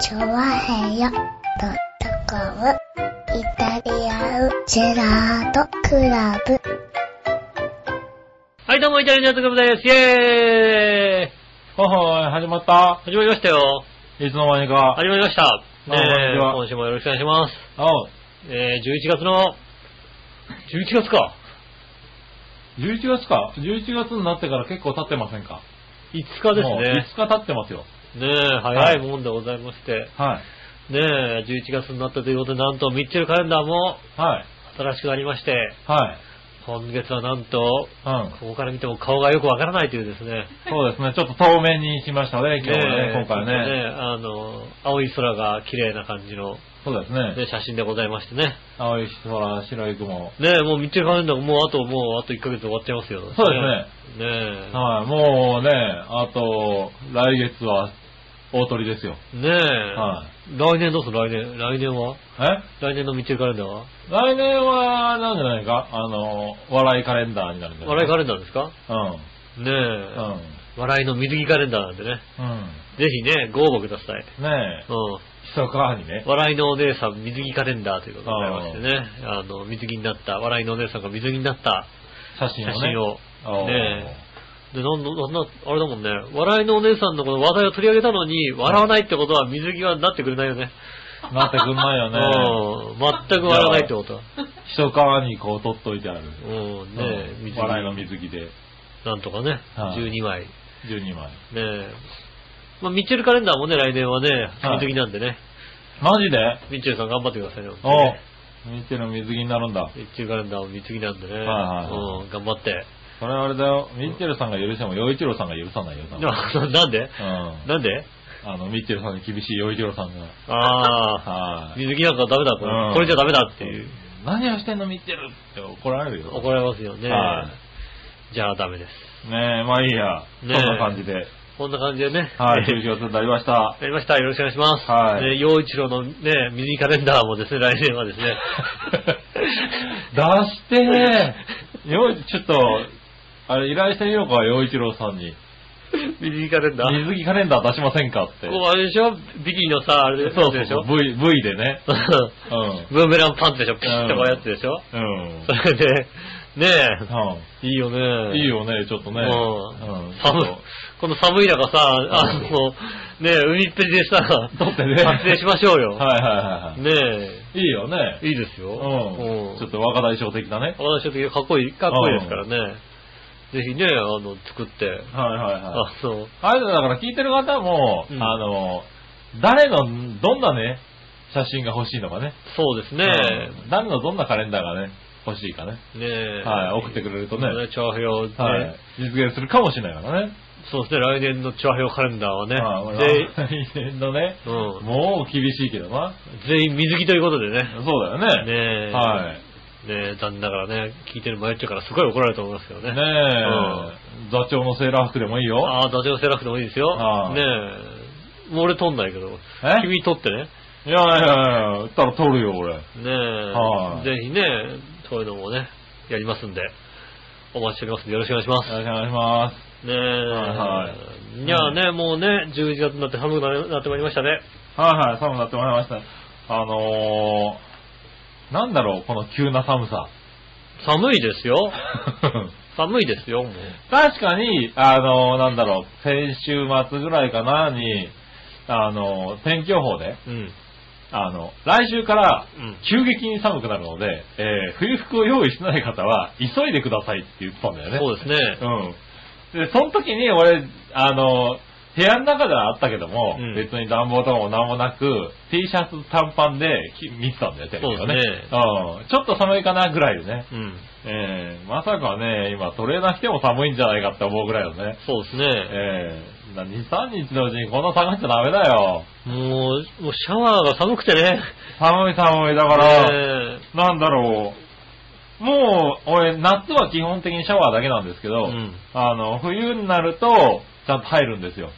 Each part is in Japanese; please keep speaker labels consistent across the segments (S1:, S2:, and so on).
S1: チョワヘヨドットコムイタリアンジェラートクラブ。
S2: はい、どうも、イタリアンジャズクラブです。イェーイ
S3: はいはい、始まった。
S2: 始まりましたよ。
S3: いつの間にか。
S2: 始まりました。
S3: どうもこん
S2: ねえ
S3: にちは
S2: 今週もよろしくお願いします。
S3: あ、
S2: えー、11月の、11月か。
S3: 11月か。11月になってから結構経ってませんか。
S2: 5日です
S3: も
S2: ね。
S3: 5日経ってますよ。
S2: ねえ、早いもんでございまして。
S3: は
S2: ねえ、11月になったということで、なんと、ミッチェルカレンダーも
S3: い。はい。
S2: 新しくなりまして、
S3: はい。
S2: 今月はなんと、
S3: うん。
S2: ここから見ても顔がよくわからないというですね。
S3: そうですね。ちょっと透明にしましたね、今日はね、
S2: え
S3: 今回は
S2: ちょっと
S3: ね。
S2: あの、青い空が綺麗な感じの、
S3: そうです
S2: ね
S3: ね。
S2: 写真でございましてね。
S3: 青い空、白い雲。
S2: ねえ、もう見てるカレンダーもうあと、もうあと1ヶ月で終わっちゃいますよ。そう
S3: です
S2: ね。ね
S3: はい。もうね、あと、来月は大鳥ですよ。
S2: え。ねえ。
S3: は
S2: 来年どうする来年。来年は
S3: え
S2: 来年の見てるカレンダーは
S3: 来年は、なんじゃないかあの、笑いカレンダーになるんじゃな
S2: 笑いカ
S3: い
S2: レンダーですか
S3: 笑
S2: ねえ、
S3: うん。うん。
S2: 笑いの水着カレンダーなんでね。
S3: うん。
S2: ぜひね、ご応募ください。
S3: ねえ
S2: う、
S3: 密かにね
S2: ん。。笑いのお姉さん水着カレンダーということでございましてね。あの、水着になった、笑いのお姉さんが水着になった
S3: 写真
S2: 写
S3: をね。
S2: 真を。
S3: おー
S2: ねえ。で、なんだ、なんだ、あれだもんね。笑いのお姉さんのこの話題を取り上げたのに、笑わないってことは水着はなってくれないよね。
S3: なってくんない よね。
S2: うん全く笑わないってことは。
S3: 一皮にこう取っといてある。
S2: うん、ね
S3: う
S2: え、
S3: ん
S2: 水着
S3: 笑いの水着で
S2: なんとかね、
S3: はい
S2: 12枚。ね
S3: 12枚。
S2: え。まあ、ミッチェルカレンダーもね、来年はね、
S3: はい
S2: 水着なんでね、
S3: マジで
S2: ミッチェルさん頑張ってくださいね。
S3: おう。見てる水着になるんだ。
S2: ミッチェルカレンダーも水着なんでね、
S3: いはいは
S2: うん、頑張って。
S3: それはあれだよ。ミッチェルさんが許しても、洋一郎さんが許さないよ、多分
S2: な なんで
S3: うん。
S2: なんで
S3: あの、ミッチェルさんに厳しい洋一郎さんが。
S2: ああ、
S3: は い。
S2: 水着なんかダメだ、こ
S3: う
S2: れ。
S3: ん
S2: これじゃダメだっていう。
S3: 何をしてんの、ミッチェルって怒られるよ。
S2: 怒られますよね
S3: は。
S2: じゃあダメです。
S3: ねえ、まあいいや。そん
S2: ねえ
S3: な感じで。
S2: こんな感じでね。
S3: はい、11月になりました。
S2: やりました。よろしくお願いします。
S3: はい
S2: ね、陽一郎のね、ミニカレンダーもですね、来年はですね。
S3: 出してね。よいちょっと、あれ、依頼してみようか、洋一郎さんに。
S2: ミニカレンダー。
S3: 水着カレンダー出しませんかって。
S2: こうあれでしょビキニのさ、あれで
S3: そうそう
S2: でし
S3: そ
S2: ょ
S3: う、V、V でね。うん。
S2: ブーメランパンツでしょピシッとこうやつでしょ、
S3: うん
S2: そ。れで、ね
S3: う
S2: え、いいよ
S3: ん。
S2: ね。
S3: いいよね、ちょっとね。
S2: うん
S3: うん
S2: 寒い。この寒い中さ、あの、ねえ、海っぺりでさ、
S3: 撮ってね
S2: 撮影しましょうよ。
S3: はいはいはいは
S2: ねえ、
S3: い。いいよね。
S2: いいですよ。
S3: うん。ちょっ
S2: と。
S3: と若大将的なね。
S2: 私の時かっこいい、かっこいいですからね。ぜひね、あの、作って。
S3: はいはいはい。
S2: あ、そう。
S3: あれだから聞いてる方も、
S2: うん
S3: あの、誰の、どんなね、写真が欲しいのかね。
S2: そうですね。
S3: うん誰のどんなカレンダーがね、欲しいかね。
S2: ねえ。
S3: はい送ってくれるとね
S2: 長編をね、
S3: はい。実現するかもしれないからね。
S2: そうですね、来年の長編カレンダーはね、
S3: はい。来年のね、
S2: 全員、うん
S3: もう厳しいけどな。
S2: 全員水着ということでね。
S3: そうだよね。
S2: ねえ。
S3: はい。
S2: い。ねえ、残念ながらね、聞いてるマユッチョからすごい怒られると思いますけどね。
S3: ねえ、座長のセーラー服でもいいよ。
S2: ああ、ダジャレセラフでもいいですよ。
S3: はい
S2: ねえ。もう俺撮んないけど。
S3: え
S2: 君撮ってね。
S3: いやいやいやいや、ったら取るよ、俺。
S2: ねえ、
S3: はい
S2: ぜひね、そういうのもね、やりますんで、お待ちしておりますんで、よろしくお願いします。
S3: よろしくお願いします。
S2: ねえ、
S3: はいはい
S2: やね、もうね、11月になって寒くなってまいりましたね。
S3: はいはい、寒くなってもらいました。あのー、なんだろう、この急な寒 さ。
S2: 寒いです よ。寒いですよ、もう。
S3: 確かに、あのー、なんだろう、先週末ぐらいかなに、あのー、天気予報で、
S2: うん。
S3: あの、来週から
S2: うん
S3: 急激に寒くなるので、えー冬服を用意してない方は、急いでくださいって言ってたんだよね。
S2: そうですね。
S3: うん。で、その時に俺、あの、部屋の中ではあったけども、
S2: うん
S3: 別に暖房とかも何もなく、T シャツ短パンでき見てたんだよ、テレビを
S2: そう
S3: ね。
S2: ですね
S3: うん。ちょっと寒いかなぐらいでね。
S2: うん。
S3: えー、まさかね、今トレーナー着ても寒いんじゃないかって思うぐらいのね。
S2: そうですね。
S3: えー、2、3日のうちにこんな下がっちゃダメだよ。
S2: もう、もうシャワーが寒くてね。
S3: 寒い寒いだ
S2: あ
S3: から、なんだろう。もう、俺、夏は基本的にシャワーだけなんですけど、
S2: うん
S3: あの、冬になると、ちゃんと入るんですよ。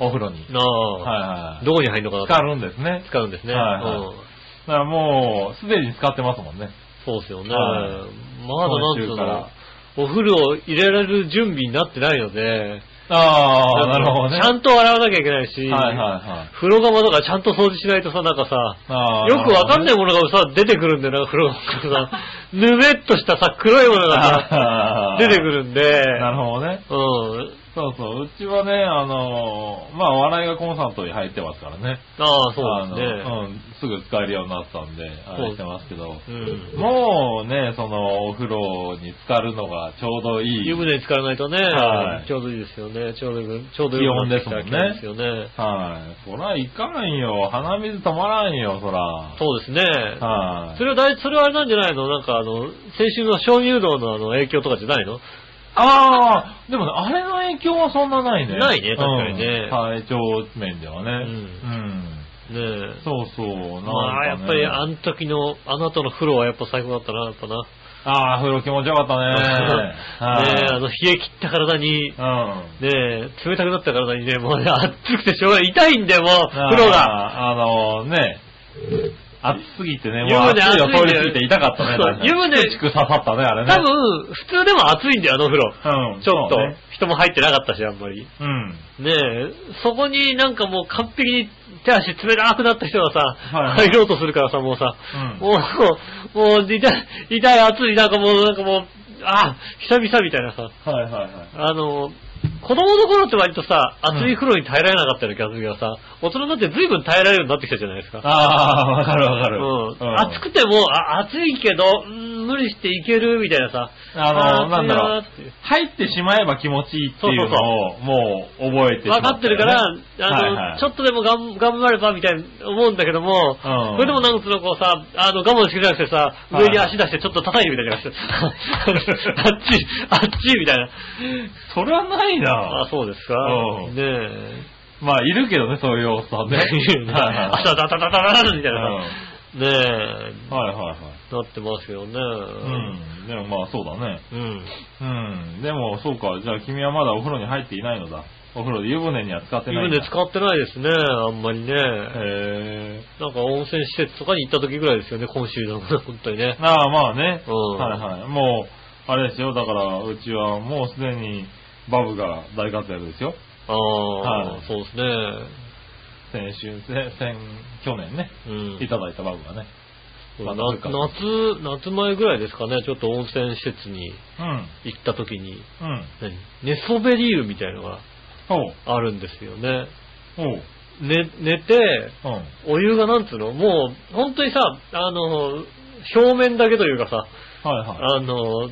S3: お風呂に。
S2: なあ、
S3: はいはいはい。
S2: どこに入るのかな
S3: 浸かるんですね。
S2: 使うんですね。
S3: はいはい
S2: うん
S3: だからもう、すでに使ってますもんね。
S2: そうですよね。
S3: はい
S2: まだなんつう
S3: 今週から
S2: の、お風呂を入れられる準備になってないので、
S3: ああ、なるほどね。
S2: ちゃんと洗わなきゃいけないし、
S3: はいはいはい。
S2: 風呂釜とかちゃんと掃除しないとさ、なんかさ、
S3: ああ
S2: よくわかんない
S3: い
S2: ものがさ、出てくるんだよな、風呂釜からさ。ぬめっとしたさ、黒いものがさ、
S3: が
S2: 出てく。るんで、
S3: なるほどね。
S2: うん。
S3: そうそう。うちはね、あのー、まあ、笑いがコンサートに入ってますからね。
S2: ああ、そうで
S3: あのうん。すぐ使えるようになったんで、あれしてますけど。
S2: すね。うん。
S3: もうね、その、お風呂に浸かるのがちょうどいい。
S2: 湯船に浸かれないとね、
S3: はい
S2: ちょうどいいですよね。ちょうどいい、ちょうどいい
S3: 気温ですもんね
S2: ですよね。
S3: はい。そら、いかんよ。鼻水止まらんよ、そら。
S2: そうですね。
S3: はい。
S2: それは大、それはあれなんじゃないのなんかあの、先週の鍾乳洞のあの影響とかじゃないの
S3: ああ、でもね、あれの影響はそんなないね。
S2: ないね確かにね
S3: うん体調面ではね。
S2: ん
S3: うん
S2: ねえ。
S3: そうそう。なんかね
S2: まあ、やっぱりあの時の、あの後の風呂はやっぱ最高だったな、やっぱな。
S3: ああ、風呂気持ちよかった ね。はい
S2: ねえ、あの、冷え切った体に、
S3: うん。
S2: ねえ、冷たくなった体にね、もうね、熱くてしょうがない。痛いんだよ、もう、
S3: あー
S2: 風呂が。。
S3: あのね、暑すぎてね、
S2: 湯
S3: もう
S2: 船
S3: 熱いを
S2: 熱いんだ
S3: 通り
S2: よ
S3: 過ぎて痛かったね。
S2: そう湯船
S3: く刺さったね、あれね。
S2: 多分、普通でも暑いんだよ、あの風呂。
S3: うん。
S2: ちょっと、
S3: そうね
S2: 人も入ってなかったし、あんまり。
S3: うん。
S2: ねえ、そこになんかもう完璧に手足冷たくなった人がさ、
S3: はいはい
S2: 入ろうとするからさ、もうさ、
S3: うん
S2: もう、もう痛い、痛い、熱い、なんかもう、なんかもう、ああ、久々みたいなさ、
S3: はいはいはい。
S2: あの、子供の頃って割とさ、
S3: ん
S2: 熱い風呂に耐えられなかったような気がするけどさ、大人になって随分耐えられるようになってきたじゃないですか。
S3: ああ、わかるわか
S2: う
S3: る。
S2: ん、暑くても、あ、暑いけど、うん無理していけるみたいなさ、
S3: あのなんだろう
S2: 暑いっていう。
S3: 入ってしまえば気持ちいいっていうのをもう覚えてしま
S2: 分かってるから、あの、ちょ
S3: っ
S2: っとでもがん頑張ればみたいに思うんだけども、
S3: うん
S2: それでもなんかそのこうさ、あの、我慢してくれなくてさ、
S3: はい
S2: 上に足出してちょっと叩いてみたい な感じであっち、あっちみたいな。
S3: と。それはない
S2: あ
S3: な、
S2: そうですか。
S3: う
S2: ね
S3: ん
S2: え。
S3: まあ、いるけどね、そういうおっ さんね。はい
S2: あたたたたたたみたいなさ。ねえ、
S3: はいはい。
S2: なってますけどね。う
S3: う。ん。でもまあ、そうだね。
S2: うん。
S3: うん。でも、そうか。じゃあ、君はまだお風呂に入っていないのだ。お風呂で湯船には使って
S2: 自
S3: な
S2: 分
S3: いん
S2: で
S3: だ。
S2: 使ってないですね、あんまりね。
S3: へ
S2: なんか温泉施設とかに行った時ぐらいですよね、今週の、本当にね
S3: ー。。ああ、まあね。
S2: うん
S3: はいはい。もう、あれですよ。だから、うちはもうすでに、バブが大活躍ですよ。
S2: ああ、
S3: はい
S2: そうですね。
S3: 先週、せ先、去年ね。
S2: うん。
S3: いただいたバブがね。
S2: な
S3: また
S2: 夏、夏前ぐらいですかね、ちょっと温泉施設に
S3: うん。
S2: 行った時に、
S3: うん。
S2: 何寝そべり湯みたいのが
S3: おう。
S2: あるんですよね。
S3: おう。
S2: 寝、寝て、
S3: うん。
S2: お湯がなんつうのもう、本当にさ、あの、表面だけというかさ、
S3: はいはい。
S2: あの、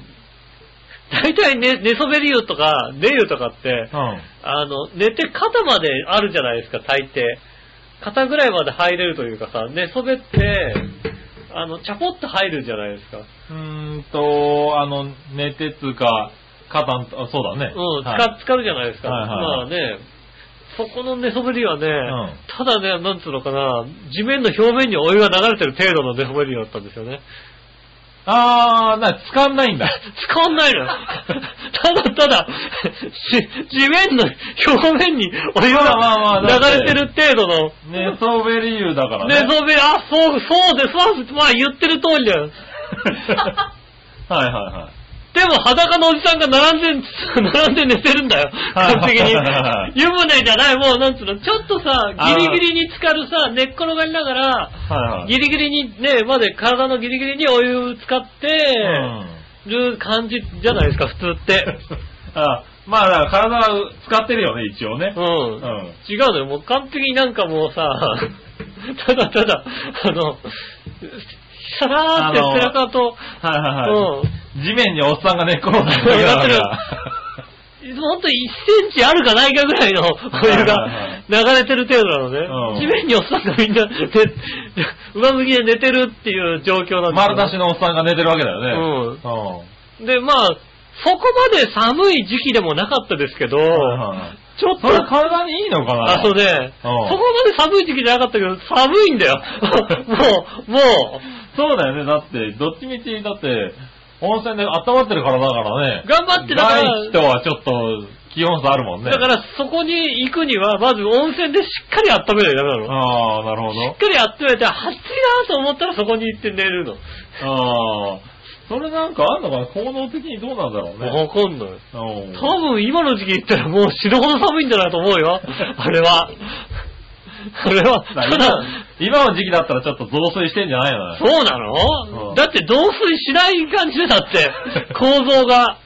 S2: 大体寝、寝そべり湯とか、寝湯とかって
S3: う、ん。
S2: あの、寝て肩まであるじゃないですか、大抵。肩ぐらいまで入れるというかさ、寝そべって、あの、ちゃぽっと入るじゃないですか。
S3: うーんと、あの、寝てつうか、肩んと、あそうだね。
S2: うん、
S3: はい
S2: 使っ使うじゃないですか。
S3: はいはいはい
S2: まあね、そこの寝そべりはね、
S3: ん
S2: ただね、なんつうのかな、地面の表面にお湯が流れてる程度の寝そべりだったんですよ ね。
S3: あー、な、使んないん だ。
S2: 使わないのよ。ただただ、し地面の表面にお湯
S3: まあま
S2: が
S3: あまあだって
S2: 流れてる程度の、
S3: 寝そべり湯だから
S2: 寝
S3: ね。
S2: そべり、あ、そう、そうです、そうですまあ言ってる通りだよ。
S3: はいはいはい。
S2: でも裸のおじさんが並んで、並んで寝てるんだよ。
S3: はい
S2: 完璧に
S3: はいはい。
S2: 湯船じゃない、もうなんつうの、ちょっとさ、ギリギリに浸かるさ、寝っ転がりながら、
S3: はいはい。
S2: ギリギリにね、まで体のギリギリにお湯使ってる感じじゃないですか、普通って。
S3: うん。あ、まあだから体は使ってるよね、一応ね
S2: う。ん。
S3: うん
S2: 違うのよ、もう完璧になんかもうさ、 ただただ、あの、さらーって背中と、
S3: はいはいは
S2: うん。
S3: い。地面におっさんが寝っ転がってるだから。
S2: 本当に1センチあるかないかぐらいのお湯が流れてる程度なの
S3: うん
S2: ね。地面におっさんがみんな寝て、上向きで寝てるっていう状況なんです
S3: 丸出しのおっさんが寝てるわけだよね。う
S2: し。
S3: ん。
S2: で、まあ、そこまで寒い時期でもなかったですけど、
S3: はいはいはい
S2: ちょっ
S3: そ
S2: と、
S3: れ体にいいのかな
S2: あ、そうね、そこまで寒い時期じゃなかったけど、寒いんだ よ。もう、も
S3: そうだよね。だって、どっちみち、だって、温泉で温まってるからだから
S2: う、
S3: ね。
S2: 頑張ってだか
S3: ない人
S2: ら、
S3: はちょっと、気温差あるもんね。
S2: だからそこに行くには、まず温泉でしっかり温めないとダメなの。
S3: ああ、なるほ
S2: しっかり温めて、暑いなと思ったらそこに行って寝るの。
S3: ど。ああ。それなんかあんのかな効能的にどうなんだろうね。
S2: わかんない。
S3: うん
S2: 多分今の時期行ったらもう死ぬほど寒いんだなと思う よ。あれは。あれは、
S3: まあ
S2: ただ、
S3: 今今の時期だったらちょっと増水してんじゃないのよ。
S2: そうな
S3: う
S2: の
S3: ん
S2: だって同水しない感じでだって、 構造が。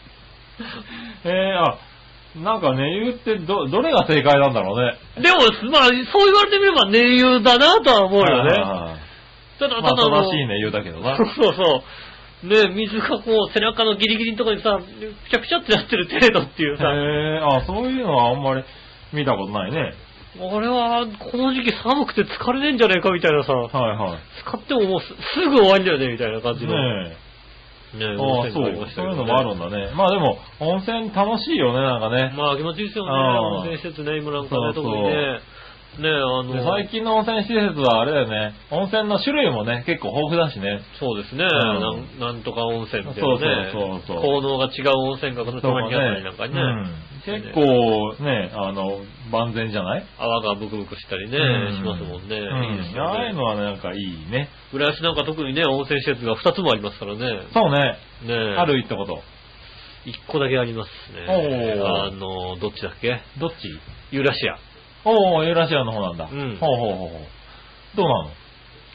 S3: えー、あ、なんかね、言ってど、どれが正解なんだろうね。
S2: でも、まあ、そう言われてみれば燃油だなとは思うよ
S3: はい
S2: ね。
S3: はいはい
S2: ただ、
S3: ま
S2: ただ
S3: あ、
S2: の、
S3: 正しいね、言うだけどな
S2: そ。う そうそう。ね、水がこう、背中のギリギリのところにさ、ピチャピチャってなってる程度っていうさ、
S3: へえー、あ、そういうのはあんまり見たことないね。
S2: あれは、この時期寒くて疲れねえんじゃねえかみたいなさ、
S3: はいはい。
S2: 使ってももうすすぐ終わりだよねみたいな感じの。
S3: ねえ。
S2: ね
S3: あ
S2: 温
S3: あ、
S2: 泉
S3: そ
S2: が
S3: う。
S2: りました
S3: そう
S2: けど
S3: いう
S2: ね
S3: のもあるんだね。まあでも、温泉楽しいよね、なんかね。
S2: まあ気持ちいいですよね。
S3: ああ
S2: 温泉施設ね、今なんかね、
S3: そう
S2: 特
S3: そう
S2: にね。ね、あ
S3: で
S2: の、
S3: 最近の温泉施設はあれだよね、温泉の種類もね、結構豊富だしね。
S2: そうですね、
S3: ん
S2: なん、なんとか温泉みたい
S3: そう
S2: なね。
S3: そうそうそう
S2: 効能が違う温泉がこのたまにあったりなんかにね。
S3: うん結構ね、あの、万全じゃない
S2: 泡がブクブクしたりね、
S3: うん
S2: しますもんね。
S3: うん
S2: いいです
S3: ああい
S2: よね。
S3: うのはなんかいいね。
S2: 浦安なんか特にね、温泉施設が2つもありますからね。
S3: そうね、
S2: ね
S3: ある行ったこと。
S2: 1個だけありますね。
S3: おー
S2: あの、どっちだっけ
S3: どっち
S2: ユーラシア。
S3: おおユーラシアの方なんだ。
S2: うん
S3: ほうほうほうほう。どうな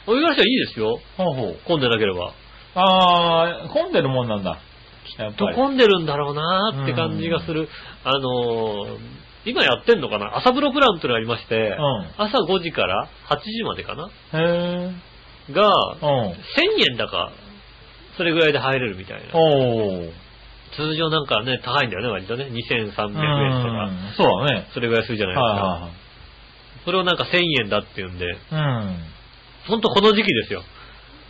S2: おユーラシアいいですよ。
S3: のほうほう。
S2: 混んでなければ。
S3: ああ、混んでるもんなんだ。やっ
S2: ど
S3: ぱり。
S2: こんでるんだろうなーって感じがする。あのー、今やってんのかな朝風呂プランというのがありまして、
S3: うん
S2: 朝5時から8時までかな
S3: へえ。
S2: が、
S3: うん。
S2: 1000円だか、それぐらいで入れるみたいな。
S3: おお。
S2: 通常なんかね、高いんだよね、割とね。2300円とか。
S3: うんそうだね。
S2: それぐらいするじゃないですか。
S3: は
S2: それをなんか1000円だっていうんで、
S3: いはいはい。うん。
S2: ほんとこの時期ですよ。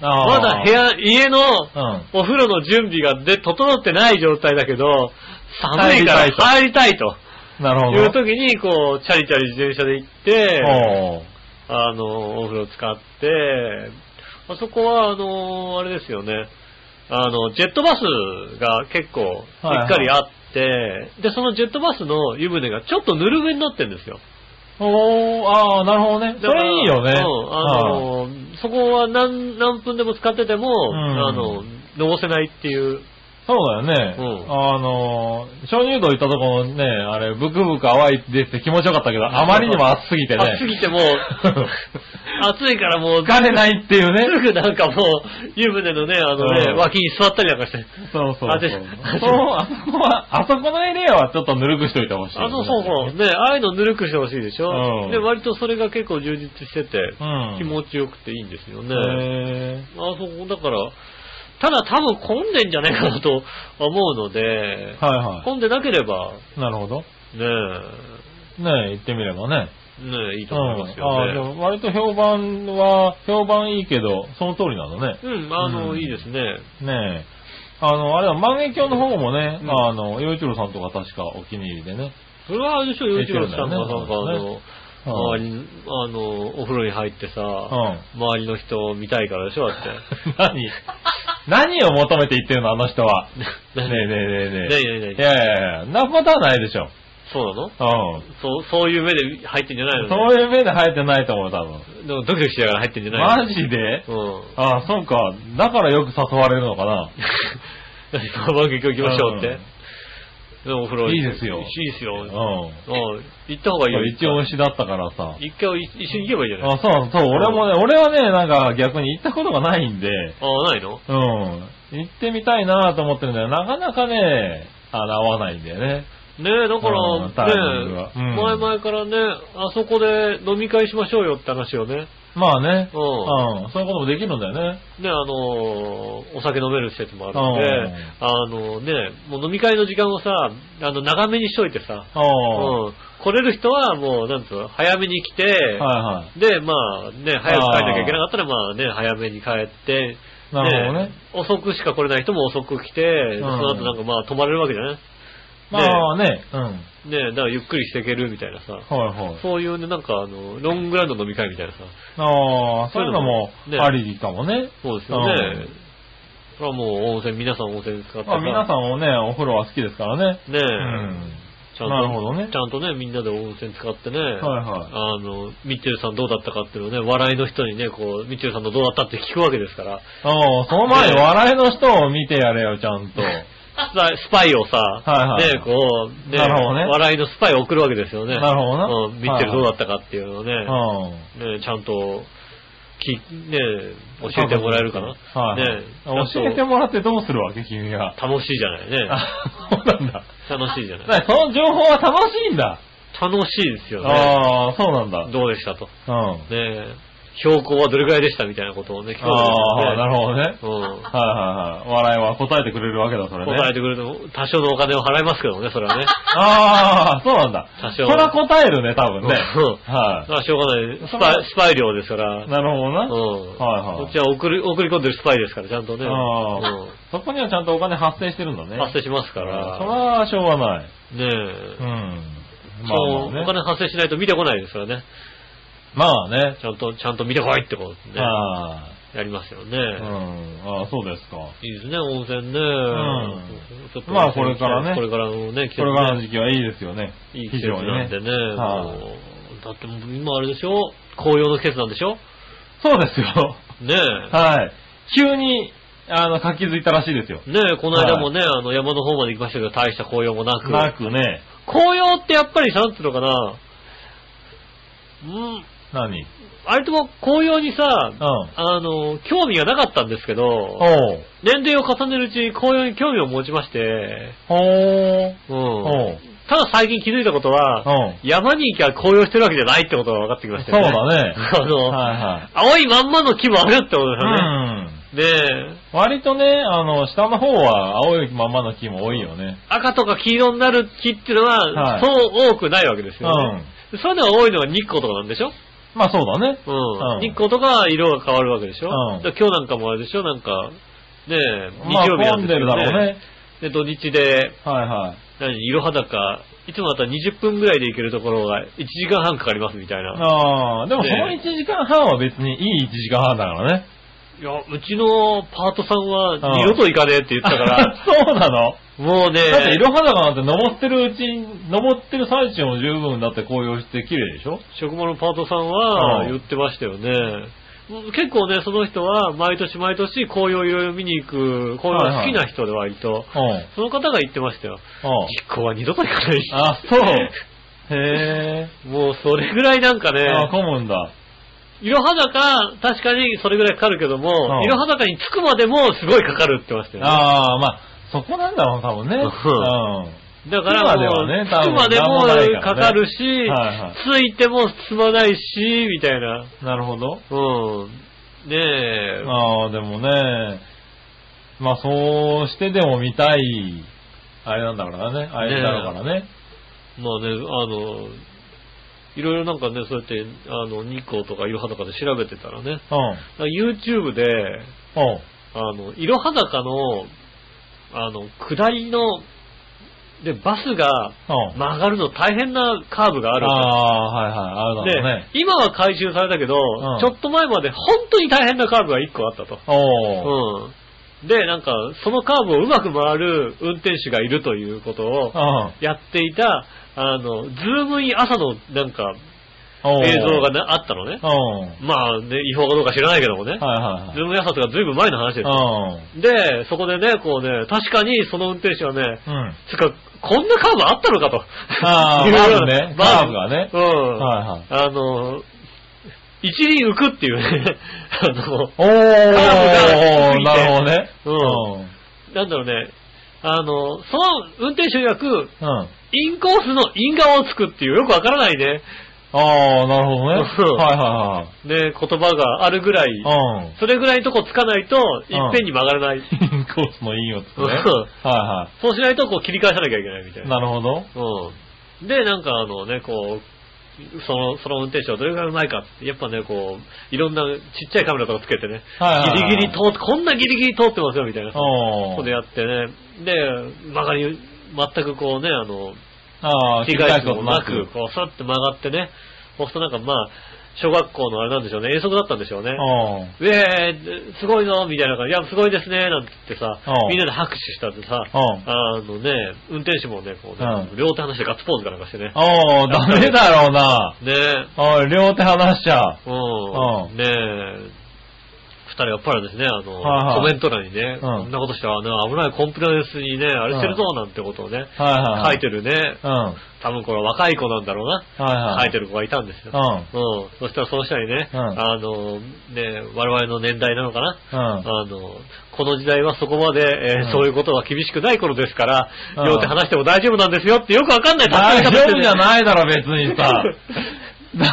S3: あ
S2: ま
S3: ー
S2: だ部屋、家の
S3: うん。
S2: お風呂の準備がで、整ってない状態だけど、寒いから入りたいと。
S3: なるほど。
S2: いう時に、こう、チャリチャリ自転車で行って、
S3: おー
S2: あの、お風呂使って、あそこは、あの、あれですよね、あの、ジェットバスが結構、し
S3: はいはい
S2: っかりあって、で、そのジェットバスの湯船がちょっとぬるめになってるんですよ。
S3: おー、あー、なるほどね。
S2: だ
S3: そ
S2: から
S3: れいいよね。
S2: うん、あの、そこは何、何分でも使ってても、
S3: ん
S2: あの、のぼせないっていう、
S3: そうだよね。
S2: うん
S3: あの、鍾乳洞行ったとこね、あれ、ブクブク淡い出て気持ちよかったけど、あまりにも暑すぎてね。
S2: 暑すぎてもう 暑いからもう、
S3: 疲れないっていう
S2: す
S3: ね。
S2: ぐなんかもう、湯船のね、あのね、
S3: うん
S2: 脇に座ったりなんかして。
S3: そうそうそう。
S2: あで
S3: そうあそこは、あそこのエリアはちょっとぬるくしといてほしいよね、
S2: あの、そうそう。ね、ああいうのぬるくしてほしいでしょ、
S3: うん
S2: で、割とそれが結構充実してて、
S3: うん
S2: 気持ちよくていいんですよね。
S3: へ
S2: あそこ、だから、ただ多分混んでんじゃないかなと思うので、
S3: ーはいは
S2: 混んでなければ、
S3: い。なるほど。
S2: ね
S3: ね行ってみればね。
S2: え、ねえ、いいと
S3: うん。
S2: 思います
S3: あーで
S2: よね。
S3: も割と評判は、評判いいけど、その通りなのね。
S2: うん、あの、
S3: うん
S2: いいですね。
S3: ねえ。あの、あれだ、万華鏡の方もね、
S2: うん
S3: あの、洋一郎さんとか確かお気に入りでね。
S2: それはあれでしょ、洋一郎さんがなんかあ
S3: そうだよ
S2: の、
S3: ね
S2: 周
S3: うん
S2: りに、あの、お風呂に入ってさ、
S3: うん。
S2: 周りの人を見たいからでしょ、だって。
S3: 何何を求めて言ってるの、あの人は。ねえねえ
S2: 何
S3: ねえ
S2: ね
S3: ね
S2: えねえねえ
S3: え。いやいやいや、んなことはないでしょ。
S2: そうなの
S3: う
S2: そう、そういう目で入ってんじゃないの
S3: ん。そういう目で生えてないと思う、多分。
S2: でもドキドキしながら入ってんじゃないの
S3: マジで
S2: うん。
S3: ああ、そうか。だからよく誘われるのかな。
S2: 何か番組行きましょうって。でもお風呂
S3: いいですよ
S2: いいです
S3: う
S2: よ。う
S3: ん。
S2: ん。行った方がいいよ。
S3: 一応しだったからさ。
S2: 一回一緒に行けばいいじゃない
S3: あそうそう、俺もね、俺はね、なんか逆に行ったことがないんで。
S2: ああ、ないの
S3: うん。行ってみたいなと思ってるんだよ。なかなかね、あの、合わないんだよね。
S2: ねえ、だ
S3: うんタイミング
S2: から、
S3: がう
S2: ね
S3: ん
S2: 前々からね、あそこで飲み会しましょうよって話をね、
S3: まあね。
S2: う
S3: うんん。そういうこともできるんだよね。
S2: ね、あのー、お酒飲める施設もあるんで、あのね、もう飲み会の時間をさ、あの、長めにしといてさ、
S3: おー
S2: うん、来れる人はもう、なんつうの、早めに来て、
S3: はいはい。
S2: で、まあね、早く帰んなきゃいけなかったら、まあね、早めに帰って、
S3: なるほどね。
S2: 遅くしか来れない人も遅く来て、
S3: ん
S2: その後なんかまあ泊まれるわけじゃない
S3: まあね、うん。はい
S2: ね、だからゆっくりしていけるみたいなさ、
S3: はい。
S2: そういうね、なんかあの、ロングランド飲み会みたいなさ、
S3: ああ、そういうのも
S2: そういうのもね
S3: ありかもね。
S2: そうですよ
S3: う
S2: ね
S3: ん。
S2: これはもう温泉、皆さん温泉使って
S3: まあ皆さんもね、お風呂は好きですからね。
S2: ん。ねえ、
S3: うん。
S2: ちゃんと。
S3: なるほどね
S2: ちゃんとね、みんなで温泉使ってね。
S3: はいはい
S2: あの、ミッチェルさんどうだったかっていうのをね、笑いの人にね、こう、ミッチェルさんのどうだったって聞くわけですから。
S3: おうその前に笑いの人を見てやれよ、ちゃんと。
S2: スパイスパイをさ、
S3: はいはい
S2: ね、こう、ね
S3: なるほどね
S2: 笑いのスパイを送るわけですよね。
S3: なるほどな
S2: うん、ミッチェルどうだったかっていうのをね、
S3: うん。
S2: ねちゃんと、き、ね教えてもらえるかな。
S3: はいはい、
S2: ね
S3: 教えてもらってどうするわけ、君が。
S2: 楽しいじゃないね。
S3: あ、そうなんだ。
S2: 楽しいじゃ
S3: だ
S2: な
S3: か
S2: い。
S3: らその情報は楽しいんだ。
S2: 楽しいですよね。
S3: ああ、そうなんだ。うん。
S2: どうでしたと。ね
S3: あ
S2: え標高はどれぐらいでしたみたいなことをね、聞く
S3: あー、な
S2: わ
S3: るほどね。
S2: けですよね。
S3: はいはいはい。笑いは答えてくれるわけだ、それ
S2: う
S3: ね。
S2: ん。答えてくれると、多少のお金を払いますけどもね、それはね。
S3: ああ、そうなんだ。
S2: 多少
S3: それは答えるね、多分ね。
S2: うん
S3: は
S2: まあ、しょうがない。ス
S3: そ
S2: パ
S3: の
S2: イ、スパイ料ですから。
S3: い。なるほどな。
S2: うん。
S3: はいはい
S2: こっちは送り、送り込んでるスパイですから、ちゃんとね。
S3: ああ、そこにはちゃんとお金発生してるんだ
S2: う
S3: ね。
S2: ん。発生しますか
S3: それ
S2: ら。
S3: はしょうがない。
S2: ね
S3: う
S2: え。
S3: ん。ま
S2: そう、
S3: あ
S2: お
S3: まあね。
S2: 金発生しないと見てこないですからね。
S3: まあね。
S2: ちゃんと、ちゃんと見てこいってことですね。
S3: ああ、
S2: やりますよね。
S3: うん。ああ、そうですか。
S2: いいですね、温泉ね。
S3: ん
S2: ちょっと
S3: まあこれからね
S2: これからのね、季
S3: こ
S2: 節ね
S3: れからの時期はいいですよね。
S2: いい季節なんでね。
S3: 非常にはい
S2: もうだってもう今あれでしょ紅葉の季節なんでしょ
S3: そうで すよ。
S2: ねえ。
S3: はい。急に、あの、活気づいたらしいですよ。
S2: ねえ、この間もね、あの、山の方まで行きましたけど、大した紅葉もなく。
S3: なくね。
S2: 紅葉ってやっぱり、なんつうのかな。うん、
S3: 何
S2: あれとも紅葉にさ、
S3: うん。おう。
S2: あの、興味がなかったんですけど、年齢を重ねるうちに紅葉に興味を持ちまして、
S3: ほー。
S2: うん。
S3: おう。
S2: ただ最近気づいたことは、
S3: うん。
S2: 山に行きゃ紅葉してるわけじゃないってことが分かってきまし
S3: そ
S2: た
S3: う
S2: よね。
S3: だね。
S2: あの、
S3: はいはい。
S2: 青いまんまの木もあるってことですよね。
S3: うん。
S2: で、
S3: 割とね、あの、下の方は青いまんまの木も多いよね。
S2: 赤とか黄色になる木っていうのは、
S3: はい
S2: そう多くないわけです
S3: う
S2: よね。
S3: ん。
S2: そういうのが多いのが日光とかなんでしょ
S3: まあそうだね。
S2: う。
S3: うんん
S2: 日光とか色が変わるわけでしょ、
S3: うん
S2: で今日なんかもあれでしょなんか、ねえ、日
S3: まあ
S2: 曜日なん
S3: 混ん
S2: です
S3: で
S2: け
S3: る
S2: ど
S3: だろう
S2: ね。
S3: ね。
S2: で、土日で、
S3: はいはい。
S2: 何、色裸、いつもだったら20分ぐらいで行けるところが1時間半かかりますみたいな。
S3: ああ、でもそ
S2: ね
S3: の1時間半は別にいい1時間半だからね。
S2: いや、うちのパートさんは
S3: ん
S2: 二度と行かねえって言ったから、
S3: そうなの
S2: もうね、
S3: だって、いろはだかなんて登ってるうちに、登ってる最中も十分だって紅葉して綺麗でしょ
S2: 職場のパートさんは
S3: うん
S2: 言ってましたよね。結構ね、その人は毎年毎年紅葉いろいろ見に行く、紅葉が好きな人で割と。
S3: うん。うん。
S2: その方が言ってましたよ。実行は二度と行かないし。
S3: あ、そう。へ
S2: もうそれぐらいなんかね
S3: え。、あ、混むんだ。
S2: 色裸、確かにそれぐらいかかるけども
S3: う、ん
S2: 色裸に着くまでもすごいかかるって言ってましたよね。
S3: ああ、まあ、そこなんだろう、多分ね。
S2: うん
S3: う
S2: だからもう、着く
S3: 着く
S2: ま
S3: ま
S2: で
S3: ではね多分なんもない
S2: も
S3: か
S2: か
S3: らね
S2: かるし
S3: はいは、
S2: 着いても進まないし、みたいな。
S3: ん。なるほど。
S2: うん。ねえ。
S3: ああ、でもね、まあそうしてでも見たい、あれなんだからね。あれだろうからね。
S2: まあね、あの、いろいろなんかね、そうやって、あの、日光とか色裸で調べてたらね、YouTube で、
S3: うん。うん。
S2: あの、いろは坂の、あの、下りの、で、バスが
S3: うん。
S2: 曲がるの大変なカーブがあるん
S3: ああ、はいはい、あ
S2: です
S3: るだろ
S2: よ
S3: うね。
S2: で、今は回収されたけど、
S3: ん
S2: ちょっと前まで本当に大変なカーブが1個あったと。
S3: おー。
S2: うん。で、なんか、そのカーブをうまく回る運転手がいるということを
S3: うん。
S2: やっていた、あの、ズームイン朝のなんか
S3: おー
S2: 映像がねあったのね
S3: う。ん。はい
S2: まあね、違法かどうか知らないけどもね。
S3: はい
S2: ズームイン朝とかずいぶん前の話ですよ
S3: はい。
S2: で、そこでね、こうね、確かにその運転手はね、
S3: うん。うん。
S2: つか、こんなカーブあったのかと。
S3: あ ー
S2: いうような
S3: まずね
S2: ま
S3: カーブがね
S2: うん。
S3: はいはい。
S2: あの、一輪浮くっていうね、 あの、が
S3: おー、
S2: 低すぎて
S3: なるほどね。
S2: うんなんだろうね、あの、その運転手曰く、
S3: うん。うん。
S2: インコースのイン側をつくっていう、よくわからないね、
S3: ああ、なるほどね。
S2: そう
S3: はいは
S2: ね、言葉があるぐらい
S3: い、は い。うん。
S2: それぐらいのとこつかないと、いっぺんに曲がらない。
S3: インコースのいい音ね。
S2: うん
S3: は
S2: そうしないと、こう切り返さなきゃいけないみた
S3: いはいい。
S2: な。
S3: なるほど。
S2: うん。で、なんかあのね、こう、その、その運転手はどれぐらいうまいかって、やっぱね、こう、いろんなちっちゃいカメラとかつけてね、
S3: はいはいはい
S2: ギリギリ通って、こんなギリギリ通ってますよ、みたいな。こ
S3: お
S2: こ
S3: ー
S2: でやってね、で、曲がり、全くこうね、あの、
S3: ああ、
S2: 切り
S3: 切り
S2: 返
S3: 返
S2: す
S3: す
S2: こ
S3: ことと
S2: な
S3: な
S2: く
S3: く。、
S2: こう、さって曲がってね、そうするとなんかまあ、小学校のあれなんでしょうね、遠足だったんでしょうね。
S3: うん。
S2: ウェーすごいぞみたいな感じ、いや、すごいですねなんて言ってさ
S3: う、ん
S2: みんなで拍手したってさ、
S3: うん
S2: あのね、運転手もね、こうね、
S3: うん
S2: 両手離してガッツポーズかなんかしてね。
S3: おー、ダメだろうな。
S2: ねえ、
S3: おい、両手離しちゃう。
S2: う、
S3: うん
S2: ねえ、二人はっぱらですね、あの、
S3: はいはい
S2: コメント欄にね、
S3: ん
S2: こんなことしたらね、危ないコンプライアンスにね、あれしてるぞなんてことをね、
S3: はいは
S2: 書
S3: い。
S2: いてるね、
S3: うん。は
S2: 多分これ若い子なんだろうな、
S3: いはい。
S2: 書いてる子がいたんですよ。
S3: うん。
S2: うん。そしたらその下にね、
S3: うん
S2: あの、ね、我々の年代なのかな、
S3: うん。
S2: あの、この時代はそこまで、えー
S3: うん
S2: そういうことは厳しくない頃ですから、
S3: うん
S2: 両手離しても大丈夫なんですよってよくわかんない
S3: 大丈夫じゃ
S2: い
S3: ないだろ、別にさ。 だ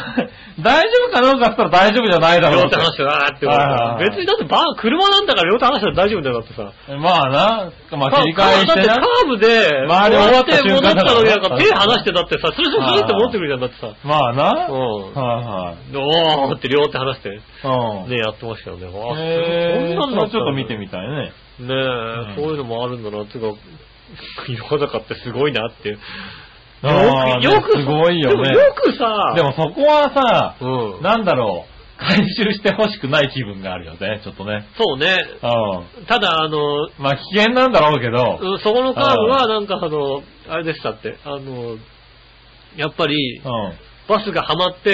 S3: 大丈夫かどうかっつったら大丈夫じゃないだ
S2: 両
S3: ろ。
S2: 手離してわーって言われたら
S3: はいはいはい
S2: 別にだってバー、車なんだから両手離したら大丈夫だよだってさ。
S3: まあな、まあ切り替え
S2: だっ
S3: して
S2: てカ
S3: な。
S2: ーブで、
S3: 周りを
S2: 終
S3: 終
S2: わ
S3: わ
S2: っ
S3: ってた
S2: 戻
S3: 瞬
S2: った
S3: 間だから
S2: のになんか手離してだってさ、スルスルスルって戻ってくるじゃんだってさ。
S3: まあ
S2: う
S3: な。
S2: ん
S3: はいはい。
S2: おーって両手離して、ね、
S3: うん。
S2: やってましたよね。わあ
S3: へー
S2: そんなんだ
S3: それちょっと見てみたいね。
S2: ねえ、
S3: ん
S2: そういうのもあるんだな、つうか、世の中ってすごいなっていう。
S3: あ
S2: よ
S3: ー
S2: く、よく、
S3: すごいよね
S2: でもよくさ、
S3: でもそこはさ、
S2: うん。
S3: なんだろう、回収してほしくない気分があるよね、ちょっとね。
S2: そうね。
S3: う。
S2: ただ、あの、うん
S3: まあ危険なんだろうけど、
S2: んそこのカーブは、なんかあの、あれでしたって、あの、やっぱり、
S3: うん。
S2: バスがハマって、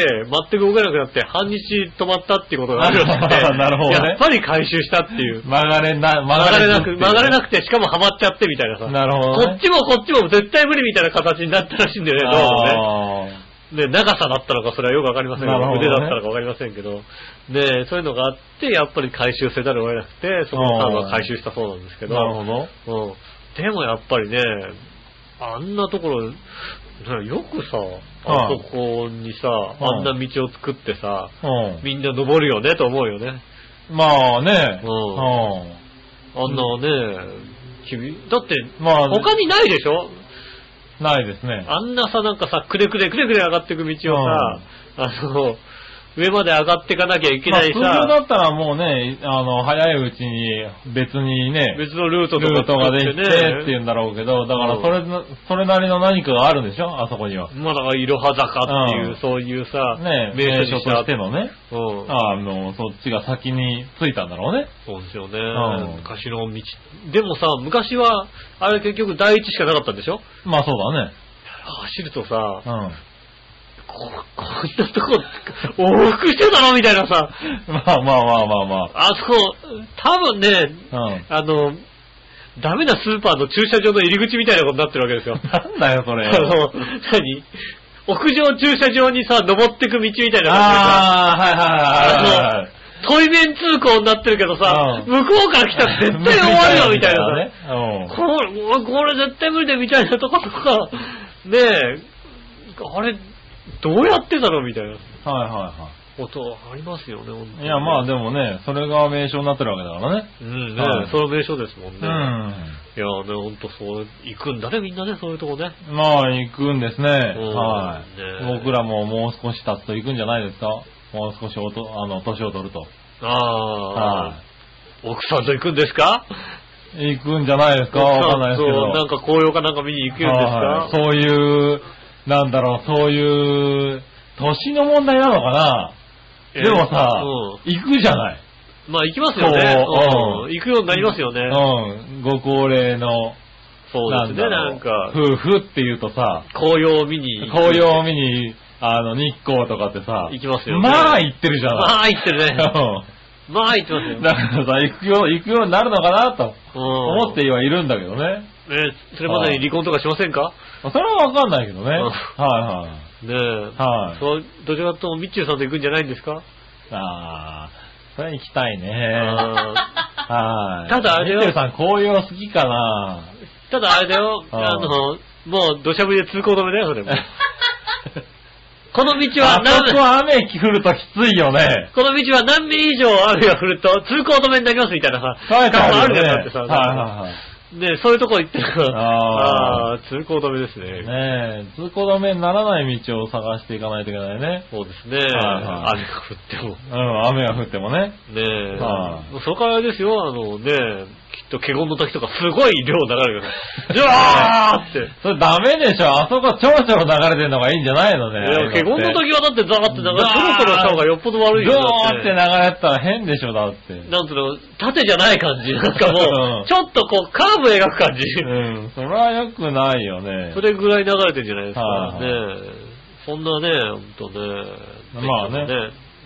S2: 全く動かなくなって、半日止まったっていうことがあるらしくて、
S3: なるほどね
S2: やっぱり回収したっていう。
S3: 曲がれな、
S2: 曲がれなく、
S3: ずっていうね
S2: 曲がれなくて、しかもハマっちゃってみたいなさ。
S3: なるほど
S2: こ
S3: ね
S2: っ。ちもこっちも絶対無理みたいな形になったらしいんだよね、どうもね。
S3: あ
S2: ね、
S3: ー
S2: 長さだったのかそれはよくわかりませんけど、
S3: なるほどね
S2: 腕だったのかわかりませんけど、ね、そういうのがあって、やっぱり回収せざるを得なくて、そこのカーブは回収したそうなんですけど、
S3: なるほど。
S2: うん、でもやっぱりね、あんなところ、ねよくさ、あ
S3: はい
S2: そこにさ、
S3: い
S2: あんな道を作ってさ、
S3: う
S2: みんな登るよねと思うよね。
S3: ん。まあね。
S2: う
S3: うん。
S2: あんなね、君、だって、
S3: まあ、
S2: 他にないでしょ
S3: ないですね。
S2: あんなさ、なんかさ、くれくれくれくれ上がっていく道をさ、あの、上まで上がっていかなきゃいけないさ、
S3: まあ通常だったらもうね、あの、早いうちに別にね、
S2: 別のルートと
S3: ルート
S2: か作
S3: がで
S2: って
S3: きて
S2: ね。
S3: っていうんだろうけど、だからそれな、それなりの何かがあるんでしょあそこには。
S2: まあだから、いろは坂っていう、
S3: うん
S2: そういうさ、
S3: ね
S2: 名
S3: 名
S2: 所
S3: 所
S2: に
S3: としてのね。
S2: うん。
S3: あの、そっちが先に着いたんだろうね。
S2: そうですよね、
S3: ん
S2: 昔の道。でもさ、昔は、あれ結局第一しかなかったんでしょ
S3: まあそうだね。
S2: 走るとさ、
S3: う
S2: こ、こんなとこ、往復してたのみたいなさ、
S3: ん。 まあまあまあまあま
S2: あそこ、多分ね、
S3: あ。うん。
S2: あの、ダメなスーパーの駐車場の入り口みたいなことになってるわけですよ。
S3: なんだよ、そ れ。
S2: あの、何屋上駐車場にさ、登ってく道みたいな感じでさ、
S3: ああ、はいはいはいはい。
S2: トイ面通行になってるけどさ、
S3: う
S2: 向こうから来たら絶対終わるよみたいなね。
S3: ね。
S2: これ、これ絶対無理だよみたいなとことか、ねえ、あれ、どうやってたのみたいな
S3: うん。はいはいはい。
S2: ことありますよね、本当に
S3: いや、まあでもね、それが名称になってるわけだからね。
S2: うんね、
S3: はい
S2: その名所ですもんね。
S3: う
S2: いやね、ほんとそう、行くんだね、みんなね、そういうとこね。
S3: ん。まあ、行くんですね。
S2: ん
S3: はい
S2: ね。
S3: 僕らももう少し経つと行くんじゃないですかもう少しおと、あの、年を取ると。
S2: あ
S3: は
S2: あ、奥さんと行くんですか
S3: い。行くんじゃないですか わかんないですけど。
S2: そうなんか紅葉かなんか見に行けるんです
S3: は
S2: か
S3: いそういう、なんだろう、そういう、年の問題なのかな
S2: えー
S3: でもさ
S2: う、
S3: 行くじゃない。
S2: んまあ行きますよね。
S3: そう
S2: う
S3: うんん
S2: 行くようになりますよね。
S3: うん。ご高齢の、
S2: そうですね、
S3: ろう
S2: なんか、
S3: 夫婦っていうとさ、
S2: 紅葉を見に行く
S3: 紅葉を見に、あの、日光とかってさ、
S2: 行きますよね
S3: まあ行ってるじゃない。
S2: まあ行って るねまあ行ってます
S3: う
S2: よ。
S3: んだからさ、行くよう、行くようになるのかなと
S2: うん
S3: 思ってはいるんだけどね。
S2: ねそれまでに離婚とかしませんか
S3: それはわかんないけどね。
S2: うん
S3: は
S2: ねえ。
S3: いはい。はい。
S2: そう、どちらかともミッチーさんと行くんじゃないんですか
S3: あー、それ行きたいね。
S2: あ
S3: はい。
S2: ただあれは
S3: ミッチェルさん紅葉好きかな
S2: ーただあれだよ、
S3: あー
S2: あの、もう土砂降りで通行止めだよ、そ れも。この道は
S3: あ
S2: 何
S3: そこ雨降るときついよね。
S2: この道は何ミリ以上雨が降ると通行止めになりますみたいなさ、
S3: 書いてあ
S2: 看板
S3: るよ
S2: あるじ
S3: ね。
S2: ゃんだってさ。
S3: はいはいはい。
S2: ねそういうとこ行ってるから、
S3: あ
S2: あー通行止めですね。
S3: ねえ、通行止めにならない道を探していかないといけないね。
S2: そうですね、
S3: はいはい
S2: 雨が降っても。
S3: うん、雨が降ってもね。
S2: ねえ、
S3: は
S2: そこからですよ、あのね、きっと、華厳の時とかすごい量流れるよね。じゃ ーって。
S3: それダメでしょ。あそこちょろちょろ流れてんのがいいんじゃないの
S2: い
S3: ね。
S2: や、華厳の時はだってザーって流れ、そ
S3: うん
S2: ろそろした方がよっぽど悪いよ。
S3: ド
S2: だ
S3: ーって流れてたら変でしょ、だって。
S2: なんつうの、縦じゃない感じ。なんかも
S3: うん
S2: う、ちょっとこう、カーブ描く感じ。
S3: うん、それは良くないよね。
S2: それぐらい流れてんじゃないですか。
S3: はい
S2: ねそんなね、ほんとね。
S3: まあね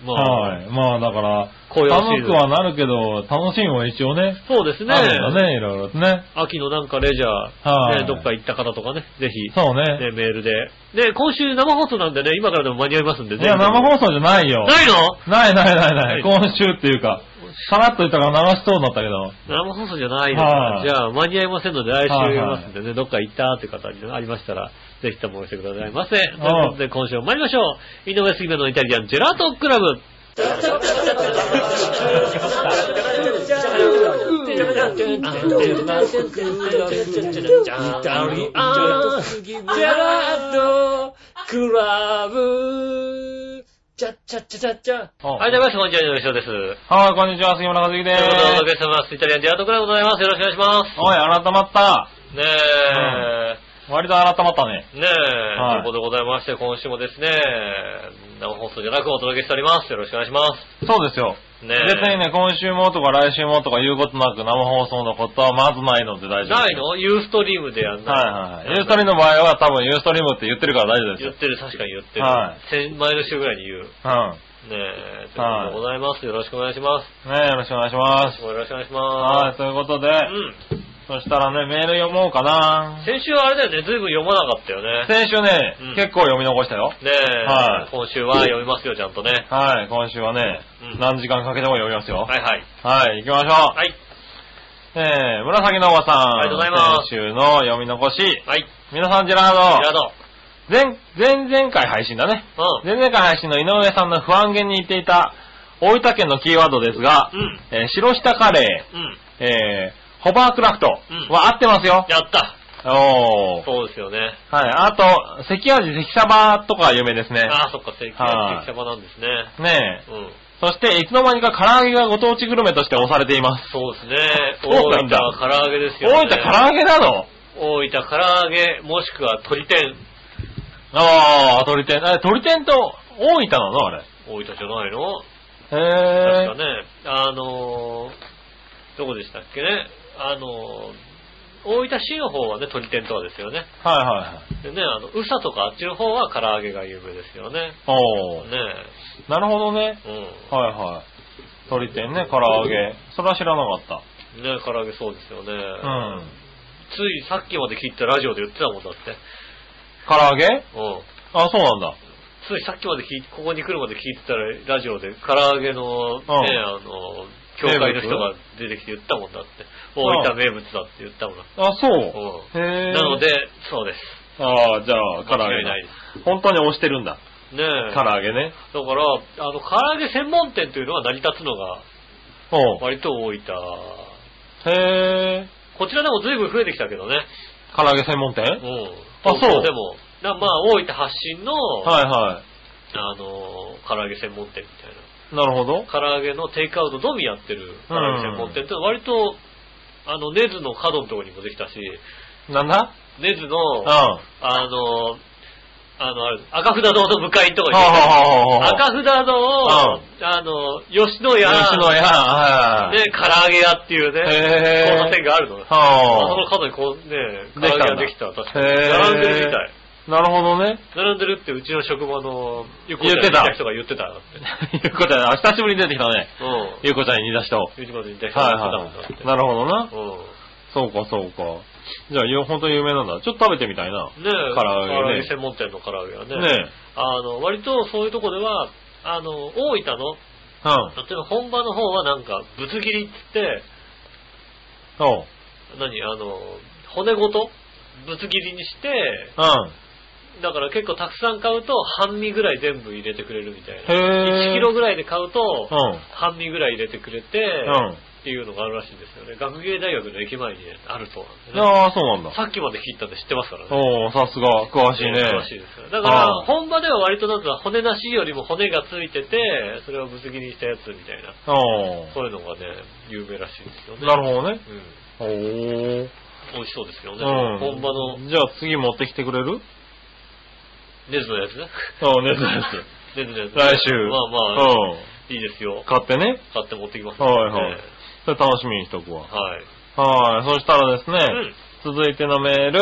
S2: まあ、
S3: はい。まあだから、
S2: 紅葉シーズン
S3: 寒くはなるけど、楽しみも一応ね、
S2: そうですね
S3: あるんだね、いろいろとね。
S2: 秋のなんかレジャー、
S3: はい
S2: ね、どっか行った方とかね、ぜひ、
S3: そうね。
S2: ね、メールで。で、今週生放送なんでね、今からでも間に合いますんでね。
S3: いや、生放送じゃないよ。
S2: ないの
S3: ないないない
S2: な
S3: ないい。今週っていうか、さらっと言ったから流しそうになったけど。
S2: 生放送じゃないです
S3: は
S2: か
S3: い
S2: じゃあ間に合いませんので来週
S3: はいはい
S2: やりますんでね、どっか行ったって方にありましたら、ぜひともお寄せくださいませ。ということで今週も参りましょう。井上杉村のイタリアンジェラートクラブ。はい、どうもこんにちは、井上翔です。
S3: はい、こんにちは、杉村和之で
S2: ということでお届け
S3: す。
S2: しております。イタリアンジェラートクラブでございます。よろしくお願いしま
S3: おい、改まった。
S2: す。ねえ。
S3: 割と改まったね。
S2: ねえ、
S3: はい
S2: ということでございまして、今週もですね、生放送じゃなくお届けしております。よろしくお願いしま
S3: そうですよ。
S2: す。ねえ。
S3: 別にね、今週もとか来週もとか言うことなく生放送のことはまずないので大丈夫。
S2: ないのユーストリームでやんない。
S3: はいはい。ユーストリームの場合は多分ユーストリームって言ってるから大丈夫で
S2: 言
S3: すよ
S2: っ。てる、確かに言ってる。
S3: は
S2: 先前の週ぐらいに言う。
S3: う
S2: ねえ、ということでございます。よろしくお願いします。
S3: ん。ねよろしくお願いし
S2: 今
S3: ます
S2: 週。もよろしくお願いし
S3: は
S2: ま
S3: い、
S2: す。
S3: ということで、
S2: うん。
S3: そしたらね、メール読もうかな。
S2: 先週はあれだよね、ずいぶん読まなかったよね。
S3: 先週ね、
S2: うん
S3: 結構読み残したよ。
S2: ねえ、
S3: はい
S2: 今週は読みますよ、ちゃんとね。
S3: はい、今週はね、
S2: うん
S3: 何時間かけても読みますよ。
S2: はいはい。
S3: はい、行きましょう。
S2: はい。
S3: えー、紫のおばさん。
S2: ありがとうございます
S3: 先週の読み残し。
S2: はい。
S3: 皆さん、ジェラード。
S2: ジェラード。
S3: 前、前々回配信だね。
S2: うん。
S3: 前々回配信の井上さんの不安げに言っていた、大分県のキーワードですが、
S2: うん
S3: えー白下カレ
S2: うん。
S3: ー、えー、ホバークラフト
S2: うん
S3: は合ってますよ。
S2: やった。
S3: おー。
S2: そうですよね。
S3: はい。あと、関味関サバとか有名ですね。
S2: ああ、そっか、正規は正規様なんですね。
S3: ねえ。
S2: うん。
S3: そして、いつの間にか唐揚げがご当地グルメとして押されています。
S2: そうですね。大
S3: そうな
S2: 分
S3: んだ
S2: 唐揚げですよ、
S3: 大
S2: ね。
S3: 分唐揚げなの
S2: 大分唐揚げ、もしくは鳥天。
S3: ああ、鳥天。あ鳥天と大分なのあれ。
S2: 大分じゃないの
S3: へ
S2: 確かね。あのー、どこでしたっけね。あのー、大分市の方はね、鳥天とかですよね。
S3: え。はいはいはい。
S2: でね、あの、宇佐とかあっちの方は唐揚げが有名ですよね。
S3: お
S2: ね
S3: ー。なるほどね。
S2: え。うん。
S3: はいはい。鳥天ね、唐揚げ。それは知らなかっ
S2: ねえ唐揚げそうですよね。
S3: た。うん。
S2: ついさっきまで聞いたラジオで言ってたもんだって。
S3: 唐揚げ
S2: うん。
S3: あ、そうなんだ。
S2: ついさっきまで聞いここに来るまで聞いてたら、ラジオで、唐揚げの、ね、
S3: うん
S2: あの、教会の人が出てきて言ったもんだって。大分名物だって言ったもんだ。
S3: あ、そう。
S2: う
S3: へえ。
S2: なので、、そうです。
S3: ああ、じゃあ、唐揚
S2: 間違
S3: げ
S2: いないで
S3: だ。本当に押してるんだ。
S2: ねえ。だ
S3: 唐
S2: から、
S3: 揚げね。
S2: あの、唐揚げ専門店というのが成り立つのが、
S3: おう
S2: 割と大分。
S3: へえ。
S2: こちらでも随分増えてきたけどね。
S3: 唐揚げ専門店
S2: うん。
S3: あそう
S2: 東京でも、なまあ、大分発信の、
S3: はいは
S2: あの、唐揚げ専門店みたいな。
S3: い。なるほど。
S2: 唐揚げのテイクアウトのみやってる唐揚げ専門店って割と、あの、ネズの角のところにもできたし、
S3: なんだ
S2: ネズ
S3: うん。
S2: の、あ
S3: は
S2: の、あの、あれ赤札堂の向かいのところ
S3: あ
S2: にでき
S3: はあはあは
S2: た、
S3: あ
S2: 赤札堂を、あの、吉野家、
S3: 吉野家、はいはい。
S2: で、唐揚げ屋っていうね、
S3: へー
S2: 交差点があるの。あそ
S3: は
S2: の角にこう、ね、唐
S3: で
S2: 揚
S3: きたん
S2: げ
S3: だ
S2: 屋できた、確かに。
S3: へー
S2: 並んでるみたい。
S3: あ。なるほどね。
S2: 並んでるってうちの職場の、ゆうこちゃん
S3: 言ってた
S2: にい人が言ってた。
S3: ゆうこちゃん、あ久しぶりに出てきたね。
S2: うん。
S3: ゆうこちゃんに似た人。はい
S2: ゆうちまでいた人が言ってたもんだっ
S3: は
S2: て
S3: い。。なるほどな。
S2: うん。
S3: そうか、そうか。じゃあ、よ本当に有名なんだ。ちょっと食べてみたいな。
S2: ねえ、
S3: 唐揚げね
S2: 専門店の唐揚げはね。
S3: ね
S2: あの、割とそういうとこでは、あの、大分の、
S3: え。うん。
S2: 例えば本場の方はなんか、ぶつ切りってって、
S3: おう。
S2: 何、あの、骨ごとぶつ切りにして、
S3: うん。
S2: だから結構たくさん買うと、半身ぐらい全部入れてくれるみたいな。
S3: へえ。
S2: 1キロぐらいで買うと
S3: う、ん。
S2: 半身ぐらい入れてくれて、
S3: うん。
S2: っていうのがあるらしいんですよね。学芸大学の駅前にねあるそうなんで
S3: ああ、そうなん
S2: すね。
S3: だ。
S2: さっきまで切ったって知ってますからね。
S3: おおさすが、詳しいね。
S2: 詳しいですよだから
S3: あ、あ
S2: 本場では割となんか骨なしよりも骨がついてて、それをぶつ切りにしたやつみたいな、
S3: おお
S2: そういうのがね、有名らしいですよね。
S3: なるほどね。
S2: うん。
S3: おお
S2: 美味しそうですけどね。
S3: う
S2: 本
S3: ん。
S2: 場の
S3: じゃあ次持ってきてくれる
S2: ネズのやつね。
S3: うん、ねずねず。
S2: ネズのやつ、
S3: 来週。
S2: まあまあ、
S3: うん。
S2: いいですよ。
S3: 買ってね。
S2: 買って持ってきます
S3: はいはい
S2: ね
S3: それ楽しみにしとくわ。
S2: はい。
S3: はい。そしたらですね、
S2: うん。
S3: 続いてのメール、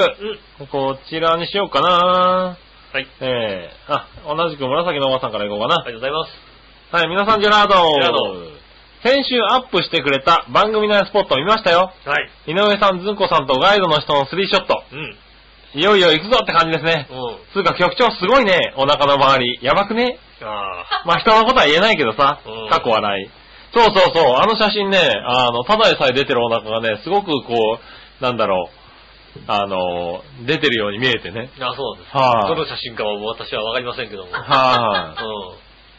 S2: うん。
S3: こちらにしようかな
S2: はい。
S3: ええあ、同じく紫のおばさんからいこうかな。
S2: ありがとうございます。
S3: はい、皆さん、ジェラード
S2: ェラード
S3: 先週アップしてくれた番組内スポットを見ましたよ。
S2: はい。
S3: 井上さん、ずんこさんとガイドの人のスリーショット。
S2: うん。
S3: いよいよ行くぞって感じですね。
S2: うん。
S3: つうか局長すごいね。お腹の周り。やばくね
S2: あ
S3: まあ、人のことは言えないけどさ
S2: うん。
S3: 過去はない。そうそうそう。あの写真ね、あの、ただでさえ出てるお腹がね、すごくこう、なんだろう。あの、出てるように見えてね。
S2: ーあ、そうなんです。
S3: はい
S2: どの写真かは私はわかりませんけども。
S3: は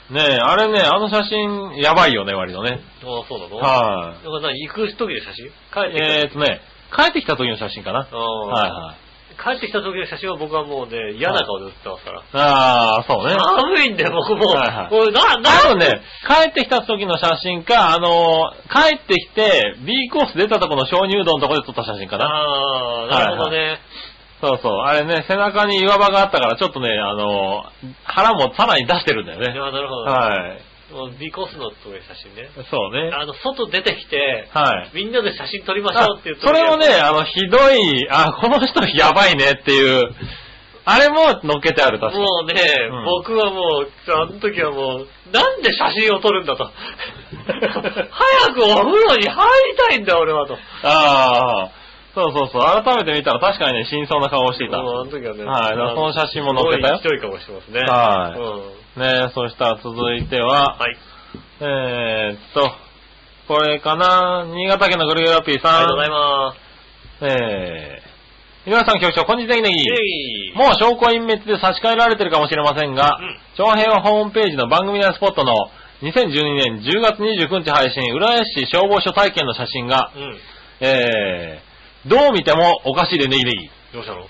S2: うん。
S3: い。ねえ、あれね、あの写真、やばいよね、割とね。
S2: あそうなの
S3: はい。
S2: だから何行く時の写真帰ってきた
S3: えー、とね、帰ってきた時の写真かな。
S2: うん
S3: はいはい。
S2: 帰ってきた時の写真は僕はもうね、嫌な顔で写ってますから。
S3: ああ、そうね。
S2: 寒いんだよ、僕も。
S3: はいはい
S2: これな、な、
S3: 多分ね、帰ってきた時の写真か、あのー帰ってきて、B コース出たとこの鍾乳洞のとこで撮った写真かな。
S2: ああ、なるほどね。
S3: そうそう。あれね、背中に岩場があったから、ちょっとね、あのー腹もさらに出してるんだよ
S2: いや
S3: ね。
S2: なるほど、
S3: は
S2: い。
S3: い。
S2: B コースの時の写真ね。
S3: そうね。
S2: あの、外出てきて、
S3: はい。
S2: みんなで写真撮りまし
S3: あ
S2: ょうって言って
S3: それもね、、あの、ひどい、あ、この人やばいねっていう、あれも乗っけてある、確かに。
S2: もうね、
S3: うん
S2: 僕はもう、あの時はもう、なんで写真を撮るんだ と。早くお風呂に入りたいんだ、俺はと。
S3: ああ、そうそうそう。改めて見たら確かにね、真相な顔をしていた。
S2: もうあの時はね、
S3: はい
S2: あ
S3: その写真も載ってたよ
S2: すごいひどい顔してますね。
S3: はい
S2: うん
S3: ねえ、そしたら続いては、
S2: はい。
S3: えーっと、これかな、新潟県のグルゲラピー
S2: あ
S3: さ
S2: りが
S3: ん
S2: とうござい。ます。
S3: えー、皆さん局長、こんにちはネギネギ。
S2: イェイ
S3: もう証拠隠滅で差し替えられてるかもしれませんが
S2: うん、
S3: 長編はホームページの番組内スポットの2012年10月29日配信、浦安市消防署体験の写真が、
S2: うん。
S3: えー、どう見てもおかしいでネギネギ。
S2: どうしたの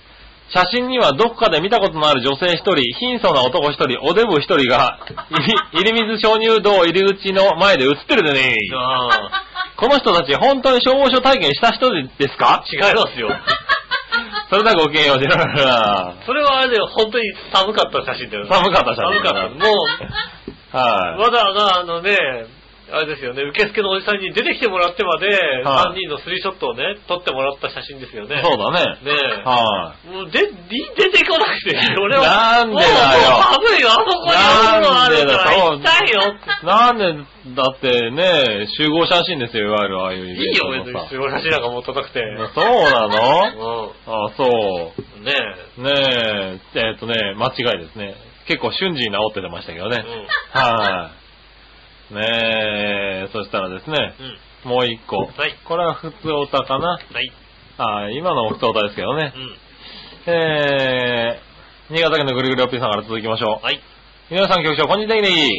S3: 写真にはどこかで見たことのある女性一人、貧相な男一人、おデブ一人が、入り入り水鍾乳洞入り口の前で写ってるでね。
S2: あ
S3: この人たち本当に消防署体験した人ですか
S2: ー違いますよ。
S3: それではごきげんよう、ジェラルラ。
S2: それはあれだよ、本当に寒かった写真だよ。
S3: 寒かった写真
S2: 寒かった。もう、
S3: は
S2: わざわざあのね、あれですよね、受付のおじさんに出てきてもらってまで、
S3: はい
S2: 3人のスリーショットをね、撮ってもらった写真ですよ
S3: い。
S2: ね。
S3: そうだね。
S2: ねえ
S3: は
S2: もう、で、り出てこなくていい、俺は。
S3: なんでだよ
S2: もうもう寒いよ、あそこにあるのあるから、
S3: なん
S2: 行
S3: で
S2: き
S3: だ
S2: たいよって。
S3: い。 なんで、だってね、集合写真ですよ、いわゆるああいうイ
S2: い
S3: ベン
S2: い
S3: ト
S2: よ、
S3: の
S2: 別に、
S3: さ
S2: すごい写真なんか持たなくて。
S3: そうなの
S2: う
S3: あ、そ
S2: ん。ねえ。
S3: う。ねえ、えっとね、間違いですね。結構瞬時に治っててましたけどね。
S2: うん
S3: はい。ねえ、そしたらですね、
S2: うん。
S3: もう一個。
S2: はい
S3: これは普通オタかな。
S2: はい。
S3: あ今のも普通オタですけどね
S2: う。ん。
S3: えー、新潟県のぐるぐるおっぴーさんから続きましょう。
S2: はい。
S3: 皆さん局長、こんにちは、ネギネギ
S2: い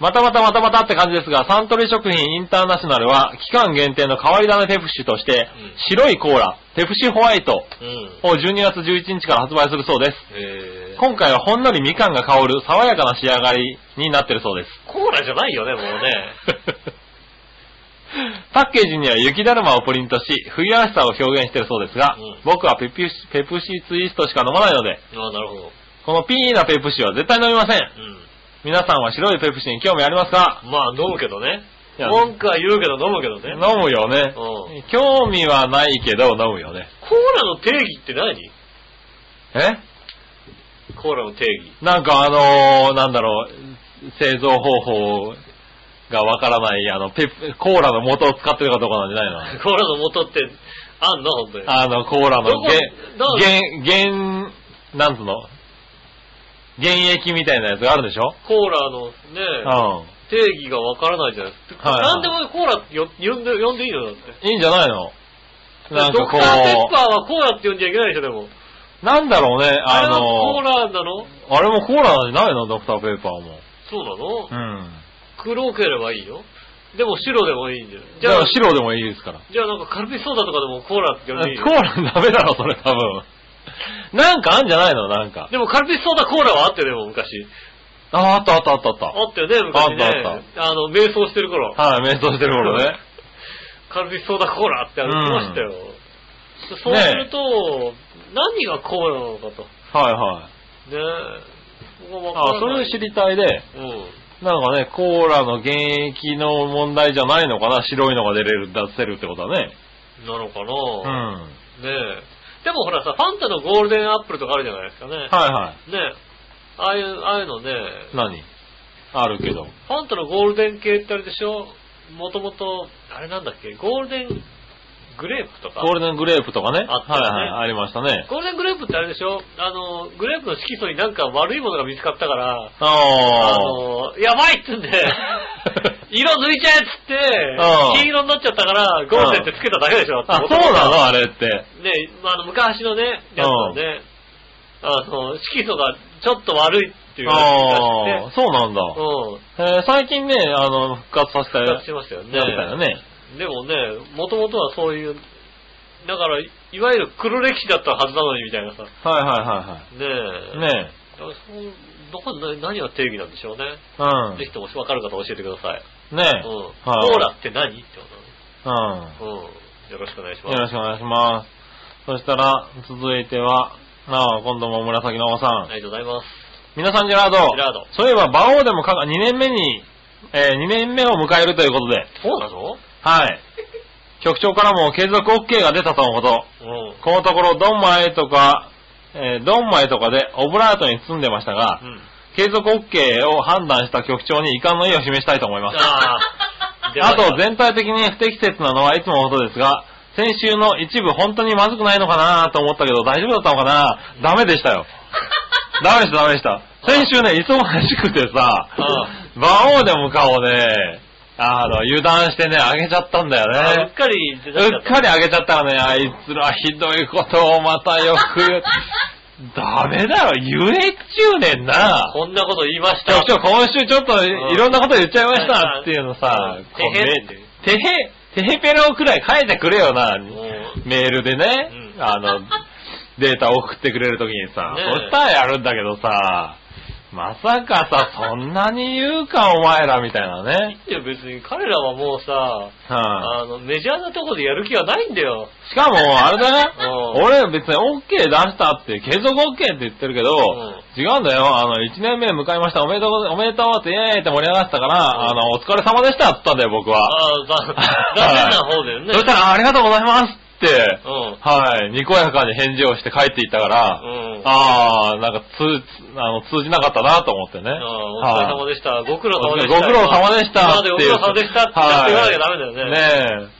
S3: またまたまたまたって感じですが、サントリー食品インターナショナルは、期間限定の変わり種テプシとして
S2: うん、
S3: 白いコーラ、テプシホワイト
S2: うん。
S3: を12月11日から発売するそうです。
S2: えー、
S3: 今回はほんのりみかんが香る爽やかな仕上がりになってるそうです。
S2: コーラじゃないよね、もうね。
S3: パッケージには雪だるまをプリントし、冬らしさを表現しているそうですが、
S2: うん
S3: 僕はペプシペプシツイストしか飲まないので、
S2: ああ、なるほど。
S3: このピーなペプシは絶対飲みません。
S2: う
S3: 皆さんは白いペプシに興味ありますか
S2: ん。まあ、飲むけどね。
S3: いや
S2: 文句は言うけど飲むけどね。
S3: 飲むよね。
S2: う
S3: 興味はないけど飲むよね。
S2: コーラの定義って何
S3: え
S2: コーラの定義。
S3: なんかあのーなんだろう、製造方法がわからない、あの、ペプ、コーラの元を使ってるかどうかなんじゃないの
S2: コーラの元って、あんの本当に。
S3: あの、コーラ
S2: ど
S3: の
S2: こ
S3: げ
S2: どう
S3: 原、原、なんつうの原液みたいなやつがあるでしょ
S2: コーラのね、
S3: う
S2: 定義がわからないじゃないですか。
S3: はい
S2: なんでもコーラよ呼んで呼んでいいのだって。
S3: ん。いいんじゃないのなんか
S2: ドク
S3: こ
S2: ターペッ
S3: う、
S2: パーはコーラって呼んじゃいけないでしょ、でも。
S3: なんだろうね、
S2: あ
S3: あ
S2: れはコー
S3: の、
S2: ラなの
S3: あれもコーラなんじゃないのドクターペーパーも。
S2: そうなの
S3: うん。
S2: 黒ければいいよ。でも白でもいいんじゃない
S3: じ
S2: じ
S3: ゃ
S2: ゃあ
S3: あ、、白でもいいですから。
S2: じゃあなんかカルピスソーダとかでもコーラって
S3: コ
S2: 呼ん
S3: ー
S2: でいいよ
S3: ラダメだろ、それ多分。なんかあんじゃないのなんか。
S2: でもカルピスソーダコーラはあってでも昔。
S3: あ、あったあったあったあった。
S2: あったよね、昔ね。
S3: あっ
S2: あの、瞑想してる頃、
S3: はい、瞑想してる頃ね。
S2: カルピスソーダコーラってありましたよ。そう
S3: ねえ
S2: すると、何がコーラなのかと。
S3: はいはい。
S2: ねえ。そこがわ
S3: あ、
S2: か
S3: そ
S2: らな
S3: れ
S2: い
S3: 知りたいで、
S2: うん。
S3: なんかね、コーラの原液の問題じゃないのかな白いのが出れる、出せるってことはね。
S2: なのか
S3: うん。
S2: な、
S3: は
S2: ねえ。でもほらさ、ファンタのゴールデンアップルとかあるじゃないですかね。
S3: いは
S2: ねえ。ああいう、ああいうのね、
S3: い。何あるけど。
S2: ファンタのゴールデン系ってあれでしょもともと、あれなんだっけ、ゴールデングレープとか。
S3: ゴールデングレープとかね。
S2: あったよね
S3: はいはい、ありましたね。
S2: ゴールデングレープってあれでしょあの、グレープの色素になんか悪いものが見つかったから、あ
S3: あー。
S2: の、やばいっつんで、 色抜いちゃえっつっ
S3: うん
S2: て、金色になっちゃったから、ゴールデンってつけただけでしょ
S3: あ、そうなの
S2: の
S3: あれって。
S2: ね、あの、昔のね、やつはね、あの、色素がちょっと悪いっていうの
S3: あ
S2: が
S3: あ、そうなんだ。
S2: うん。
S3: えー最近ね、あの、復活させた
S2: 復
S3: や
S2: 活しましたよね。
S3: やったよね。
S2: でもね、もともとはそういう、だから、いいわゆる黒歴史だったはずなのにみたいなさ。ね
S3: はいはいは
S2: え。
S3: いはい。ね
S2: だからそうどこな何が定義なんでしょうね。
S3: え。うん
S2: ぜひとも分かる方教えてください。。う
S3: ね
S2: ん。
S3: え。
S2: コー
S3: はい
S2: ラって何って
S3: うん。
S2: ことうん。よろしくお願いします。
S3: よろしくお願いします。そしたら、続いては、なお、今度も紫のおさ
S2: あ
S3: ん。
S2: りがとうございます。
S3: 皆さん、ジェラード。
S2: ジェラード
S3: そういえば、馬王でもか2年目に、え2年目を迎えるということで、
S2: そうなの
S3: はい。局長からも継続 OK が出たとのこと。
S2: うん。
S3: このところ、ドンマイとか、えードンマイとかでオブラートに包んでましたが、
S2: うん。
S3: 継続 OK を判断した局長に遺憾の意を示したいと 思います。
S2: ああ。
S3: あと、全体的に不適切なのはいつものことですが、先週の一部本当にまずくないのかなと思ったけど大丈夫だったのかなダメでしたよ。ダメでした、ダメでした。先週ね、忙しくてさ
S2: う、
S3: 馬王でもかをね、あの、油断してね、あげちゃったんだ
S2: あ
S3: よ
S2: うっ
S3: ね。
S2: かり出
S3: う
S2: ちゃった
S3: っかりあげちゃったらね、あいつらひどいことをまたよく言う。ダメだろ、言えっちゅうねんな。
S2: こんなこと言いました。
S3: 局長、今週ちょっといろんなこと言っちゃいましたっていうのさ
S2: うん、
S3: こう
S2: てへん
S3: めてへ、てへぺろくらい書いてくれよな、
S2: うん
S3: メールでね、
S2: うん
S3: あの、データを送ってくれるときにさ、
S2: ねえ
S3: そしたらやるんだけどさ、まさかさ、そんなに言うか、お前らみたいなね。
S2: いや別に彼らはもうさ、
S3: は
S2: あの、メジャーなとこでやる気はないんだよ。
S3: いしかも、あれだね
S2: う、ん
S3: 俺別に OK 出したって、継続 OK って言ってるけど、
S2: う
S3: 違うんだよ、あの、1年目迎えました、おめでとうござい、おめでとうって、イエーイって盛り上がってたから、あの、お疲れ様でしたって言ったんだよ、僕は。
S2: ああ、だ、残念な方だよね。
S3: そしたら、あありがとうございますって、
S2: うん。
S3: はい、にこやかに返事をして帰っていったから、
S2: うん。
S3: ああ、なんか通、あの、通じなかったなと思ってね。
S2: ああお疲れ様
S3: はい
S2: でした。ご苦労様でした。
S3: ご苦労様でした
S2: 今
S3: っ
S2: ま
S3: て
S2: で
S3: いう。
S2: ご苦労様でしたってちゃんと言わなきゃダメだよね。
S3: はいね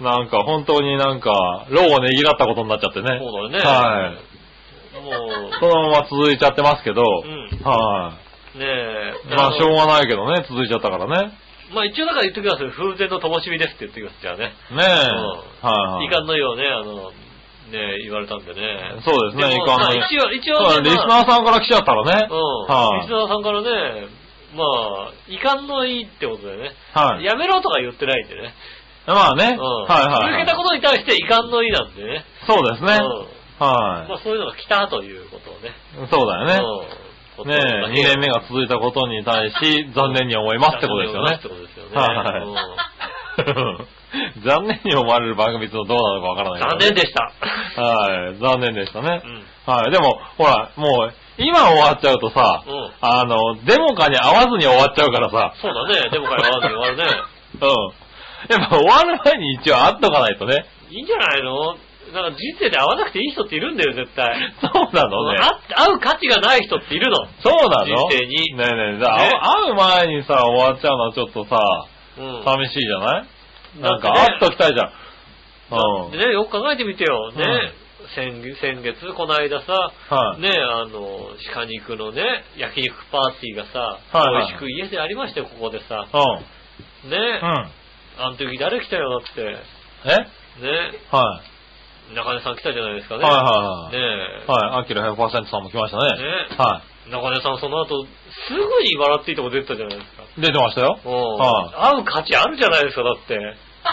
S3: え。なんか本当になんか、労をねぎらったことになっちゃってね。
S2: そうだよね。
S3: はい。
S2: も
S3: そのまま続いちゃってますけど、
S2: ん
S3: は
S2: う、ねえ。
S3: い。まあしょう
S2: う。
S3: がないけどね、続いちゃったからね。
S2: まあ一応だから言っときますよ。風前の灯火ですって言っときます。じゃあね。
S3: ねえ。はいはい。
S2: 遺憾のようね、あの、ねえ、言われたんでね。
S3: そうです
S2: で
S3: ね、い
S2: も
S3: かん
S2: まあ
S3: ね。
S2: 一応、一
S3: そうだ
S2: 応ね、
S3: ねリス
S2: まあ
S3: ナーさんから来ちゃったらね。
S2: うん。
S3: はい
S2: リスナーさんからね、まあ、遺憾のいいってことだよね。
S3: はい。
S2: やめろとか言ってないんでね。
S3: まあね。
S2: うん。
S3: はいはい
S2: 続けたことに対して遺憾の意なんでね。
S3: そうですね。
S2: う
S3: は
S2: ん。
S3: い
S2: ま。あそういうのが来たということをね。
S3: そうだよね。
S2: うん。
S3: ねえ、2年目が続いたことに対 し、残念に思いますってことですよね
S2: って。ことですよね。
S3: はい
S2: うん
S3: 残念に思われる番組とどうなのかわからない
S2: 残念で
S3: し
S2: した。
S3: た。はい、残念でしたね
S2: う。ん。
S3: はい、でも、ほら、もう、今終わっちゃうとさ
S2: う、ん。
S3: あの、デモカに合わずに終わっちゃうからさ、
S2: そうだね。でもからわずに終わるね。
S3: うん。やっぱ終わる前に一応会っとかないとね。
S2: いいんじゃないのなんか人生で会わなくていい人っているんだよ、絶対。
S3: そうなのね。
S2: あ会う価値がない人っているの。
S3: そうなの
S2: 人生に
S3: ねえねえ、だ
S2: ね
S3: 会う前にさ、終わっちゃうのはちょっとさ、
S2: うん。
S3: 寂しいじゃないなんか、
S2: だ
S3: 会っ
S2: てね
S3: ときたいじゃん。うん。
S2: でね、よく考えてみてよ。ね
S3: うん。
S2: 先先月、この間さ、
S3: はい。
S2: ね、あの、鹿肉のね、焼肉パーティーがさ、
S3: はいは
S2: 美
S3: い
S2: 味しく家でありましたよ、ここでさ。
S3: うん。
S2: ね、
S3: うん。
S2: あの時誰来たよ、だって。
S3: え
S2: ね、
S3: は
S2: 中根さん来たじゃないですか
S3: い。はい
S2: ね。
S3: はいはい。
S2: ね
S3: はい、アキラ100%さんも来ましたね。
S2: ね
S3: は
S2: 中根さん、その後、すぐに笑っていいとこ出てたじゃないですか。
S3: 出てましたよ。
S2: うん。
S3: はい
S2: 会う価値あるじゃないですか、だって。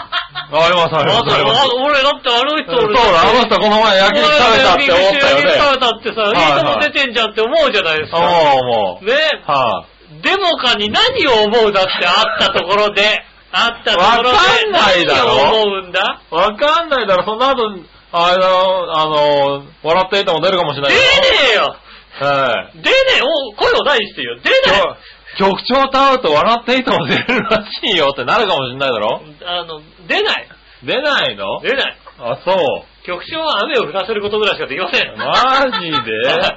S3: あります、あ
S2: あ
S3: ります、あります。
S2: 俺、だってあの人、
S3: そう
S2: 俺
S3: だ、あの人この前焼き肉食べたって思ったよ
S2: 焼
S3: ね。
S2: き肉食べたってさ、いいとこ出てんじゃんって思うじゃないですか。
S3: 思う思う。
S2: ね。
S3: は
S2: デモかに何を思うだってあったところで、あったところで
S3: わかんないだろ
S2: 何を思うんだ
S3: い。わかんないだろ、その後、あの、あの、笑っていても出るかもしれ
S2: 出
S3: ない
S2: ね
S3: よ。
S2: えよ
S3: はい。
S2: 出ねえお声を大にしてよ出ねえ
S3: 局長と会うと笑っていても出るらしいよってなるかもしれないだろ
S2: あの、出ない
S3: 出ないの
S2: 出ない
S3: あ、そう。
S2: 局長は雨を降らせることぐらいしかできません。
S3: マジ で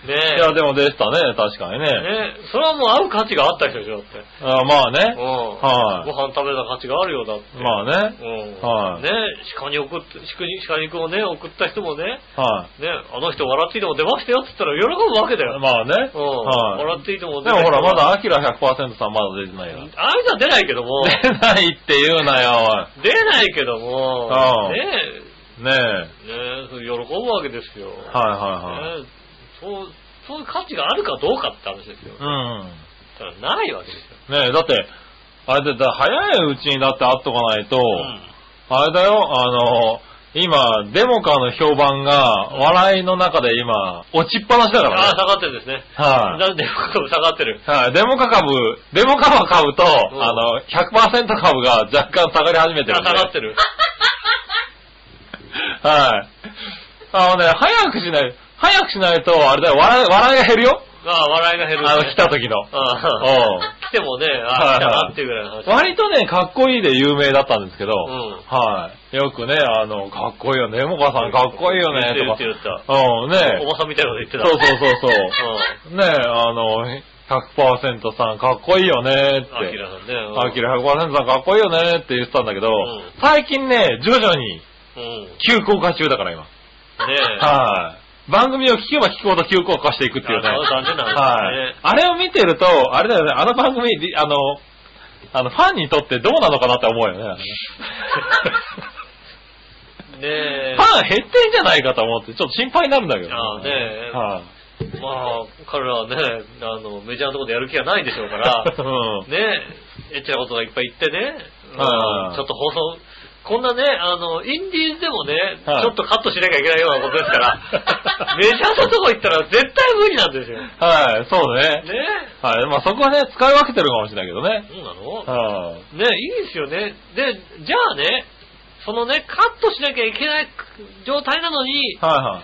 S2: ね
S3: いや、でもでしたね、確かにね。
S2: え。ねえ。それはもう会う価値があった人でしょ、だって。
S3: あまあ
S2: うん。
S3: ね。はい
S2: ご飯食べた価値があるよ、だって。
S3: まあね。
S2: うん。
S3: はい
S2: ねえ、鹿に送って、鹿に、鹿肉をね、送った人もね、
S3: は
S2: ねえ、あの人笑っていいとも出ましたよって言ったら喜ぶわけだよ。
S3: い。まあね。
S2: うん。
S3: は
S2: 笑っていいとも
S3: い。でもほら、まだ
S2: あ
S3: アキラ100%さんまだ出てないよ。
S2: あいつは出ないけども、
S3: 出ないって言うなよ、
S2: 出ないけども、
S3: うん
S2: ね
S3: おい。ねえ。
S2: え、ねえ、それ喜ぶわけですよ。
S3: はいはいはい。
S2: ねえそう、そういう価値があるかどうかって話ですよ。
S3: うん。
S2: だからないわけですよ。
S3: ねえ、だって、あれだ、だ早いうちにだって会っとかないと、
S2: うん
S3: あれだよ、あの、今、デモカーの評判が、笑いの中で今、落ちっぱなしだか
S2: ああ、
S3: らね。
S2: 下がってるんですね。
S3: はい、
S2: なんで僕も下がってる。
S3: はい、デモカ株、デモカバ株と、
S2: ん
S3: あの、100%株が若干下がり始めて
S2: あ
S3: る
S2: 下
S3: んで。
S2: がってる。
S3: はい。あのね、早くしない、早くしないと、あれだよ、笑い、笑いが減るよ。
S2: ああ、笑いが減るね、
S3: あの、来た時の。
S2: ああ。
S3: おう
S2: 来てもね、ああ、
S3: はいはい
S2: 来たなっていうぐらいの話。
S3: 割とね、かっこいいで有名だったんですけど、
S2: うん
S3: はい。よくね、あの、かっこいいよね、もかさんかっこいいよね、
S2: 言
S3: と
S2: って言って言っ
S3: か。うん、
S2: た。お
S3: ね。
S2: ばさんみたいなこと言って
S3: そう
S2: た。
S3: そうそうそう。
S2: う
S3: ねあの、100%さんかっこいいよね、って。
S2: ん。アキラさんね。うん
S3: アキラ100%さんかっこいいよねって言ってたんだけど、
S2: ん
S3: 最近ね、徐々に
S2: うん。ね
S3: 急降下中だから今。
S2: え。
S3: はい。番組を聞けば聞くほど急降下していくっていうね。
S2: あそう残念な
S3: は
S2: 話
S3: い
S2: で。
S3: あれを見てると、あれだよね、あの番組、りあの、あの、ファンにとってどうなのかなって思うよねあれね。
S2: ねえ。
S3: ファン減ってんじゃないかと思って、ちょっと心配になるんだけど。
S2: ああねえ
S3: はい。
S2: まあ、彼らはね、あの、メジャーなところでやる気がないんでしょう から、
S3: うん。
S2: ねえ、エッチなことがいっぱい言ってね、
S3: はい
S2: うんちょっと放送、こんなね、あの、インディーズでもね、
S3: はい
S2: ちょっとカットしなきゃいけないようなことです から、メジャーなとこ行ったら絶対無理なんですよ。ね
S3: はい、そうね。はい、まあそこはね、使い分けてるかもしれないけどね。
S2: え、そうなの
S3: はい。
S2: ねいいですよね。で、じゃあね、そのね、カットしなきゃいけない状態なのに、
S3: は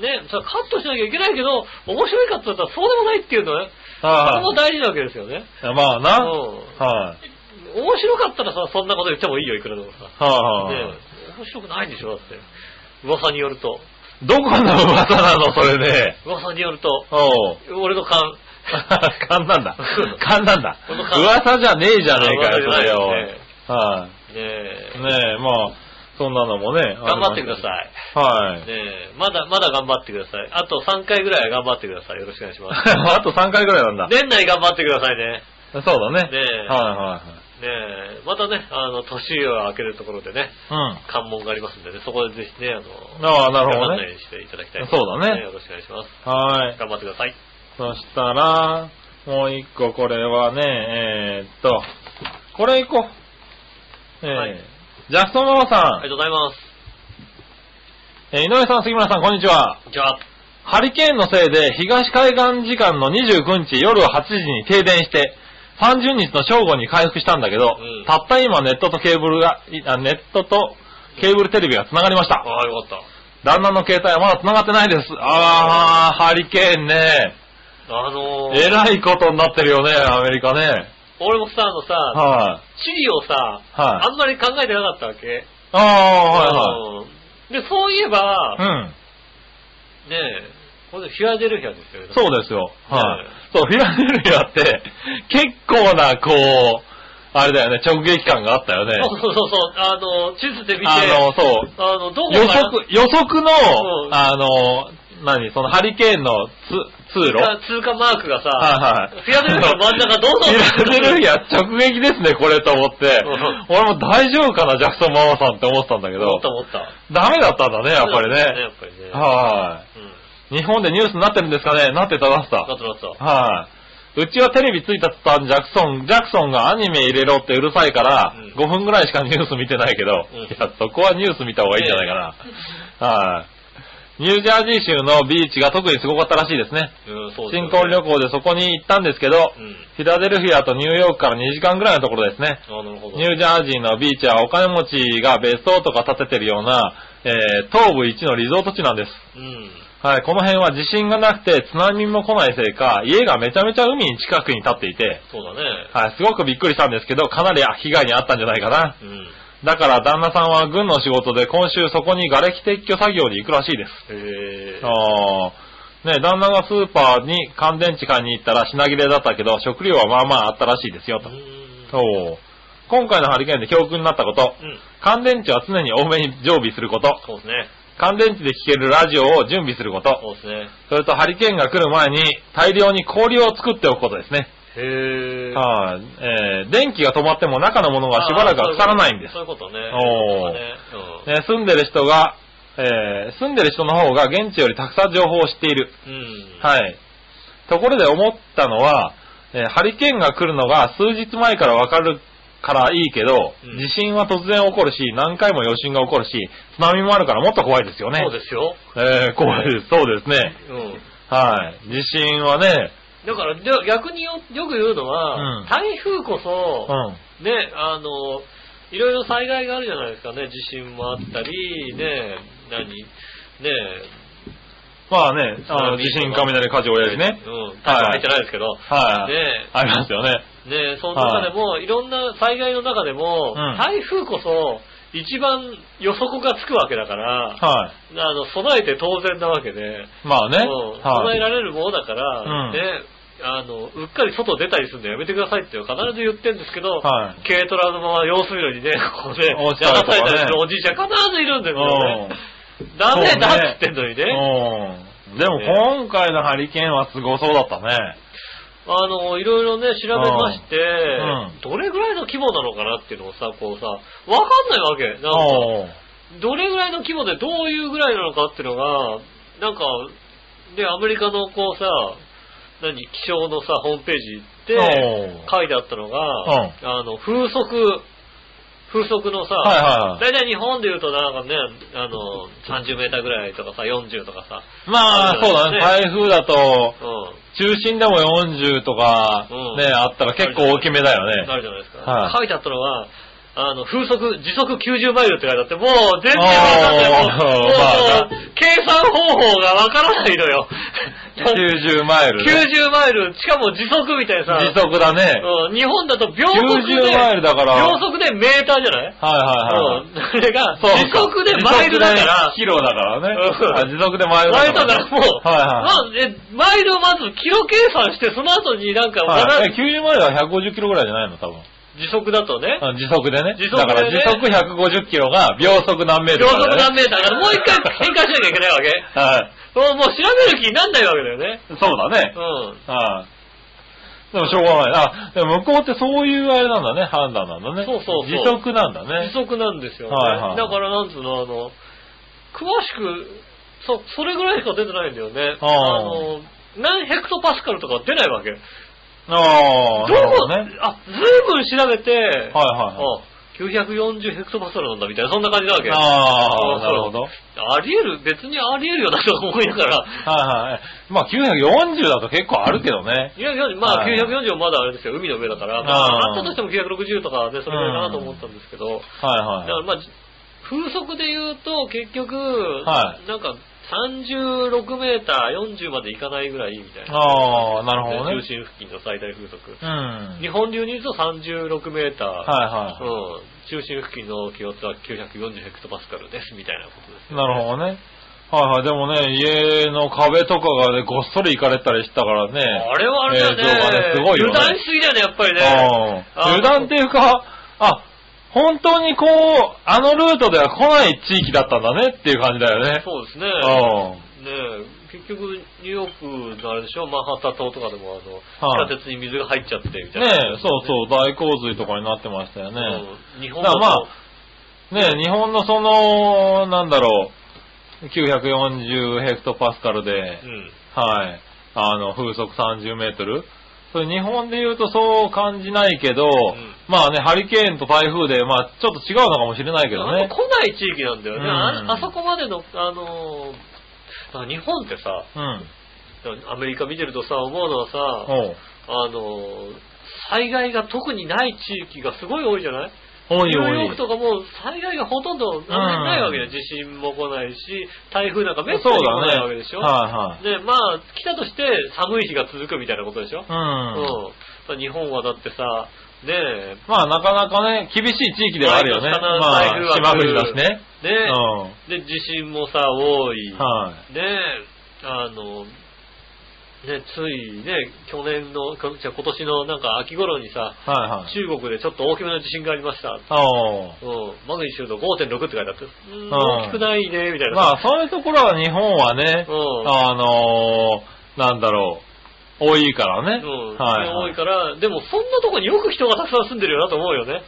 S2: ね、それカットしなきゃいけないけど、面白いかって言ったらそうでもないっていうのね、
S3: いはい。
S2: それも
S3: は
S2: 大事なわけですよね。
S3: い。まあな。
S2: うん
S3: はい。
S2: 面白かったらさ、そんなこと言ってもいいよ、いくらでもさ。ね
S3: はいはいはい。
S2: え面白くないんでしょ、だって。噂によると。
S3: どこの噂なの、それで。
S2: 噂によると、
S3: おう。
S2: 俺の勘。
S3: 勘な んだ。勘なんだ
S2: この。勘
S3: 噂じゃねえじゃねえかよ、
S2: 噂
S3: そ
S2: じ
S3: れ
S2: ゃ
S3: を。
S2: な
S3: はいい
S2: で、ねえ
S3: ねえ、まあ、そんなのもね。
S2: 頑張ってくださ
S3: い。
S2: い。
S3: はい。
S2: ねえまだ、まだ頑張ってください。あと3回ぐらいは頑張ってください。よろしくお願いし ます。
S3: あと3回ぐらいなんだ。
S2: 年内頑張ってくださいね。
S3: そうだね。
S2: ねえ
S3: は
S2: ねえまたね、あの、年を明けるところでね、
S3: いはい。
S2: 関門がありますんでね、そこでぜひね、あの、
S3: ああなるほど
S2: 頑張んな
S3: ね
S2: いようにしていただきたいと思います
S3: そうだね
S2: よろしくお願いします。
S3: うん。はい。
S2: 頑張ってください。
S3: そしたら、もう一個これはね、えーっと、これいこう。えー
S2: はい
S3: ジャクソンママ
S2: あ
S3: さ
S2: りがとうございます。
S3: ん、えー井上さん、杉村さん、こんにちは。
S2: じゃあ、
S3: ハリケーンのせいで東海岸時間の29日夜8時に停電して、30日の正午に回復したんだけど、
S2: うん
S3: たった今ネットとケーブルが、いあネットとケーブルテレビが繋がりました。
S2: ああ、よかっ
S3: 旦那の携帯はまだ繋がってないです。あー、ハリケーンね。
S2: た。あのー、
S3: えらいことになってるよね、アメリカね。
S2: 俺もさ、あのさ、
S3: はい、
S2: 地理をさ、あんまり考えてなかったわけ。
S3: あ。あ
S2: うんで、そういえば、
S3: ー、はいはい。うん。
S2: ねえ、これフィアデルフィアですよね。
S3: そうですよ。はい、
S2: ね
S3: そう、フィラデルフィアって、結構な、こう、あれだよね、直撃感があったよね。
S2: そうそうそうそう、あの、地図で見て、
S3: あの、そう、
S2: あのどこ
S3: 予
S2: が
S3: 測、予測の
S2: う、ん
S3: あの、何、そのハリケーンのつ通路
S2: あ通過マークがさ、
S3: はいはい
S2: フィアデルフィアの真ん中どうぞ
S3: フィラデルフィア直撃ですね、これと思って
S2: うん。
S3: 俺も大丈夫かな、ジャクソンママさんって思ってたんだけ
S2: 思
S3: ど
S2: った。思った。
S3: ダメだったんだね、やっぱり
S2: そうだね
S3: ね。
S2: やっぱりね。
S3: は
S2: うん
S3: 日本でニュースになってるんですかねなってた、なってた。
S2: だってだって
S3: はい。うちはテレビついた途端、ジャクソン、ジャクソンがアニメ入れろってうるさいから、
S2: うん
S3: 5分ぐらいしかニュース見てないけど、
S2: うん
S3: いや、そこはニュース見た方がいいんじゃないかな。はい。ニュージャージー州のビーチが特にすごかったらしいですね。
S2: うん、そうですよね
S3: 新婚旅行でそこに行ったんですけど、
S2: うん。
S3: フィラデルフィアとニューヨークから2時間ぐらいのところですね。
S2: あ、なるほど。
S3: ニュージャージーのビーチはお金持ちが別荘とか建ててるような、えー東部一のリゾート地なんです。
S2: うん。
S3: はい、この辺は地震がなくて津波も来ないせいか、家がめちゃめちゃ海に近くに立っていて、
S2: そうだね。
S3: はい、すごくびっくりしたんですけど、かなり被害に遭ったんじゃないかな。
S2: うん。
S3: だから旦那さんは軍の仕事で今週そこに瓦礫撤去作業に行くらしいです。
S2: へえ。
S3: あーね、旦那がスーパーに乾電池買いに行ったら品切れだったけど、食料はまあまああったらしいですよ、と
S2: う。ん。
S3: おー今回のハリケーンで教訓になったこと、
S2: うん。
S3: 乾電池は常に多めに常備すること、
S2: そうですね。
S3: 乾電池で聴けるラジオを準備すること、
S2: そうですね。
S3: それとハリケーンが来る前に大量に氷を作っておくことですね。
S2: へえ。
S3: はい、えー電気が止まっても中のものがしばらくは腐らないんです
S2: そ。ういうことね。
S3: おー
S2: そうだね
S3: ね、住んでる人が、えー住んでる人の方が現地よりたくさん情報を知っている。
S2: うん。うん。
S3: はい。ところで思ったのは、えーハリケーンが来るのが数日前からわかるからいいけど、
S2: うん
S3: 地震は突然起こるし、何回も余震が起こるし、津波もあるからもっと怖いですよね。
S2: そうですよ。
S3: えー怖いです。そうですね。
S2: うん。
S3: はい。地震はね、
S2: だから、で逆によよく言うのは、
S3: うん
S2: 台風こそ、
S3: うん。
S2: ね、あの、いろいろ災害があるじゃないですかね。地震もあったり、ね、何、ね、
S3: まあね、あの、地震、雷、火事、親父ね。
S2: うん、台風入ってないですけど、
S3: はい。
S2: ね
S3: ありますよね。
S2: ねその中でも、いろんな災害の中でも、
S3: うん
S2: 台風こそ、一番予測がつくわけだから、
S3: は
S2: あの、備えて当然なわけで、
S3: い。まあね。
S2: うん備え
S3: はい。
S2: られるものだから、
S3: うん
S2: ね、あの、うっかり外出たりするのやめてくださいって必ず言ってるんですけど、
S3: はい
S2: 軽トラのまま様子見るのにね、 ここで、
S3: 落ち
S2: やら
S3: た
S2: さ
S3: りとかね
S2: れたりするおじいちゃん必ずいるんですよね。ダ
S3: そう
S2: メ
S3: ね
S2: だって言ってんのにね。
S3: うん。でも今回のハリケーンはすごそうだったね。
S2: あの、いろいろね、調べまして、
S3: うん
S2: どれぐらいの規模なのかなっていうのをさ、こうさ、わかんないわけ。なんか、
S3: おー
S2: どれぐらいの規模でどういうぐらいなのかっていうのが、なんか、で、アメリカのこうさ、何、気象のさ、ホームページ行って
S3: お、う
S2: 書いてあったのが、
S3: ん
S2: あの、風速、風速のさ、
S3: はいはいは
S2: 大体日本で言うとなんかね、あの、30メーターぐらいとかさ、40とかさ、
S3: い。まあ、そうだね。
S2: ね
S3: 台風だと、
S2: うん。
S3: 中心でも40とか、
S2: うん
S3: ね、あったら結構大きめだよ
S2: あ
S3: ね。
S2: るじゃないですか。
S3: はい
S2: 書いてあったのは、あの、風速、時速90マイルって書いてあって、もう全然わかんない。もう
S3: あー
S2: もう
S3: まあ
S2: もう計算方法がわからないの よ。
S3: 90マイルね。
S2: 90マイル、しかも時速みたいなさ、
S3: 時速だね。
S2: うん日本だと秒速で、
S3: 90マイルだから
S2: 秒速でメーターじゃない
S3: はいはいは
S2: う
S3: い。
S2: ん それが、
S3: そうか
S2: 時速でマイルだから
S3: 時速で、キロだからね。
S2: うん
S3: あ時速でマイル
S2: マイ
S3: だ
S2: ルだ
S3: か
S2: からら。もう、
S3: は
S2: まあえマイルをまずキロ計算して、その後になんか、
S3: いはい。
S2: わ
S3: は
S2: ら
S3: い、え90マイルは150キロぐらいじゃないの多分。
S2: 時速だとね、
S3: あ時速でね。
S2: 時速でね
S3: だから時速150キロが秒速何メートル
S2: 秒
S3: か
S2: 速
S3: だよ
S2: 何
S3: ね
S2: メーターだから、もう一回変換しなきゃいけないわけ。
S3: はい。
S2: もうもう調べる気になんないわけだよね。
S3: そうだね
S2: う。ん。
S3: はい。でもしょうがない。あ、でも向こうってそういうあれなんだね。判断なんだね。
S2: そうそうそう
S3: 時速なんだ
S2: 時
S3: ね。
S2: 速なんですよ、ね
S3: はいはい
S2: だからなんつうの、あの、詳しく、そ、それぐらいしか出てないんだよね。
S3: ああ
S2: の、何ヘクトパスカルとか出ないわけ。
S3: あ
S2: ど
S3: あ、
S2: こ
S3: なるほどね。
S2: あ、ずいぶん調べて、
S3: はいはいは
S2: あ940ヘクトパスカルなんだみたいな、そんな感じなわけ。
S3: い。ああ、なるほど。はい
S2: あり得る、別にあり得るよなと思いながら、
S3: はい。まあ940だと結構あるけどね。
S2: いやいや、まあ、
S3: はい
S2: 940はまだあれですよ、海の上だから、ま
S3: あ
S2: あ、
S3: あ
S2: あったとしても960とかで、それぐらいかなと思ったんですけど、
S3: はい
S2: だ
S3: は
S2: か
S3: い
S2: ら。まあ、じ風速で言うと、結局、
S3: は
S2: なんか、36メーター40までいかないぐらいみたいな。
S3: ああ、なるほどね
S2: 中。心付近の最大風速。
S3: うん。
S2: 日本流に言うと36メーター。
S3: はいは
S2: うん。中心付近の気圧は940ヘクトパスカルです、みたいなことですよね、
S3: い。なるほどね。はいはい。でもね、家の壁とかがね、ごっそり行かれたりしたからね。
S2: あれはあれだよね。
S3: 映像がね、すごいよ
S2: 油
S3: ね。
S2: 断しすぎだよね、やっぱりね。
S3: うん
S2: あの
S3: 油断っていうか、あ、本当にこう、あのルートでは来ない地域だったんだねっていう感じだよね。
S2: そうですね。
S3: う
S2: ねえ、結局、ニューヨークのあれでしょ、マンハッタン島とかでも、あの、
S3: はい
S2: 地下鉄に水が入っちゃって、みたい
S3: ん。ね
S2: な。
S3: え、そうそう、大洪水とかになってましたよね。
S2: うん日本
S3: だからま
S2: は
S3: あねえ、日本のその、なんだろう、 940ヘクトパスカルで
S2: う、ん。
S3: はい。あの、風速30メートル。それ日本で言うとそう感じないけど、
S2: ん
S3: まあね、ハリケーンと台風で、まあちょっと違うのかもしれないけど
S2: あんま来
S3: ね。
S2: ない地域なんだよね。
S3: うん
S2: ああそこまでの、あのーだから日本ってさ、
S3: うん。
S2: アメリカ見てるとさ、思うのはさ、
S3: おう
S2: あのー災害が特にない地域がすごい多いじゃない
S3: 多
S2: ニ
S3: い
S2: ュー
S3: 多
S2: ヨ
S3: い
S2: ーク。とかもう災害がほとんどないわけだよ。地震も来ないし、台風なんかめった
S3: そう
S2: に来な
S3: だ
S2: い
S3: ね。
S2: わけでしょ。
S3: は
S2: で、まあ、来たとして寒い日が続くみたいなことでしょ。
S3: いはい。うん。
S2: うん。日本はだってさ、ねえ、
S3: まあなかなかね、厳しい地域ではあるよね。
S2: 毎年必ず
S3: ま
S2: 台風
S3: あ、
S2: は
S3: 島
S2: 来る
S3: 国だしね。
S2: ね
S3: う
S2: え、で、
S3: ん。
S2: 地震もさ、多い。
S3: はい。
S2: ねえ、あの、ね、ついね、去年の、こじゃあ今年のなんか秋頃にさ、
S3: はいはい。
S2: 中国でちょっと大きめの地震がありました。
S3: おー
S2: うん、マグニチュード5.6って書いてあって、うーん
S3: うん
S2: 大きくないね、みたいな。
S3: まあそういうところは日本はね、
S2: うん
S3: あのー、なんだろう、多いからね。
S2: うん、
S3: はい、
S2: 多いから、でもそんなとこによく人がたくさん住んでるよなと思うよね。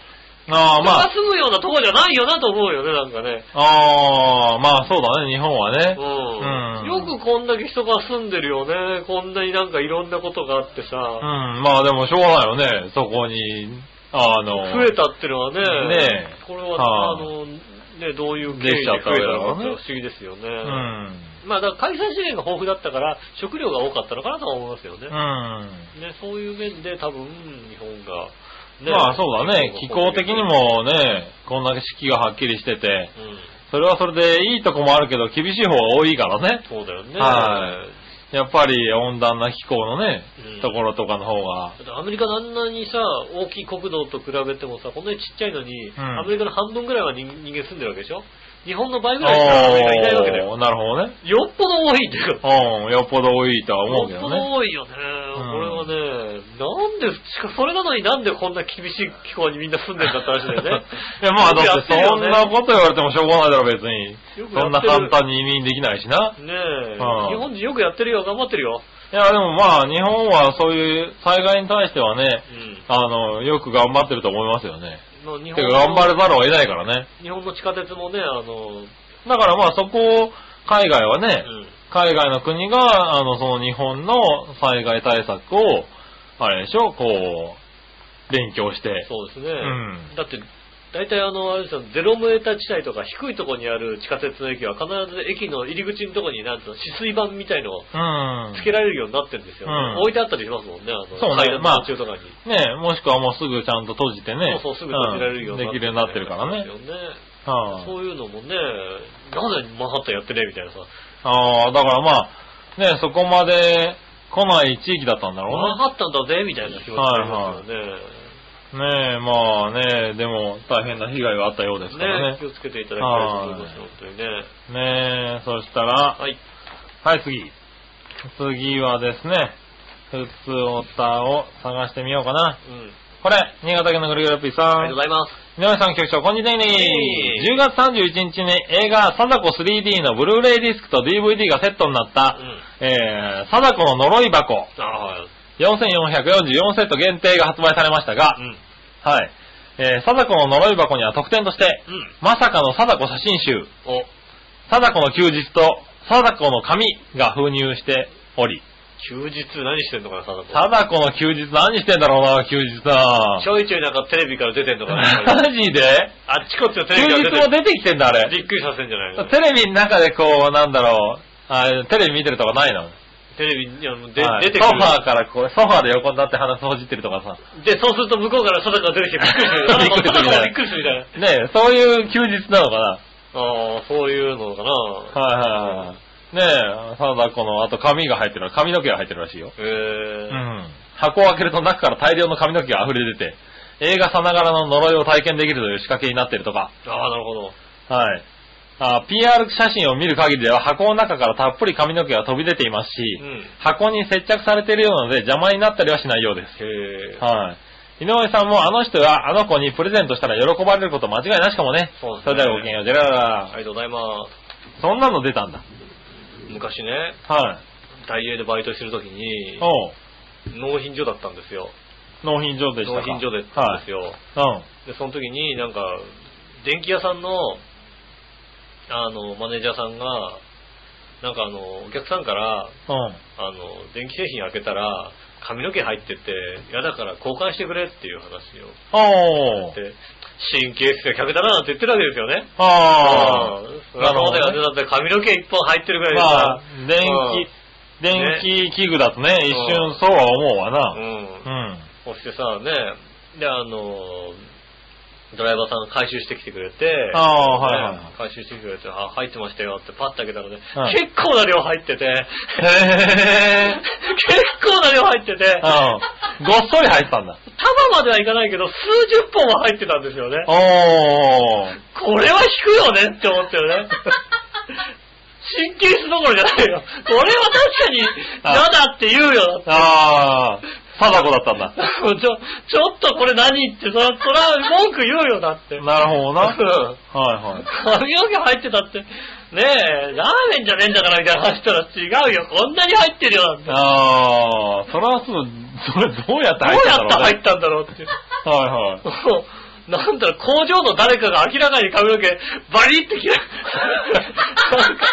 S3: ああ、
S2: 人
S3: まあ
S2: が、住むようなとこじゃないよなと思うよね、なんかね。
S3: ああ、まあそうだね、日本はね。
S2: うん。
S3: うん
S2: よくこんだけ人が住んでるよね。こんなになんかいろんなことがあって
S3: うん
S2: さ、、
S3: まあでもしょうがないよね、そこに、あの、
S2: 増えたってのはね、
S3: ねえ
S2: これは、
S3: はあ
S2: あ、の、ね、どういう経緯
S3: で
S2: で
S3: きち
S2: 増
S3: ゃ
S2: え
S3: ったたんだ
S2: の
S3: ろう
S2: か
S3: ね
S2: って不思議ですよね。
S3: うん。
S2: まあだから開催資源が豊富だったから、食料が多かったのかなとは思いますよね。
S3: うん。
S2: ね、そういう面で多分、日本が、
S3: まあそうだね、気候的に。もね、こんだけ四季がはっきりしてて、
S2: うん。
S3: それはそれでいいとこもあるけど、厳しい方が多いからね。
S2: そうだよね。
S3: はやっぱり温暖な気候のね、
S2: うん
S3: ところとかの方が、
S2: だってアメリカのあんなにさ、大きい国土と比べてもさ、こんなにちっちゃいのに、
S3: ん
S2: アメリカの半分ぐらいは人人間住んでるわけでしょ日本の倍ぐらいしかアメリカいないわけだよ。
S3: おーなるほどね。
S2: よっぽど多いんだよ。
S3: うん、よっぽど多いとは思うけ
S2: よっ
S3: ど
S2: ぽ
S3: ね。
S2: ど多いよね。これはね、なんで、しかそれなのになんでこんな厳しい気候にみんな住んでるんだったらしいんだよね
S3: 。いや、まあ、だってそんな
S2: と。
S3: こと言われてもしょうがないだろ、別に
S2: よ。くやってる
S3: そんな簡単に移民できないし
S2: ね
S3: な。
S2: え、
S3: うん
S2: 日本人よくやってるよ、頑張ってるよ。
S3: いや、でもまあ、日本はそういう災害に対してはね、
S2: うん。
S3: あの、よく頑張ってると思いますよね。
S2: もう日
S3: て
S2: 本
S3: か、
S2: の
S3: 頑張れざるを得ないからね。
S2: 日本の地下鉄もね、あの、
S3: だからまあ、そこを、海外はね、
S2: うん
S3: 海外の国が、あの、その日本の災害対策を、あれでしょ、こう、勉強して。
S2: そうですね。
S3: ん
S2: だって、大体あの、あれですよ、ゼロメーター地帯とか低いところにある地下鉄の駅は必ず駅の入り口のところになんつうの、止水板みたいのを
S3: うん。
S2: つけられるようになってるんですよね、
S3: うん
S2: 置いてあったりしますもんね、あの、
S3: そうね
S2: 階段の途中とかに。
S3: ねえ、もしくはもうすぐちゃんと閉じてね。
S2: そうそう、すぐ閉じられるように
S3: ん
S2: な
S3: できるようになってるからね
S2: で。すよ
S3: は
S2: そういうのもね、なぜマンハッタンやってねみたいなさ。
S3: あ、ああ、だからまあ、ねえ、そこまで来ない地域だったんだ
S2: マン
S3: ろ
S2: ハッタンだぜみたいな気持ちになりますよね。
S3: うな。ねえ、まあねえ、でも大変な被害があったようですから
S2: ね
S3: ね
S2: 気。をつけていただきたいと思いますよ、本当にね。
S3: ねえ、そしたら、
S2: はい。
S3: はい、次。次はですね、普通オタを探してみようかな。
S2: うん。
S3: これ、新潟県のぐるぐるぴーさ
S2: ありがとうんご。ざいます。
S3: 井上さん局長、こんにちはね。
S2: い
S3: 10月31日に映画、サダコ 3D のブルーレイディスクと DVD がセットになった、
S2: うん
S3: えー、サダコの呪い箱、
S2: ああ、はい。
S3: 4444セット限定が発売されましたが、
S2: うん。
S3: はい。えー、サダコの呪い箱には特典として、
S2: うん。
S3: まさかのサダコ写真集、
S2: お、
S3: サダコの休日と、サダコの紙が封入しており、
S2: 休日何してんのかな、サダコ。
S3: サダコの休日何してんだろうな、休日な
S2: ちょいちょいなんかテレビから出てんのかな。やっぱ
S3: マ
S2: り
S3: ジで
S2: あっちこっちのテ
S3: 休
S2: レビ
S3: 日
S2: から
S3: も
S2: 出て
S3: 出てきてんだ、あれ。
S2: びっくりさせんじゃないの
S3: テレビの中でこう、なんだろう、あテレビ見てるとかないの
S2: テレビにあので
S3: はい
S2: 出てく
S3: ソフ
S2: る。
S3: ァーからこう、ソファーで横になって鼻ほじってるとかさ。
S2: で、そうすると向こうからサダコが出てきてびっくりする。サダコ
S3: びっく
S2: サ
S3: りする
S2: ダコがびっくりするみたいな。
S3: ねえそういう休日なのかな
S2: ああ、そういうのかな。
S3: はいはいはい。ねえ、ただこの、あと髪が入ってる、髪の毛が入ってるらしいよ。
S2: へえ
S3: う。ん。箱を開けると中から大量の髪の毛が溢れ出て、映画さながらの呪いを体験できるという仕掛けになってるとか。
S2: ああ、なるほど。
S3: はい。あ PR 写真を見る限りでは箱の中からたっぷり髪の毛が飛び出ていますし、
S2: うん
S3: 箱に接着されているようなので邪魔になったりはしないようで
S2: へ
S3: す。
S2: え。
S3: はい。井上さんもあの人やあの子にプレゼントしたら喜ばれること間違いなしかもね。
S2: そうですね
S3: れではごきげんよう。じゃらら
S2: あ
S3: ら。
S2: りがとうございます。
S3: そんなの出たんだ。
S2: 昔ね、
S3: はい。
S2: ダイエーでバイトしてる時に、
S3: おう。
S2: 納品所だったんですよ。
S3: 納品所でした
S2: 納
S3: か。
S2: 品所でったん
S3: は
S2: で
S3: い
S2: す。よ。
S3: うん。
S2: で、その時になんか、電気屋さんの、あの、マネージャーさんが、なんかあの、お客さんから、
S3: うん。
S2: あの、電気製品開けたら、髪の毛入ってて、嫌だから交換してくれっていう話を。
S3: おー。
S2: で、神経質な客だななんて言ってるわけですよね。
S3: あ
S2: う
S3: ー。
S2: ん。なるほど
S3: ね
S2: よね。だって髪の毛一本入ってるぐらいで
S3: まあ
S2: さ。、
S3: 電気、
S2: ね
S3: 電気器具だとね、一瞬そうは思うわ
S2: う
S3: な。
S2: ん。うん
S3: う。ん。
S2: そしてさ、ね、で、あの、ドライバーさんが回収してきてくれて、
S3: ああはいはい はい
S2: ね回収してきてくれて、あ、入ってましたよってパッと開けたらね、
S3: はい
S2: 結構な量入ってて、
S3: へぇ
S2: 結構な量入ってて、
S3: うん。ごっそり入ってたんだ。
S2: 束まではいかないけど、数十本は入ってたんですよね。
S3: おー。
S2: これは引くよねって思ったよね。神経質どころじゃないよ。これは確かに、
S3: あ
S2: 嫌だって言うよ。
S3: あー。貞子だったんだ。
S2: ちょ、ちょっとこれ何って、そら、そら文句言うよだって。
S3: なるほどな。はい
S2: うん
S3: はい。
S2: 髪の毛入ってたって、ねえ、ラーメンじゃねえんだからみたいな話したら違うよ。こんなに入ってるよなんて。ど
S3: あー。それはそう、それどうやって入っ
S2: うや
S3: た
S2: って
S3: んだろう
S2: 入っ
S3: ね。
S2: たんだろうって。
S3: はいはい。
S2: もうなんだろう、工場の誰かが明らかに髪の毛バリって切ら、なんか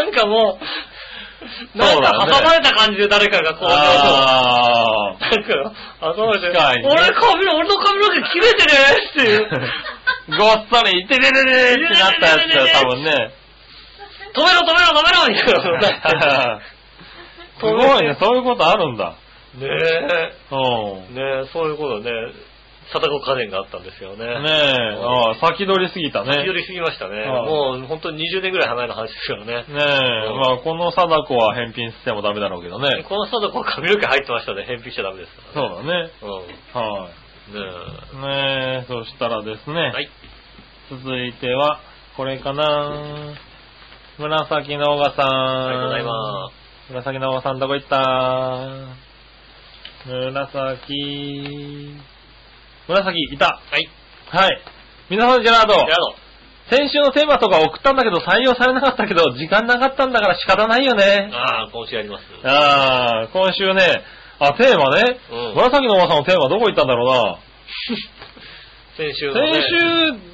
S2: なんかもう、なんか
S3: そうだね
S2: 挟まれた感じで誰かが工場の、
S3: あ
S2: な
S3: ー。
S2: んか、挟まれて、
S3: 確かにね
S2: 俺髪、俺の髪の毛切れてねっていう、
S3: ごっそり、いてれれれってなったやつだよ、多分ね。
S2: 止めろ止めろ止めろみたいなことになって。
S3: すごいね、そういうことあるんだ。
S2: ね
S3: う
S2: え、
S3: ん。ね
S2: ねえ、そういうことね、貞子家電があったんですよね。
S3: え、ああ先取りすぎたね。
S2: 寄
S3: ね
S2: りすぎましたね。
S3: ああ
S2: もう本当に20年ぐらい離れの話ですからね
S3: え、。まあこの貞子は返品してもダメだろうけどね。
S2: この貞子は髪の毛入ってましたね。返品しちゃダメですから。
S3: そうだね。
S2: うん。ね
S3: は
S2: え。
S3: い。ねえ、そしたらですね、
S2: はい。
S3: 続いては、これかな紫のおがさん。。
S2: ありがとうございます
S3: 紫のおがさんどこ行った紫、紫、いた。
S2: す。はい。
S3: はい。皆さん、ジェラード。
S2: じゃあ
S3: 先週のテーマとか送ったんだけど採用されなかったけど、時間なかったんだから仕方ないよ
S2: あ
S3: ね
S2: の。ああ、今週やります。
S3: あー、今週ね、あ、テーマね。
S2: うん
S3: 紫のおばさんのテーマどこ行ったんだろうな。
S2: 先週の、ね、
S3: 先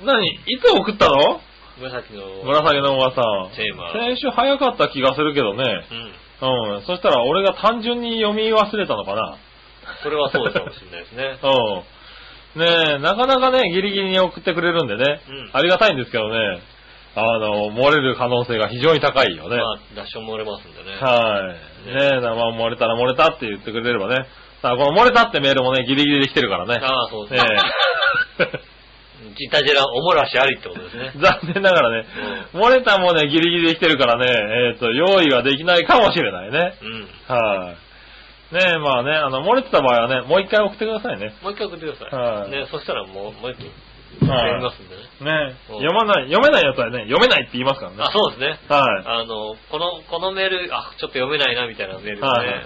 S3: 週、何いつ送ったの
S2: 紫の、
S3: 紫のおばさん。
S2: テーマ
S3: 先週早かった気がするけどね。
S2: うん。
S3: うん。そしたら俺が単純に読み忘れたのかな。。
S2: それはそうかもしれないですね
S3: うん。ねえ、なかなかね、ギリギリに送ってくれるんでね。
S2: うん
S3: ありがたいんですけどね。あの、漏れる可能性が非常に高いよね。
S2: まあ、ダッシュ漏れますんでね。
S3: はい。ねえ、まあ、漏れたら漏れたって言ってくれればね。さあ、この漏れたってメールもね、ギリギリで来てるからね。
S2: ああ、そうで
S3: え
S2: すね。ジタジェラおもらしありってことです ね
S3: え。残念ながらね、漏れたもね、ギリギリで来てるからね、えっ、と、用意はできないかもしれないね。
S2: うん。
S3: はい。ねえ、まあね、あの、漏れてた場合はね、もう一回送ってくださいね。
S2: もう一回送ってください。
S3: はい
S2: ね、そしたらもう、もう一回、
S3: はい
S2: やりますんでね。
S3: ねえ
S2: うん
S3: 読まない、読めないやつはね、読めないって言いますからね。
S2: あ、そうですね。
S3: はい。
S2: あの、この、このメール、あ、ちょっと読めないな、みたいなメールですね。
S3: はいはい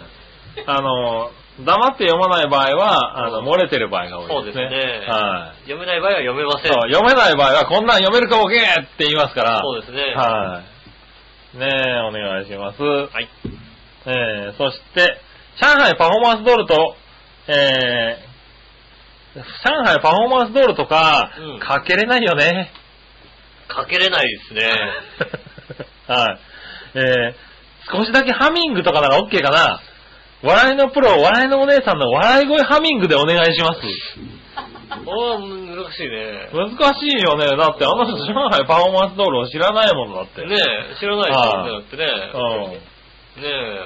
S3: あの、黙って読まない場合は、あの、漏れてる場合が多いですね。
S2: そうですね
S3: はい。
S2: 読めない場合は読めません。
S3: そう、読めない場合は、こんなん読めるかボケーって言いますから。
S2: そうですね。
S3: はい。ねえ、お願いします。
S2: はい。
S3: えー、そして、上海パフォーマンスドールと、えー、上海パフォーマンスドールとか、
S2: うん
S3: かけれないよね。
S2: かけれないです ね。
S3: はい。えー、少しだけハミングとかなら OK かな。笑いのプロ、笑いのお姉さんの笑い声ハミングでお願いします。
S2: おー、難しいね。
S3: 難しいよね。だってあの人上海パフォーマンスドールを知らないものだって。
S2: ねえ、知らないですよね、だって
S3: うん。
S2: ね。ねえ、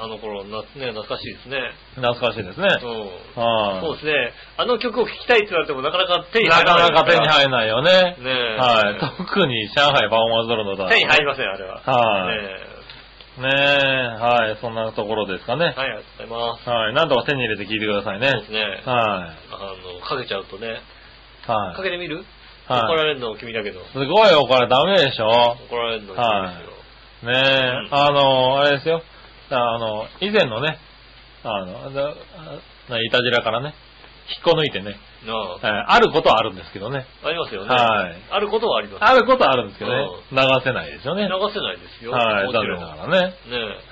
S2: あの頃、な、ねえ懐かしいですね。
S3: 懐かしいです
S2: うん。
S3: ね。はい、
S2: そうですね。あの曲を聴きたいって言われてもなかなか手に
S3: な
S2: 入ら
S3: か
S2: ない。
S3: なか手に入らないよね。
S2: ねえ
S3: はい。特に上海パフォーマンスドールの歌は
S2: 手に入りません、あれは。
S3: はい
S2: ね
S3: ねえ、はい。そんなところですかね
S2: え。はい、ありがとうございます。
S3: はい。なんとか手に入れて聞いてくださいね。
S2: そうですね。
S3: は
S2: あの、かけちゃうとね。
S3: い。は
S2: かけてみる
S3: い。
S2: 怒ら
S3: はい。
S2: れるの君だけど。
S3: すごいよ、これダメでしょ。
S2: 怒られるの君
S3: は
S2: ですよ。
S3: ねえ、あの、あれですよ。あの、以前のね、あの、だあいたじらからね、引っこ抜いてね、
S2: なあ
S3: えーあることはあるんですけどね。
S2: ありますよね。
S3: はい
S2: あることはあります。
S3: あることはあるんですけどね、流せないですよね。
S2: 流せないですよ。
S3: はい、
S2: も
S3: 残
S2: ちろ
S3: 念
S2: ん。
S3: ながらね。
S2: ね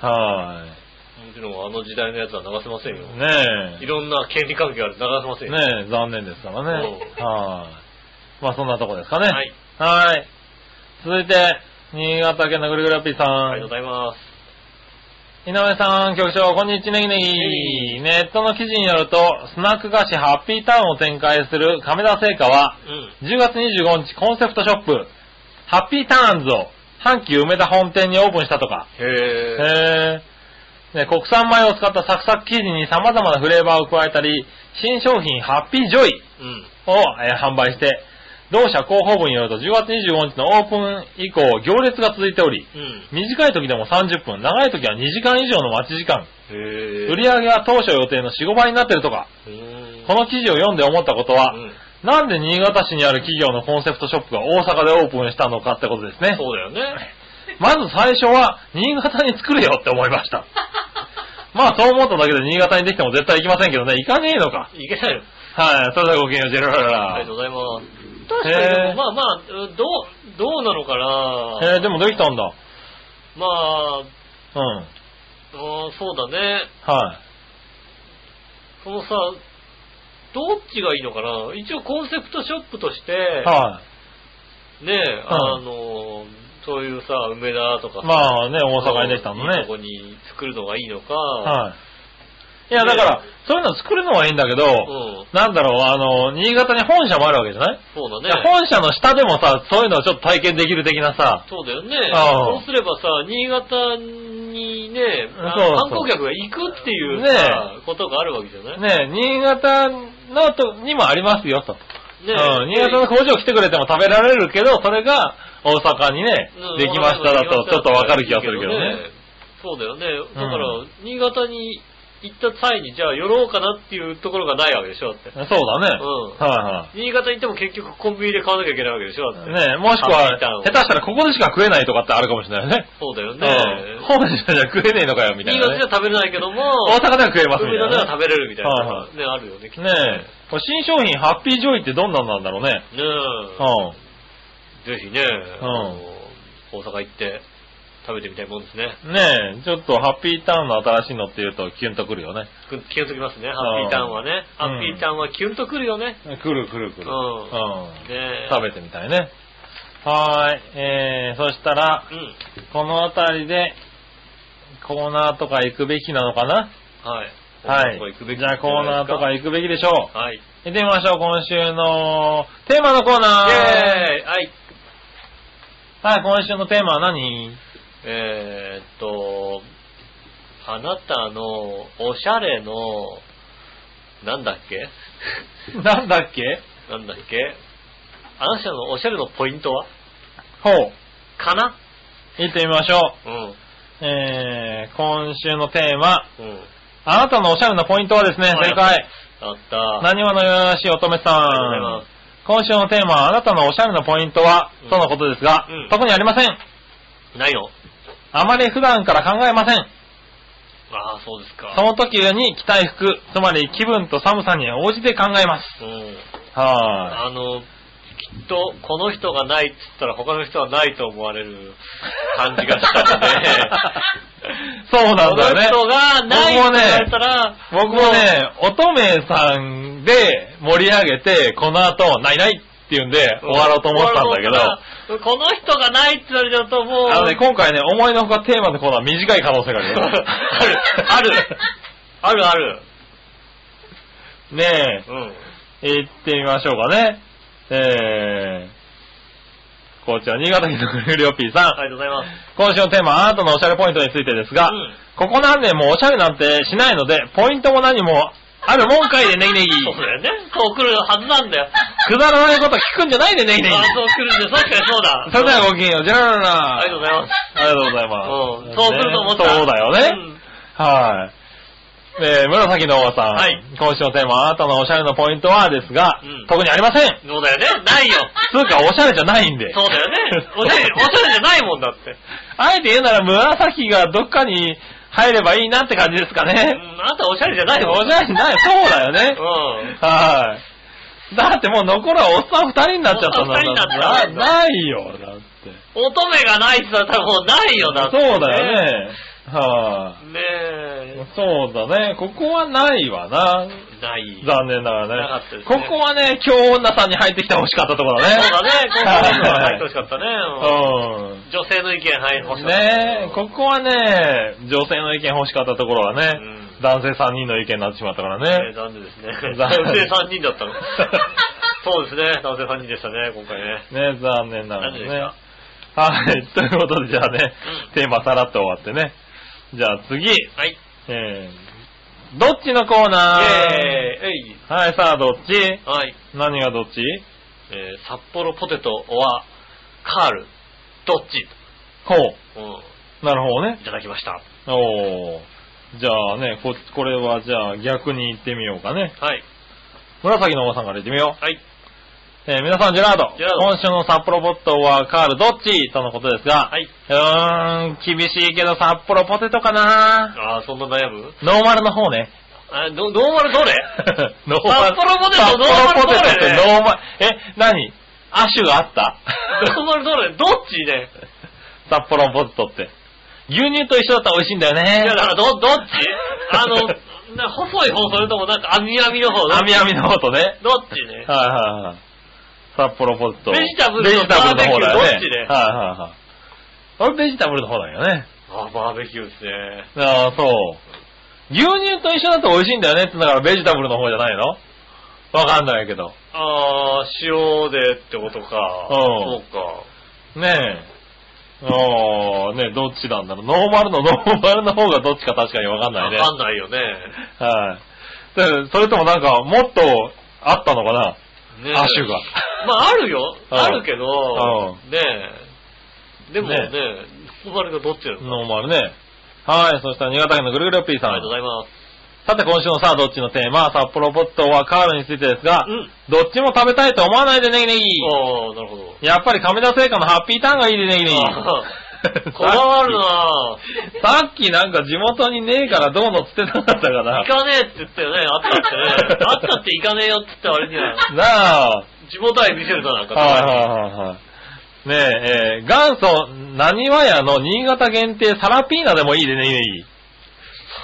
S3: は
S2: え。もちろんあの時代のやつは流せませんよ。
S3: い。ね
S2: いろんな権利関係がある流せませ
S3: え、
S2: んよ。
S3: ねえ、残念ですからね。
S2: う
S3: はい。まあそんなとこですかね。
S2: はい。
S3: はい。続いて、新潟県のぐるぐるラッピーさん。
S2: ありがとうございます。
S3: 井上さん、局長、こんにちは、ネギネギ。ネットの記事によると、スナック菓子ハッピーターンを展開する亀田製菓は、
S2: うん。
S3: 10月25日コンセプトショップ、ハッピーターンズを、阪急梅田本店にオープンしたとか。
S2: へー。
S3: へーね、国産米を使ったサクサク生地に様々なフレーバーを加えたり、新商品ハッピージョイ
S2: うん。
S3: を、えー販売して、同社広報部によると10月25日のオープン以降、行列が続いており、
S2: うん。
S3: 短い時でも30分、長い時は2時間以上の待ち時間。
S2: へー。
S3: 売り上げは当初予定の4、5倍になってるとか。
S2: うーん。
S3: この記事を読んで思ったことは、
S2: うん
S3: なんで新潟市にある企業のコンセプトショップが大阪でオープンしたのかってことですね。
S2: そうだよね。
S3: まず最初は、新潟に作れよって思いま した。まあそう思っただけで新潟にできても絶対行きませんけどね、行かねえのか。
S2: いけないよ。
S3: はい、それではごきげんよう、ジェララ
S2: ありが
S3: ラ
S2: とうございます。確かにでも
S3: へー
S2: まあまあ、うどう、どうなのかな
S3: えー、でもできたんだ。
S2: まあ、うん
S3: うん。はい、
S2: そうだね。このさ、どっちがいいのかな一応コンセプトショップとして、
S3: はい、
S2: ねえ、あの、そういうさ、梅田とかさ
S3: まあね、大阪にできたの
S2: いい
S3: ね
S2: と。こに作るのがいいのか、
S3: はい。いや、だから、そういうの作るのはいいんだけど、
S2: うん、
S3: なんだろう、あの、新潟に本社もあるわけじゃない
S2: そう
S3: いや
S2: だね。
S3: 本社の下でもさ、そういうのをちょっと体験できる的なさ、
S2: そうだよね。
S3: ああ
S2: そうすればさ、新潟にね、あ
S3: そうそう
S2: 観光客が行くっていう
S3: ねえ
S2: さ、ことがあるわけじゃない
S3: ね、新潟のと、にもありますよ、と。
S2: ねえ
S3: うん、新潟の工場来てくれても食べられるけど、それが大阪にね、できましただと、ちょっとわかる気がするけどね。。
S2: そうだよね。だから、新潟に行った際に、じゃあ寄ろうかなっていうところがないわけでしょ、だって。
S3: そうだね。
S2: う
S3: は
S2: 新潟行っても結局コンビニで買わなきゃいけないわけでしょ、だっ
S3: い
S2: て。
S3: はい。ねもしく
S2: ハッピーターン
S3: は
S2: を、
S3: 下手したらここでしか食えないとかってあるかもしれないよね。
S2: そうだよ
S3: う
S2: ね
S3: ん。本社じゃ食えねえのかよ、みたい
S2: 新
S3: な
S2: 潟
S3: ね
S2: じゃ。食べれないけども、
S3: 大阪では食えますみ
S2: 梅田では
S3: たいなね。
S2: 食べれるみたい
S3: はいは
S2: な。ね、あるよね、きっと
S3: ねえ。これ新商品、ハッピージョイってどんなんなんだろうね。
S2: ねえ
S3: うん。
S2: ぜひね、あの大阪行って食べてみたいもんですね。
S3: ねえ、ちょっとハッピーターンの新しいのって言うとキュンとくるよね。
S2: くキュンときますね、ハッピーターンはね。ハ
S3: うん
S2: ッピーターンはキュンとくるよね。
S3: くるくるく
S2: う
S3: る。
S2: ん。
S3: うん。
S2: ねえ
S3: 食べてみたいね。はーい。えー、そしたら、
S2: うん。
S3: この辺りで、コーナーとか行くべきなのかな
S2: はい。
S3: はい
S2: こううとこ行くべ。き
S3: じゃあコーナーとか
S2: 行
S3: 行くべきでしょ
S2: く。はい。イ
S3: う。行ってみましょう、今週のテーマのコー
S2: ェー
S3: ナー
S2: イはい。
S3: はい、今週のテーマは何
S2: えーっと、あなたのおしゃれの、なんだっけ
S3: なんだっけ
S2: なんだっけあなたのおしゃれのポイントは
S3: ほう。
S2: かな
S3: 行ってみましょ
S2: うん。
S3: う。えー、今週のテーマ、
S2: うん。
S3: あなたのおしゃれなポイントはですね、
S2: はい
S3: 正解。
S2: あった。
S3: 何わのよよしおとめさ
S2: ありがとうございま
S3: ん。今週のテーマは、あなたのおしゃれなポイントは、
S2: うん
S3: とのことですが、
S2: うん
S3: 特にありません。
S2: す。ないの
S3: あまり普段から考えません。
S2: ああ、そうですか。
S3: その時に着たい服、つまり気分と寒さに応じて考えます。
S2: うん。
S3: は
S2: あの、きっと、この人がないっつったら他の人はないと思われる感じがしたの で、
S3: い。そうなん
S2: この
S3: だよね。
S2: 人がないって言われたら、
S3: 僕もね、乙女さんで盛り上げて、この後、ないないって言うんで、終わろうと思ったんだけど、
S2: ど、この人がないって言われちゃうともう、
S3: あのね、今回ね、思いのほかテーマのコーナー短い可能性があるよ。
S2: ある、 ある、あるある。
S3: ね
S2: うん。
S3: え、行ってみましょうかね。えー、こちら、新潟県のぐるぐるよっぴーさん。
S2: ありがとうございます。
S3: 今週のテーマ、あなたのおしゃれポイントについてですが、
S2: うん
S3: ここ何年もおしゃれなんてしないので、ポイントも何もあるもんかいでネギネギ。
S2: そうだよね。そう来るはずなんだ よ。
S3: くだらないこと聞くんじゃないでネギネギ
S2: あ。あ、そう来るんだよ。確かにそうだ。
S3: それではごきげんよう、じゃららら。
S2: ありがとうございます。
S3: ありがとうございます。
S2: うん。そう来ると思った。
S3: そうだよね。
S2: うん
S3: はい。えー、紫のおばさん。
S2: はい
S3: 今週のテーマ、あなたのおしゃれのポイントはですが、
S2: うん
S3: 特にありません。
S2: そうだよね。ないよ。
S3: つうか、おしゃれじゃないんで。
S2: そうだよ ね。おしゃれ、おしゃれじゃないもんだって。
S3: あえて言うなら、紫がどっかに入ればいいなって感じですか
S2: う
S3: ね。
S2: ん、あんたおしゃれじゃないもん。
S3: おしゃれじゃない。そうだよね。
S2: うん。
S3: はい。だってもう残るはおっさん二人になっちゃったん
S2: お
S3: だ
S2: っさん二人になっちゃったんだ
S3: なないよ、だって。
S2: 乙女がないって言ったらもうないよな、
S3: そうだよね。はい、
S2: ね。ねえ。ます。
S3: そうだね。ここはないわな。
S2: ない。
S3: 残念なが
S2: なからっ
S3: ね。
S2: たです
S3: こ
S2: ね
S3: こはね、今日女さんに入ってきてほしかったところだ
S2: そう
S3: ね。
S2: だね、今回のは入ってほしかった ね。
S3: うん。
S2: 女性の意見入りほしかった。
S3: ねえ、ここはね、女性の意見欲しかったところはね、
S2: うん
S3: 男性3人の意見になってしまったから
S2: ね
S3: ね。
S2: 残念ですね。
S3: 残
S2: 男
S3: 念
S2: 性3人だっ たの。そうですね、男性3人でしたね、今回ね。
S3: ね残念なが
S2: 何
S3: ら
S2: でし
S3: ね
S2: た。
S3: はい、ということでじゃあね、テーマさらっと終わってね。じゃあ次、
S2: はい。
S3: えー、どっちのコーナー
S2: イェーイえい
S3: はい、さあどっち
S2: はい。
S3: 何がどっち
S2: えー、札幌ポテト、オア、カール、どっち
S3: こう。
S2: う
S3: なるほどね
S2: ん、い。ただきました。
S3: おー。じゃあね、こ、これはじゃあ逆に行ってみようかね。
S2: はい。
S3: 紫のおばさんから行ってみよう。
S2: はい。
S3: えー皆さん、ジェラード。
S2: ジェラード
S3: 今週の札幌ポットはカールどっちとのことですが、
S2: はい。
S3: うーん、厳しいけど札幌ポテトかな
S2: あー、そんな悩む
S3: ノーマルの方 ね。
S2: あノノーマルどれ
S3: ノー
S2: 札幌ポテトノーマル
S3: 札幌ポテト
S2: どれね
S3: ってノーマル、え、何アシュがあ った。
S2: ノーマルどれどっちね
S3: 札幌ポテトって。牛乳と一緒だったら美味しいんだよ
S2: い
S3: ね。
S2: や、だからど、どっちあの、な細い方、それともなんか、網網の方
S3: あみあみの方とね。
S2: どっちね
S3: はいはいはい。札幌ポテト。
S2: ベジタブルと
S3: ベジタブルの方だよね。
S2: バーベキューどっちね
S3: はいはいはい。俺ベジタブルの方だよね。
S2: あ、バーベキューですね。
S3: ああ、そう。牛乳と一緒だと美味しいんだよねってだからベジタブルの方じゃないのわかんないけど。
S2: あー、塩でってことか。
S3: うん
S2: そうか。
S3: ねえ。ああ、ねえどっちなんだろう。ノーマルの、ノーマルの方がどっちか確かにわかんないね。
S2: わかんないよね。
S3: はい。だからそれともなんか、もっとあったのかな
S2: ね
S3: 亜種が。
S2: まあ、あるよ。
S3: うん
S2: あるけど、
S3: う
S2: ねえ。でもね
S3: ね、
S2: 生まれがどっちなのか
S3: ノーマルね。はい。そしたら新潟県のぐるぐるピーさ
S2: ありがとうご。
S3: ん
S2: ざいます。
S3: さて今週のさあどっちのテーマ、札幌ポットはカールについてですが、
S2: うん
S3: どっちも食べたいと思わないでネギネギ。
S2: ああ、なるほど。
S3: やっぱり亀田製菓のハッピーターンがいいでネギネギ。
S2: あー こだわるなぁ。
S3: さっきなんか地元にねえからどうのっつってなかったかな
S2: 行。かねえって言ったよね。あったってね。あったって行かねえよって言った割に は、
S3: なあ。
S2: 地元愛見せるとなんか。
S3: はいはいはいはい。ねえ、えー元祖、何わ屋の新潟限定サラピーナでもいいでね、ネギネ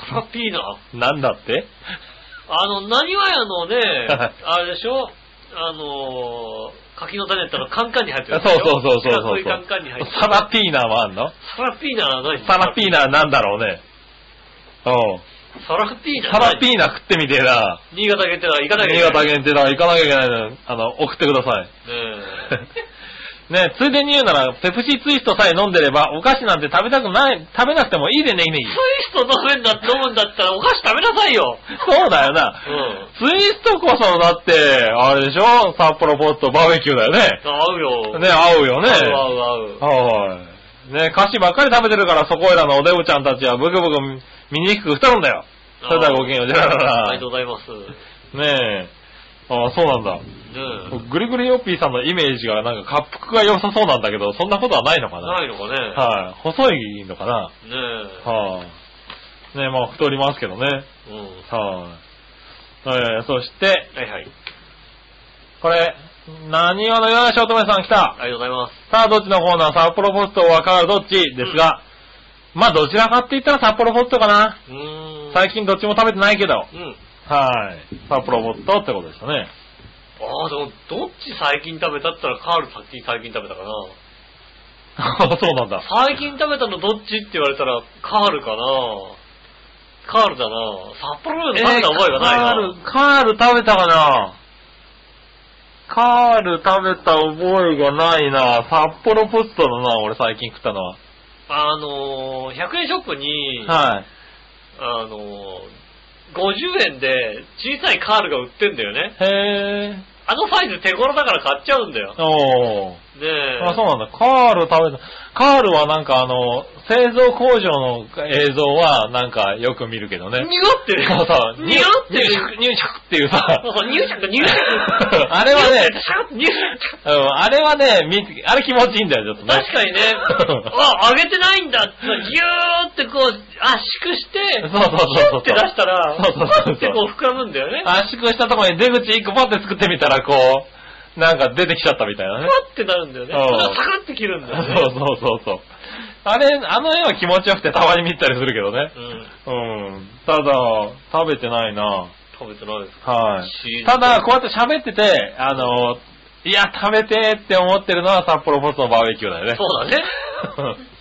S2: トラピーナ。
S3: ギ。なんだって
S2: あの、何わやのね
S3: はい、
S2: あれでしょあのー、柿の種ってのはカンカンに入って
S3: そう
S2: るやつでしょ
S3: そうそうそう
S2: 四
S3: そ
S2: 角
S3: う。
S2: いカンカンに入ってる
S3: サラピーナはあんの
S2: サラピーナは何
S3: サラピーナなんだろうね。うん。
S2: サラピーナ
S3: サラピ
S2: ナ。
S3: ーナ食ってみてえな。
S2: 新潟限定だ。行かなきゃいけない。
S3: 新潟限定だから行かなきゃいけないの。あの、送ってください。
S2: ね
S3: ねついでに言うなら、ペプシツイストさえ飲んでれば、お菓子なんて食べたくない、食べなくてもいいでね、ネギネギ
S2: え。ツイスト飲むんだ、飲むんだったらお菓子食べなさいよ。
S3: そうだよ
S2: う
S3: な。
S2: ん。
S3: ツイストこそ、だって、あれでしょ札幌ポットバーベキューだよね。
S2: 合うよ。
S3: ね、合うよね。
S2: 合う合う合う。
S3: はい。ね、菓子ばっかり食べてるから、そこいらのおデブちゃんたちはブクブク醜く太るんだよ。それではごきげんよう、じゃらら
S2: ありがと
S3: ら
S2: うございます。ね
S3: ねえ。ああ、そうなんだ。
S2: え。
S3: グリグリヨッピーさんのイメージがなんか滑腹が良さそうなんだけど、そんなことはないのかな
S2: ないのかね。
S3: はい。細いのか
S2: ね
S3: な
S2: え。
S3: はい、ねまあ太りますけどね。はい、
S2: うん。
S3: えーそして、
S2: はいはい。
S3: これ、何話のようなしおとめさん来た。
S2: ありがとうございます。
S3: さあ、どっちのコーナー札幌ポストはカールどっちですが、まあ、どちらかって言ったら札幌ポストかな。
S2: うーん。
S3: 最近どっちも食べてないけど。
S2: うん。
S3: はい。札幌ポストってことでしたね。
S2: ああ、でも、どっち最近食べたって言ったら、カール先に最近食べたかな。
S3: そうなんだ。
S2: 最近食べたのどっちって言われたら、カールかな。カールだな。札 幌でも食べた覚えがないな。
S3: えーカール、カール食べたかなカール食べた覚えがないな札幌ポストだな、俺最近食ったのは。
S2: あのー、100円ショップに、
S3: はい。
S2: あのー、50円で小さいカールが売ってんだよね。
S3: へー。
S2: あのサイズ手頃だから買っちゃうんだよ。
S3: おー。
S2: ねえ。
S3: あ、そうなんだ。カール食べた。カールはなんかあの、製造工場の映像はなんかよく見るけどね。
S2: 濁ってる。
S3: そうそう。
S2: 濁って
S3: 入
S2: る。
S3: 食、入食ってい うさ。
S2: そうそう、入社入社
S3: あれはね、
S2: 入社
S3: うん、あれはね、見てあれ気持ちいいんだよ、ちょっとね。
S2: 確か にね、あ、上げてないんだって、ギューってこう圧縮して、
S3: そうそうそうそう
S2: ギューって出したら、
S3: そうそうそうそう
S2: パッてこう膨らむんだよね。
S3: 圧縮したところに出口一個パッて作ってみたら、こう、なんか出てきちゃったみたいな
S2: パ
S3: ね。
S2: ッてなるんだよね。
S3: うん
S2: それがサカって切るんだよね。
S3: そうそうそうそう。あれ、あの絵は気持ちよくてたまに見たりするけどね。
S2: うん。
S3: うん。ただ、食べてないな
S2: 食べてないですか
S3: はい。ただ、こうやって喋ってて、あの、いや、食べてって思ってるのは札幌ポストのバーベキューだよね。
S2: そうだ ね。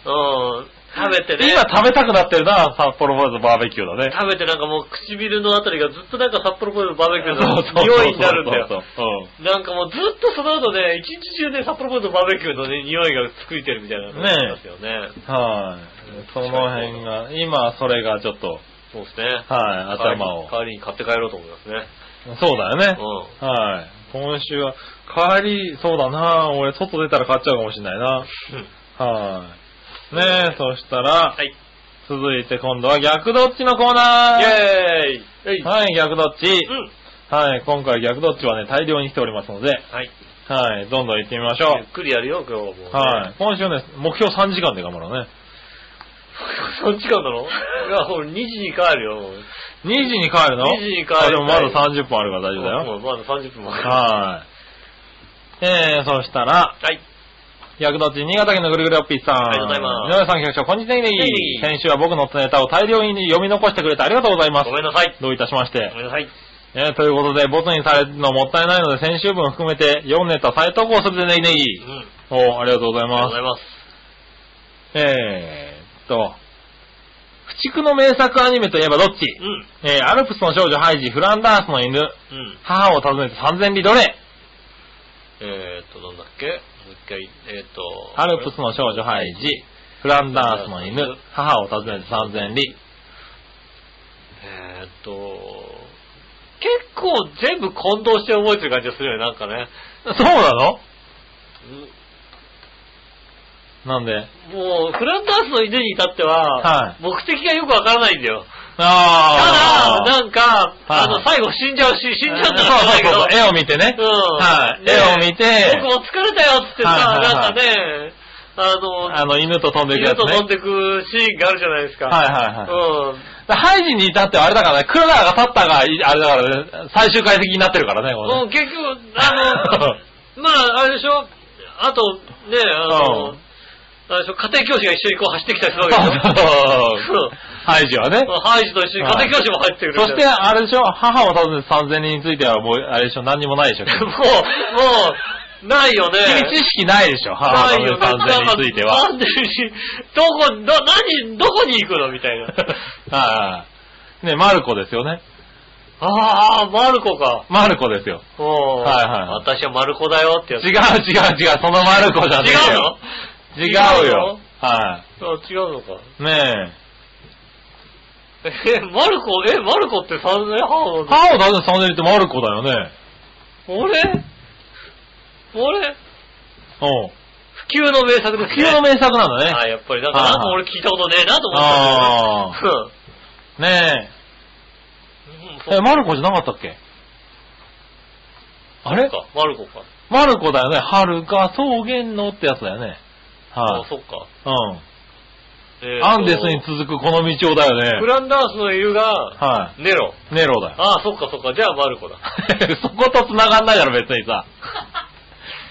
S2: うん。食べてね。
S3: 今食べたくなってるな、札幌ポストのバーベキューだね。
S2: 食べてなんかもう唇のあたりがずっとなんか札幌ポテトバーベキュー
S3: そうそう
S2: の
S3: そう
S2: 匂いになるんだ
S3: そう
S2: よ。
S3: そうそう
S2: なんかもうずっとその後ね、一日中ね、札幌ポテトバーベキューのね、匂いがつくいてるみたいなのがありますよね。
S3: うんはい。その辺が、今それがちょっと、
S2: そうですね。
S3: はい、頭を
S2: 代。わりに代わりに買って帰ろうと思いますね。
S3: そうだよね。
S2: う
S3: はい。今週は、帰り、そうだな俺、外出たら買っちゃうかもしれないな。はい。ねえ、そしたら、
S2: はい
S3: 続いて今度は逆どっちのコーナー
S2: イェーイ
S3: はい、逆どっち、
S2: うん。
S3: はい、今回逆どっちはね、大量に来ておりますので、
S2: はい。
S3: はい、どんどん行ってみましょ
S2: ゆっくりやるよ、今日はもうね、
S3: う。はい、今週ね、目標3時間で頑張ろうね。
S2: そっちかんだ ろいや、俺2時に帰るよ。もう
S3: 2時に帰るの
S2: 2時に帰る
S3: あでもまだ30分あるから大丈夫だ
S2: も
S3: よ。
S2: うまだ30分もある。
S3: はい。えー、そしたら、
S2: はい。
S3: 役立ち、新潟県のぐるぐるおっぴーさん。
S2: ありがとうございます
S3: 井上さん、局長、こんにちは、ネギネ
S2: ネギ
S3: ギ。先週は僕のネタを大量に読み残してくれてありがとうございます
S2: ご。めんなさい。
S3: どういたしまして
S2: ご。めんなさい。
S3: えーということで、ボツにされるのもったいないので、先週分含めて4ネタ再投稿するでネギネ
S2: う
S3: ギ。
S2: ん。
S3: おーありがとうご
S2: あ
S3: ざい
S2: りがとう
S3: ま
S2: ご
S3: す
S2: ざ。います。
S3: えーっと、不畜の名作アニメといえばどっち、
S2: うん。
S3: えーアルプスの少女ハイジ、フランダースの犬、
S2: うん。
S3: 母を訪ねて三千里どれ
S2: えーっと、なんだっけもう一回、えーっと。
S3: アルプスの少女ハイジ、フランダースの犬、母を訪ねて三千里。
S2: えーっと、結構全部混同して覚えてる感じがするよね、なんかね。
S3: そうなのなんで
S2: もう、フランダースの犬に至っては、
S3: はい
S2: 目的がよくわからないんだよ。た
S3: あ
S2: だ、なんか、
S3: はい
S2: あの、最後死んじゃうし、死んじゃったから
S3: そう
S2: ないけ
S3: そう
S2: ど、
S3: そう、絵を見てね。はい
S2: ね
S3: 絵を見て
S2: 僕も疲れたよっつってさ、
S3: はいはい
S2: な
S3: はい
S2: んかね、あの、
S3: あの、犬と飛んでいくや
S2: 犬
S3: つ
S2: と
S3: ね。
S2: 飛んでくシーンがあるじゃないですか。
S3: はいはいはい。
S2: うん。
S3: ハイジに至ってはあれだからね、クララが去ったが、いあれだからね、最終回的になってるからね、これね
S2: うん、結局、あの、まあ、あれでしょ、あと、ね、あの、
S3: うん
S2: あれでしょ、家庭教師が一緒にこう走ってきたりする
S3: そう
S2: わけでしょ。
S3: そう ハイジはね。
S2: ハイジと一緒に家庭教師も入ってくるみ
S3: そ
S2: たい
S3: し
S2: な
S3: て、あれでしょ、母を訪ねて三千人についてはもう、あれでしょ、何にも ないでしょ。
S2: もう、もう、ないよね。
S3: 君知識ないでしょ、母
S2: な
S3: を訪
S2: い
S3: ね
S2: よ
S3: て三千人については。
S2: なんで、どこ、ど、何、どこに行くのみた いな。
S3: はい。ね、マルコですよね。
S2: ああ、マルコか。
S3: マルコですよ。
S2: うん
S3: はいはい
S2: 私はマルコだよってやつ。
S3: 違う違う違う、そのマルコじゃねえよ。
S2: 違うの
S3: 違う
S2: 違う
S3: よ
S2: よ。
S3: は
S2: あ違うのか。
S3: い。ね
S2: え、マルコ、え、マルコって三年半
S3: え。母を訪ねて三千人ってマルコだよね。
S2: 俺俺
S3: うん。
S2: 不朽の名作です
S3: 不朽の名作なんだね。
S2: あやっぱり、なんか、なんか俺聞いたことねえなと思
S3: あ
S2: ったんだよね
S3: ね
S2: うん
S3: え。え、マルコじゃなかったっけあれ
S2: そっかマルコか。
S3: マルコだよね。遥か草原のってやつだよね。
S2: あ
S3: は、い。
S2: そっか。
S3: う
S2: えー
S3: ん。
S2: と
S3: アンデスに続くこの道をだよ
S2: フ
S3: ね。
S2: ランダースの湯が、
S3: は
S2: ネロ。
S3: い。ネロだよ。
S2: ああ、そっかそっか。じゃあマルコだ。
S3: そこと繋がんないだろ、別 にさ。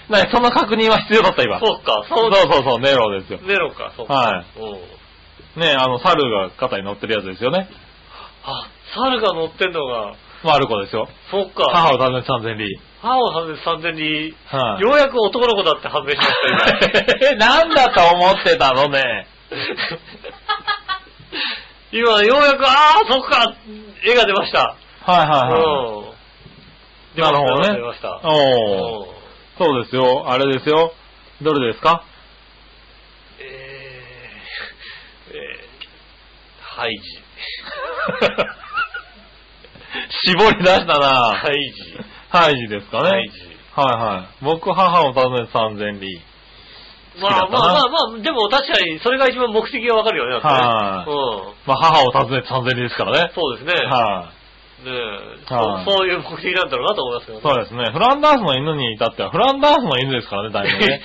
S3: なにその確認は必要だった、今。
S2: そっか、
S3: そう
S2: だ。
S3: そうそう、ネロですよ。
S2: ネロか、そっか。
S3: はい
S2: うん。
S3: ねあの、猿が肩に乗ってるやつですよね。
S2: あ、猿が乗ってんのが、
S3: マルコですよ。
S2: そっか。
S3: 母を訪ねて三千里。
S2: 歯を外す三千に、
S3: はい、
S2: ようやく男の子だって判明しました、今。
S3: なんだと思ってたのね。
S2: 今、ようやく、ああ、そっか、絵が出ました。
S3: はいは
S2: う
S3: いは
S2: ん。
S3: い。なるほどね
S2: 出ました。。
S3: おお。
S2: うん
S3: そうですよ。あれですよ。どれですか
S2: えー、えー、ハイジ。
S3: 絞り出したな
S2: ハイジ。
S3: ハイジですかね。
S2: ハイジ。
S3: はいはい。僕、母を訪ねて三千里。
S2: まあまあまあまあ、でも確かに、それが一番目的がわかるよね、だってね。うん。
S3: まあ、母を訪ねて三千里ですからね。
S2: そうですね。
S3: はい、
S2: ねえ
S3: はい
S2: そうそういう目的なんだろうなと思いますよね。
S3: そうですね。フランダースの犬に至っては、フランダースの犬ですからね、大体 ね。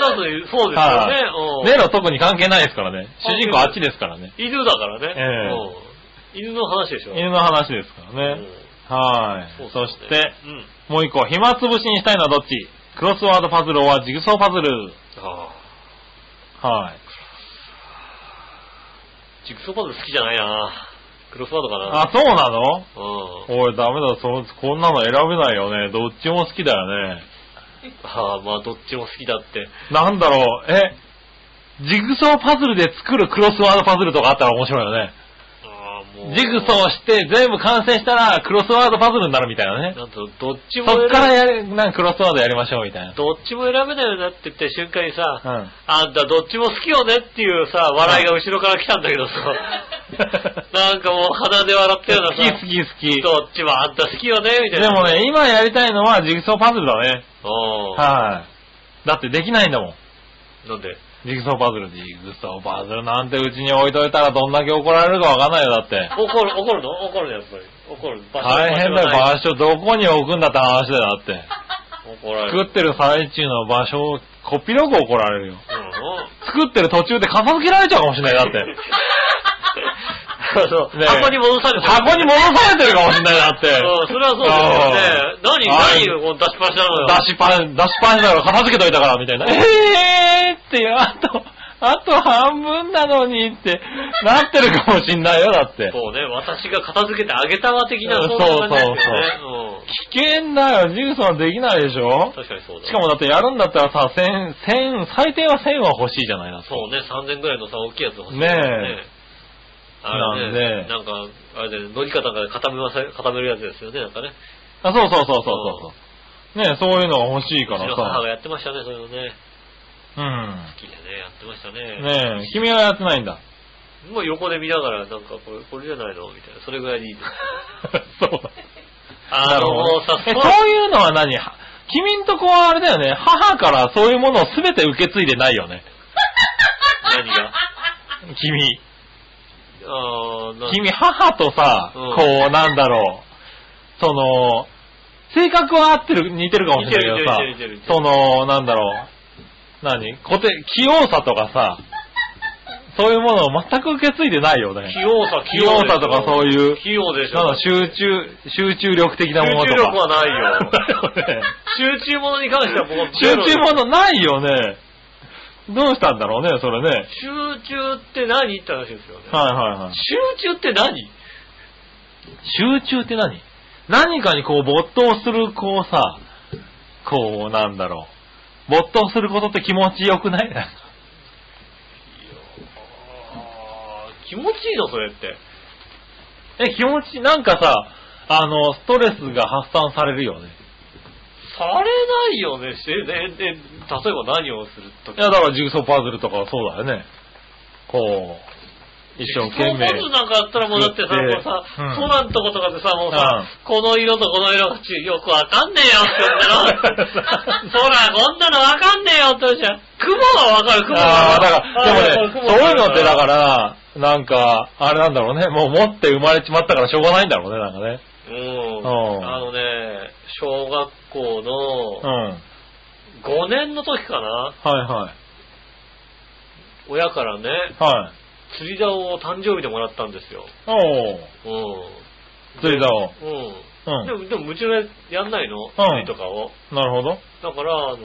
S2: そうですよね。うん
S3: ネロ特に関係ないですからね。主人公あっちですからね。
S2: 犬だからね。
S3: ええ
S2: うん犬の話でしょ。
S3: 犬の話ですか
S2: う
S3: らね
S2: ん。
S3: はい。
S2: う
S3: そ
S2: そう
S3: して、
S2: うん。
S3: もう一個、暇つぶしにしたいのはどっちクロスワードパズルはジグソーパズル。
S2: あ
S3: はい。
S2: ジグソーパズル好きじゃないなクロスワードかな。
S3: あ、そうなの
S2: うん。
S3: おい、ダメだ、その、こんなの選べないよね。どっちも好きだよね。
S2: ああ、まあ、どっちも好きだって。
S3: なんだろう、え、ジグソーパズルで作るクロスワードパズルとかあったら面白いよね。
S2: ああ、もう。
S3: ジグソーして全部完成したらクロスワードパズルになるみたいなね。
S2: なんと、どっちも
S3: そ
S2: 選
S3: っ
S2: べ
S3: からやれ、なんかクロスワードやりましょうみたいな。
S2: どっちも選べないようになってって瞬間にさ、
S3: うん。
S2: あんたどっちも好きよねっていうさ、笑いが後ろから来たんだけど さ、なんかもう鼻で笑ったよう
S3: 好
S2: な
S3: き
S2: さ
S3: 好、き好き。
S2: どっちもあんた好きよねみたい
S3: で
S2: な。
S3: もね、今やりたいのはジグソーパズルだね。
S2: うん。
S3: はい。だってできないんだもん。
S2: なんで
S3: ジグソーパズル、ジグソーパズルなんてうちに置いといたらどんだけ怒られるかわかんないよ、だって。
S2: 怒る、怒るの怒るのやっぱり。怒る。場所
S3: 大変だよ、
S2: 場所がない
S3: 場所どこに置くんだって話だよ、だって。
S2: 怒られ
S3: 作
S2: る。
S3: ってる最中の場所をこっぴろく怒られるよ。
S2: うん
S3: 作ってる途中で片付けられちゃうかもしれない、だって。
S2: そうそう。
S3: ねえ
S2: 箱に戻されてる
S3: 箱に戻されてるかもしれない、だって。
S2: うん、それはそうですよね。何、
S3: はい
S2: 何を出しっぱなしなのよ。
S3: 出しパン、出しパンだから片付けといたから、みたいな。えーって、あと、あと半分なのにって、なってるかもしんないよ、だって。
S2: そうね、私が片付けてあげたわ的な、
S3: うん
S2: そんな感じですよね。
S3: 危険だよ、ジグソーできないでし
S2: うん。
S3: ょ
S2: 確かにそうだ。
S3: しかもだってやるんだったらさ、千、千、最低は1000は欲しいじゃないな、
S2: そうね、3000ぐらいのさ、大きいやつ欲しい、
S3: ねえ。
S2: あれね、
S3: な
S2: なんか、あれね、乗り方が固めませ、固めるやつですよね、なんかね。
S3: あ、そうそうそうそうそう。ねそういうのが欲しいうか
S2: ち
S3: ら
S2: の母が
S3: さ。
S2: やってましたね、そういうのね。好
S3: う
S2: きでね、やってましたね。
S3: ん。ねえ、君はやってないんだ。
S2: もう横で見ながら、なんか、これ、これじゃないのみたいな。それぐらいでいいです。
S3: そう
S2: あの、もうさ、
S3: え、
S2: スポーツ
S3: そういうのは何は君んとこはあれだよね、母からそういうものを全て受け継いでないよね。
S2: 何が
S3: 君。
S2: あーなん
S3: 君、母とさ、
S2: うん
S3: こう、なんだろう、その、性格は合ってる、似てるかもしれないけどさ
S2: 似てる似てる似てる似て、る
S3: その、なんだろう、何小手、器用さとかさ、そういうものを全く受け継いでないよね。
S2: 器用さ、
S3: 器用さとかそう
S2: う。
S3: いう、
S2: 器用でし
S3: なん
S2: ょ
S3: だ、。集中、集中力的な
S2: 集
S3: もの
S2: 中
S3: と
S2: 力は
S3: か。
S2: ない
S3: だよ
S2: よ
S3: ね。
S2: 集中物に関してはもう、
S3: 集中ものないよね。どうしたんだろうね、それね。
S2: 集中って何って話ですよね。
S3: はいはいはい。
S2: 集中って何
S3: 集中って何何かにこう没頭する、こうさ、こうなんだろう。没頭することって気持ちよくない
S2: あー気持ちいいのそれって。
S3: え、気持ち、なんかさ、あの、ストレスが発散されるよね。
S2: されないよね、してね。で、例えば何をすると
S3: いや、だからジグソーパズルとかはそうだよね。こう、一生懸命。
S2: そうなんかあったらもうだってさ、
S3: 作っ
S2: も
S3: て
S2: うさ、
S3: うん
S2: 空のとことかでさ、もうさ、この色とこの色がちよくわかんねえよって言ったら、 空こんなのわかんねえよって言ったら、雲はわかる、雲
S3: あ
S2: は
S3: あ、だから、でもね、そういうのってだから、なんか、あれなんだろうね。もう持って生まれちまったからしょうがないんだろうね、なんかね。
S2: うん
S3: ん
S2: あのね、小学校
S3: う
S2: の
S3: ん。
S2: 5年の時かな、
S3: はいはい。
S2: 親からね、
S3: はい。
S2: 釣り竿を誕生日でもらったんですよ。
S3: おー。
S2: う
S3: 釣りだを。
S2: ん。うん。
S3: うん
S2: で。も、でも、無知のやんないの釣りとかを。
S3: なるほど。
S2: だから、あの、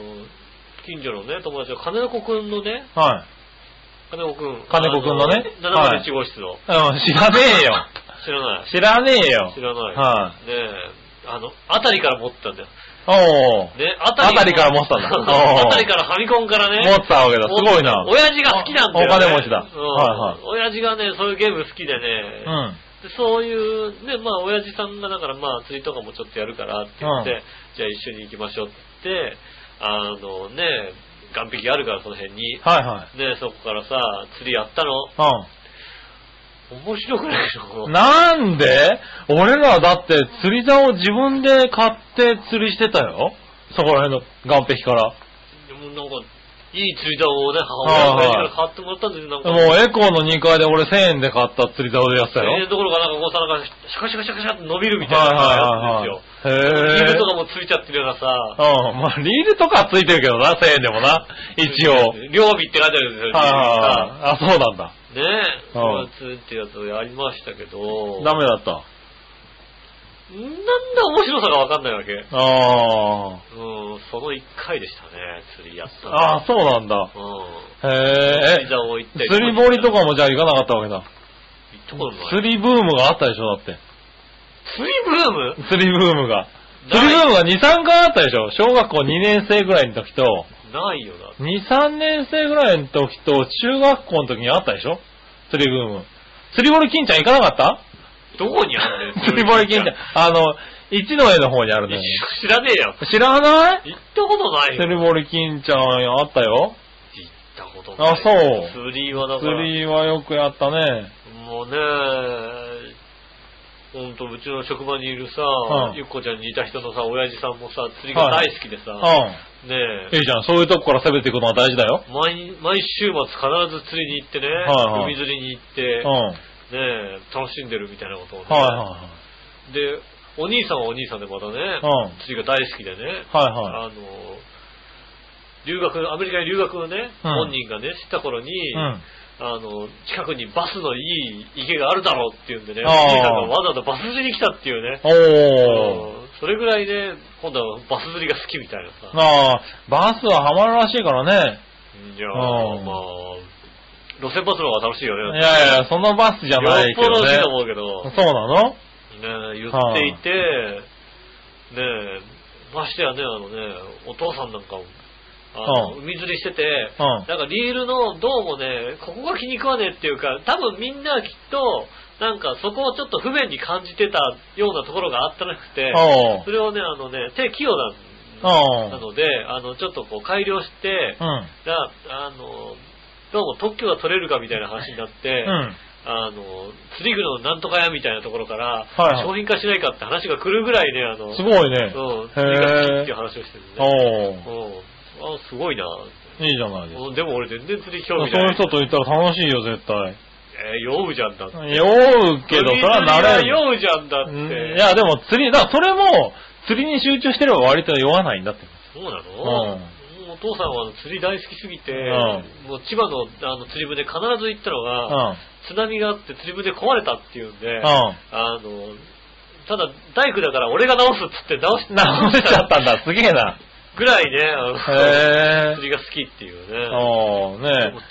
S2: 近所のね、友達の金子くんのね、
S3: はい。
S2: 金子くん。
S3: 金子くんのね
S2: あ
S3: はい
S2: 701号室の。
S3: うん、知らねえよ。
S2: 知らない。
S3: 知らねえよ
S2: 知。らない。
S3: は
S2: ねえ、あの、あたりから持ってたんだよ。
S3: おお。
S2: ね、あたり。
S3: あたりから持ってた んだ
S2: あたりからファミコンからね。
S3: 持ったわけだ。すごいな。う
S2: 親父が好きなんだよ、ね。
S3: お金持ちだ
S2: うん
S3: はいはい
S2: 親父がね、そういうゲーム好きでね。
S3: ん。
S2: でそういう、ね、まあ、親父さんがだから、まあ、釣りとかもちょっとやるからって言って、
S3: うん
S2: じゃあ一緒に行きましょうって言って、あのね、岸壁あるから、その辺に。
S3: はいはい。
S2: ね、そこからさ、釣りやったの。面白くない
S3: うん。
S2: の
S3: なんで俺らだって釣り竿を自分で買って釣りしてたよ。そこら辺の岸壁から。
S2: でもなんか、いい釣り竿をね、母親から買ってもらったんですよ、なんか。
S3: もうエコーの2階で俺1000円で買った釣り竿でやってた
S2: ええ
S3: よ。
S2: どころかなんかこうさ、なんか、シャカシャカシャカシャって伸びるみたいなやつ
S3: はい
S2: ですよ。
S3: はいはいはい。へ
S2: リ
S3: え。
S2: ールとかもついちゃってるようなさ、
S3: うん。まあ、リールとかはついてるけどな、1000円でもな。一応。はい
S2: 料理って書いてあるんですよ、
S3: はいはい。あ、そうなんだ。
S2: リールにさねえ、
S3: うん
S2: そいつってやつをやりましたけど、
S3: ダメだった。
S2: なんだ面白さがわかんないわけ。うん、
S3: あ
S2: その一回でしたね、釣りやった
S3: あ。
S2: の
S3: ああ、そうなんだ。
S2: うん。
S3: へ
S2: 釣り竿を行って
S3: え。釣り堀とかもじゃあ行かなかったわけだ。
S2: ったことない。
S3: 釣りブームがあったでしょ、だって。
S2: 釣りブーム
S3: 釣りブームが。 釣りブ
S2: な
S3: ー
S2: い
S3: ムが2、3回あったでしょ。小学校2年生ぐらいの時と、
S2: ないよな。
S3: 2、3年生ぐらいの時と、中学校の時にあったでしょ釣りブーム。釣り堀金ちゃん行かなかっ
S2: どこにあるん
S3: た
S2: だよ。
S3: 釣り堀金ちゃん。あの、一の絵の方にあるのよね。
S2: 知らねえやん。
S3: 知らない
S2: 行ったことないよ。
S3: 釣り堀金ちゃんあった
S2: 行っ
S3: よ。
S2: たことない。
S3: あそう
S2: 釣りはだか
S3: 釣
S2: ら、
S3: りはよくやったね。
S2: もうね、ほんと、うちの職場にいるさ、
S3: うん
S2: ゆっこちゃんにいた人のさ、親父さんもさ、釣りが大好きでさ、
S3: う
S2: ね
S3: ん。いいじゃん。そういうとこから攻めていくのは大事だよ。
S2: え、毎、毎週末必ず釣りに行ってね、
S3: はいはい
S2: 海釣りに行っ
S3: う
S2: て
S3: ん。、はい
S2: ねえ、楽しんでるみたいなことをね、
S3: は
S2: で、お兄さんはお兄さんでまたね、
S3: いはい。うん。
S2: 釣りが大好きでね、
S3: はいはい。
S2: あの、留学、アメリカに留学をね、
S3: うん
S2: 本人がね、知った頃に、
S3: うん。
S2: あの、近くにバスのいい池があるだろうっていうんでね、お
S3: あー
S2: 兄さんがわざわざバス釣りに来たっていうね、
S3: おー。
S2: うんそれぐらいね、今度はバス釣りが好きみたいなさ、
S3: ああ、バスはハマるらしいからね。
S2: じゃあ、
S3: うん
S2: まあ、路線バスの方が楽しいよ
S3: い
S2: ね。
S3: やいや、そのバスじゃないけ
S2: よっぽど
S3: ど
S2: 好き
S3: ね
S2: と。思うけど、
S3: そうなの
S2: ね、言っていて、ねえ、ましてやね、あのね、お父さんなんかも、あの、
S3: う
S2: 海釣りしてて、
S3: うん
S2: なんかリールの、どうもね、ここが気に食わねえっていうか、多分みんなきっと、なんかそこをちょっと不便に感じてたようなところがあったらしくて、
S3: おう
S2: それをね、あのね、手器用なん
S3: うん。
S2: なので、あの、ちょっとこう改良して、
S3: うん。
S2: だあの、どうも特許が取れるかみたいな話になって、
S3: うん。
S2: あの、釣り具のなんとか屋みたいなところから、
S3: はいはい
S2: 商品化しないかって話が来るぐらいね、あの、
S3: すごいね。
S2: うん、釣りが好きってい
S3: へ
S2: う
S3: え。
S2: 話をしてるね。
S3: おう
S2: うんあ、すごいな。
S3: いいじゃないですか。
S2: うんでも俺全然釣り
S3: そ
S2: 興
S3: う
S2: 味ない
S3: いう。人といたら楽しいよ、絶対。
S2: えー酔うじゃんだって。
S3: 酔うけど、それはなれ
S2: 釣り
S3: る
S2: は。酔うじゃんだっ
S3: うん
S2: て。
S3: いや、でも釣り、だからそれも、釣りに集中してれば割と酔わないんだって。
S2: そうなの、
S3: うん
S2: もうお父さんは釣り大好きすぎて、
S3: う
S2: もう千葉のあの釣り船必ず行ったの
S3: うん。
S2: が、
S3: う
S2: 津波があって釣り船壊れたっていうんで、
S3: ん。
S2: あの、ただ大工だから俺が直すっつって直し
S3: 直しちゃったんだ、すげ えな。
S2: ぐらいね、あの
S3: へ
S2: 釣りが好きっていうね。
S3: おー、ね
S2: もう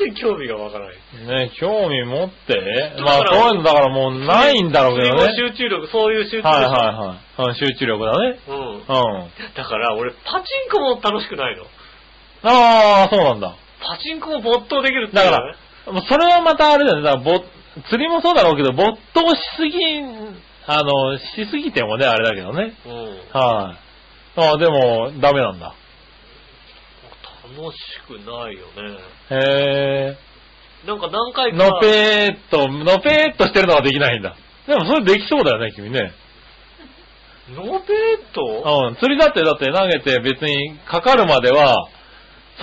S2: 全然興味がわからない。
S3: ね、興味持って、
S2: だ
S3: まあ
S2: から
S3: そういうのだからもうないんだろうけど
S2: 釣
S3: ね。
S2: りも集中力、そういう集中力。
S3: はいはいはいうん。集中力だね。
S2: うん
S3: う。ん。
S2: だから俺、パチンコも楽しくないの。
S3: ああ、そうなんだ。
S2: パチンコも没頭できるって
S3: だ
S2: いう
S3: か
S2: の
S3: ら、もうそれはまたあれだよね。だからぼ釣りもそうだろうけど、没頭しすぎ、あの、しすぎてもね、あれだけどね。
S2: うん。
S3: はい、ああ、でも、ダメなんだ。
S2: 楽しくないよね。
S3: へえ。
S2: なんか何回か。
S3: のぺーっと、のぺーっとしてるのはできないんだ。でもそれできそうだよね、君ね。
S2: ノペット
S3: うん、釣りだってだって投げて別にかかるまでは、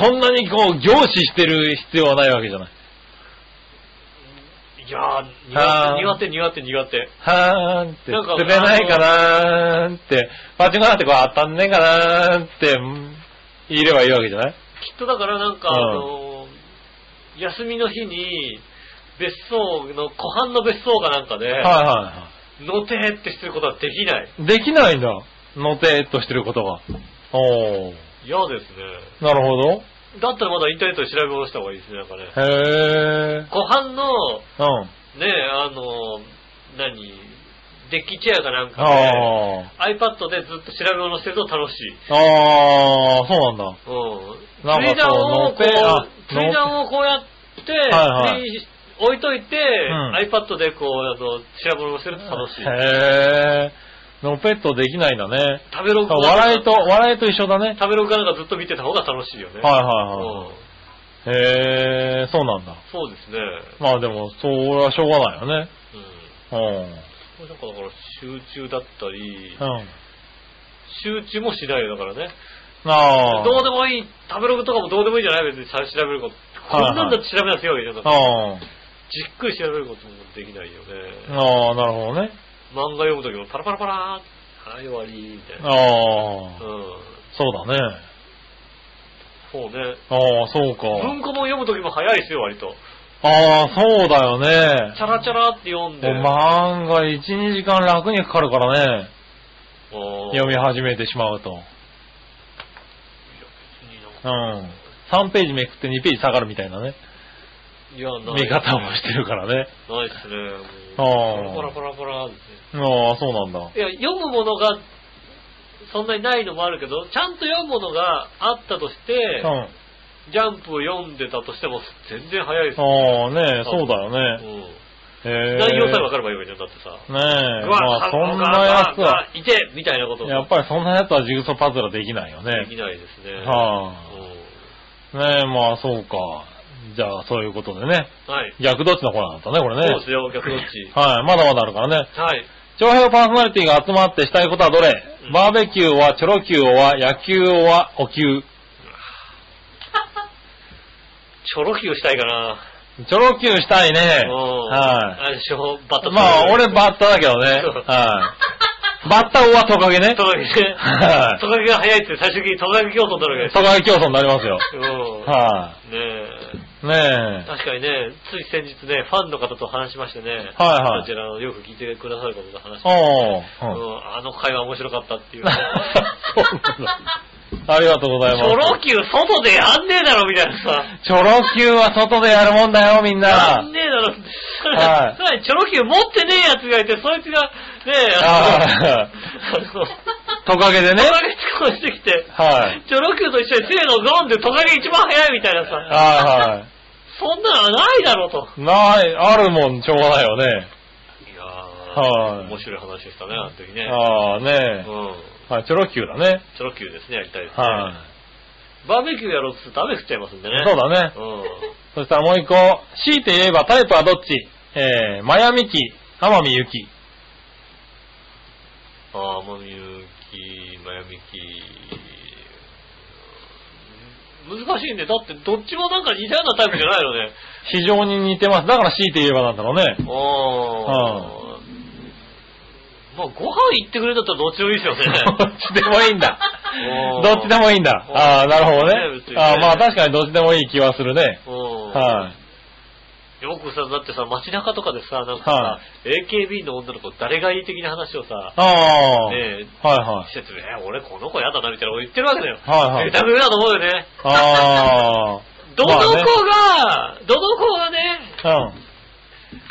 S3: そんなにこう、凝視してる必要はないわけじゃない。
S2: いやー
S3: あー
S2: 苦手、苦手、苦手、苦手。
S3: はーんって、
S2: なんか
S3: 釣れないかなーんって、パチンコなんてこう当たんねえかなーんって、うんいればいいわけじゃない
S2: きっとだからなんか、
S3: うん
S2: あのー休みの日に、別荘の、湖畔の別荘かなんかで、
S3: はいは
S2: のてーってしてることはできない。
S3: いはい。できないんだ。のてーっとしてることが。おー。
S2: 嫌ですね。
S3: なるほど。
S2: だったらまだインターネットで調べ物した方がいいですね、なんかね。
S3: へー。
S2: 湖畔の、
S3: うん。
S2: ね、あの、何、デッキチェアかなんかで、
S3: あー。
S2: iPad でずっと調べ物してると楽しい。
S3: あー、そうなんだ。
S2: うん。
S3: な
S2: 釣
S3: んか
S2: り竿をこ
S3: そうのっぺあ
S2: う、釣り竿をこうやって、
S3: はいはい
S2: 釣り置いといて、
S3: ん
S2: iPad でこう、あの、調べ物してると楽しい。
S3: へー。のぺっとできないんだね。
S2: 食べログかなんか
S3: 笑いと、笑いと一緒だね。
S2: 食べログかなんかずっと見てた方が楽しいよね。
S3: はい
S2: う
S3: は
S2: ん。
S3: いはい。へー、そうなんだ。
S2: そうですね。
S3: まあでも、それはしょうがないよね。
S2: うん。
S3: うん。
S2: これなんかだから集中だったり、
S3: うん。
S2: 集中もしないよだからね。
S3: ああ。
S2: どうでもいい、食べログとかもどうでもいいじゃない別に調べること。こ
S3: はいはい
S2: んなんだって調べなすよ、みたいな。じ
S3: あ
S2: っくり調べることもできないよ
S3: あ。
S2: ね。
S3: ああ、なるほどね。
S2: 漫画読むときもパラパラパラーはい、終わり、みたいな。
S3: あ
S2: う
S3: あ。
S2: ん。
S3: そうだね。
S2: そうね。
S3: ああ、そう
S2: 文
S3: か。
S2: 庫も読むときも早いですよ、割と。
S3: ああ、そうだよね
S2: チ。ャラチャラって読んで。
S3: もう漫画1、2時間楽にかかるからね。
S2: うん
S3: 読み始めてしまうと。
S2: いや別になん
S3: う
S2: か
S3: ん。3ページめくって2ページ下がるみたいなね。
S2: いや、ない。
S3: 見方をしてるからね。
S2: ないですね。
S3: ああ
S2: パラパラパラパラですね
S3: ああ、そうなんだ。
S2: いや、読むものが、そんなにないのもあるけど、ちゃんと読むものがあったとして、
S3: うん。
S2: ジャンプを読んでたとしても、全然早いです。
S3: ああ、ねえ、そうだよね。
S2: うん
S3: ええ。
S2: 内容さえ分かればいいわけじゃん、だってさ。
S3: ねえ、
S2: う
S3: まあそんなやつは、、
S2: いてみたいなこと
S3: やっぱりそんなやつはジグソーパズルはできないよ
S2: でき
S3: ね。
S2: ないですね。
S3: はあ
S2: う
S3: ねえ、まあそうか。じゃあそういうことでね。
S2: んはい。
S3: 逆どっちのコーナーだったね、これね。
S2: そうですよ、逆どっち。
S3: はい、まだまだあるからね。
S2: はい。
S3: 長編パーソナリティが集まってしたいことはどれ、
S2: うん
S3: バーベキューはチョロ Q は野球はお球。
S2: チョロキューしたいかな。
S3: チョロ Q したいね。
S2: うん
S3: は
S2: あれでしょ、バッタ
S3: い。まあ俺
S2: ッ
S3: バッタだけどね。
S2: そう
S3: はい。バッタはトカゲね。
S2: ト
S3: ト
S2: カゲね
S3: はい。
S2: トカゲが速いって最終的にトカゲ競争になるわけですよ。
S3: カゲ競争になりますよ。
S2: うん
S3: は
S2: ねえ。
S3: い。ねえ。
S2: 確かにね、つい先日ね、ファンの方と話しましてね、
S3: はいはい
S2: こちらのよく聞いてくださる方と話して、
S3: おー。うん
S2: うんあの会話面白かったっていう、ね。
S3: そうなんだ。ありがとうござい
S2: チ
S3: ま
S2: ョ
S3: す。
S2: ロキュー外でやんねえだろみたいなさ。
S3: チョロ Q は外でやるもんだよ、みん
S2: やん
S3: な。
S2: ねえだろ。
S3: はい
S2: さらにチョロキュー持ってねえやつがいて、そいつが、ねえ、
S3: あ
S2: あの、
S3: トカゲでね。
S2: トカゲ突っ込んできて、
S3: はい。
S2: チョロキューと一緒にせーのゴンでトカゲ一番早いみたいなさ、
S3: は
S2: そんなのはないだろうと。
S3: いはい。ない、あるもん、しょうがないよね。
S2: いやー、
S3: はい
S2: 面白い話でしたね、あの時ね。
S3: ああ、
S2: う
S3: ね
S2: ん。
S3: え。はい、チョロ Q だね。
S2: チョロキューですね、やりたいですね。
S3: は
S2: バーベキューやろうとすると雨降っちゃいますんで
S3: い
S2: ね。。
S3: そうだね。
S2: うん。
S3: そしたらもう一個、強いて言えばタイプはどっちえー、マヤミキ、天海祐希。
S2: あー、もみゆき、まやみき。難しいね。だって、どっちもなんか似たようなタイプじゃないよね。
S3: 非常に似てます。だから強いて言えばなんだろうね。
S2: あー。まあ、ご飯行ってくれたったらどっちもいいですよね。
S3: どっちでもいいんだ
S2: お。ー
S3: どっちでもいいんだ。
S2: おー
S3: ああ、なるほど
S2: ね
S3: ね
S2: 別に。ね
S3: ああまあ確かにどっちでもいい気はするね。
S2: うん。
S3: はい。
S2: よくさ、だってさ、街中とかでさ、なんかさ、
S3: は
S2: AKB の女の子誰がいい的な話をさ、
S3: ああ。
S2: ねえ、
S3: はいはい。
S2: 施設で、え俺この子やだなみたいなこと言ってるわけだよ。
S3: はいはい
S2: ネタだと思うよね。
S3: あ
S2: どの子が、どの子がね、
S3: あ。うん。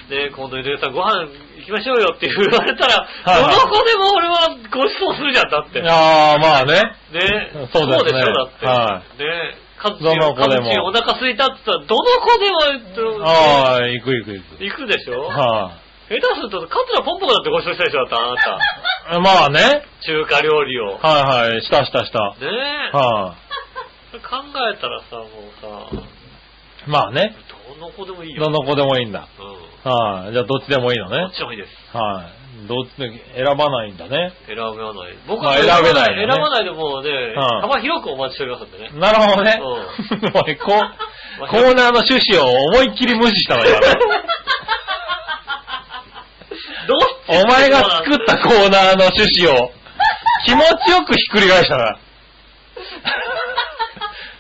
S2: ね今度井上さんご飯行きましょうよって言われたら、
S3: はいはい
S2: どの子でも俺はご馳走するじゃん、だって。ね
S3: ああ、まあね。そうですね
S2: そうでしょ、だって。
S3: は
S2: ねカズチ
S3: どの子でも
S2: お腹空いたって言ったら、どの子でも、
S3: ああ、行く行く行く。
S2: 行くでしょ
S3: は
S2: 下手すると、カツラポンポコだってご馳走したでしょ、だってあなた。
S3: い。まあね。
S2: 中華料理を。
S3: はいはい。したしたした。
S2: ねえ。
S3: は
S2: 考えたらさ、もうさ、
S3: い。まあね。
S2: どの子でもいいよ。
S3: どの子でもいいんだ。
S2: うん。
S3: はい。じゃあどっちでもいいの
S2: どっ
S3: ね。
S2: ちもいいです。
S3: はい。どっちで選ばないんだね。
S2: 選べない。僕
S3: まあ選べないよね
S2: 選ばないでもうね、
S3: ん
S2: 幅広くお待ちしておりますんで ね。
S3: なるほど
S2: う
S3: ね。おいこうコーナーの趣旨を思いっきり無視したのよ。
S2: どっち
S3: お前が作ったコーナーの趣旨を気持ちよくひっくり返した な。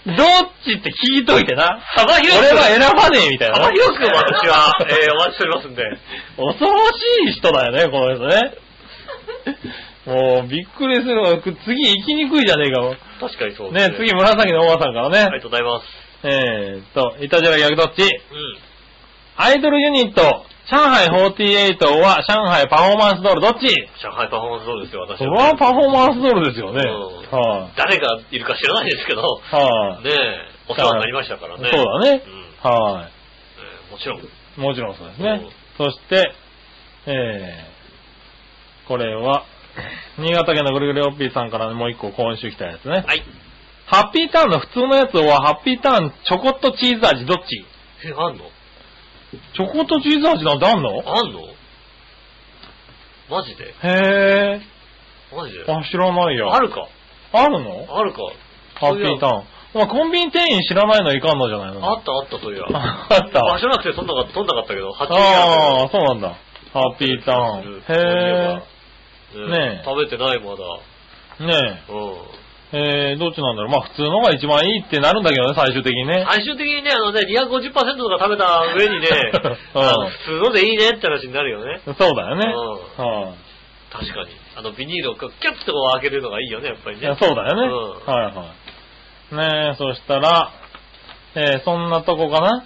S3: どっちって聞いといてな。
S2: 幅
S3: 俺
S2: 広く。
S3: は選ばねえみたいな。
S2: 幅広く私 は、えーお待ちしておりますんで。
S3: 恐ろしい人だよね、この人ね。もう、びっくりするわ。次行きにくいじゃねえかも。
S2: 確かにそうです
S3: ね、次紫のおばさんからね。
S2: ありがとうございます。
S3: えーっと、いたじら逆どっち
S2: うん。
S3: アイドルユニット、上海48は上海パフォーマンスドールどっち
S2: 上海パフォーマンスそうですよ、私
S3: それはパフォーマンスドールですよね。
S2: うん
S3: はい、
S2: 誰がいるか知らないですけど、
S3: はい、
S2: ねえ、お世話になりましたからね。
S3: そうだね
S2: うん。
S3: はい、
S2: えーもちろん。
S3: もちろんそうですね。そして、えー、これは、新潟県のぐるぐるおっぴーさんからもう一個今週来たやつね。
S2: はい。
S3: ハッピーターンの普通のやつは、ハッピーターンチョコっとチーズ味どっち
S2: え、あんの
S3: チョコっとチーズ味なんてあんの
S2: あんのマジで
S3: へ
S2: マジで
S3: ー。あ、知らないよ。
S2: あるか
S3: あるの
S2: あるか
S3: ハッピーターン。まあ、コンビニ店員知らないのいかんのじゃないの
S2: あったあったといや。
S3: あった
S2: 場所なくて飛んだか、飛んなかったけど、8
S3: ああ、そうなんだ。ハッピーターン。
S2: え
S3: へねえ
S2: 食べてないまだ。
S3: え。ね
S2: う
S3: え。えー、どっちなんだろう。まあ普通のが一番いいってなるんだけどね、最終的に
S2: ん。
S3: ね。、
S2: 最終的にね、あのね、250%とか食べた上にね
S3: うん
S2: あの普通のでいいねって話になるよね。
S3: そうだよね。
S2: う
S3: は
S2: 確かに。あの、ビニールをキャッとこう開けるのがいいよね、やっぱり
S3: い。い
S2: ね
S3: や、。そうだよね。
S2: うん
S3: はいはい。ねえ、そしたら、えー、そんなとこかな。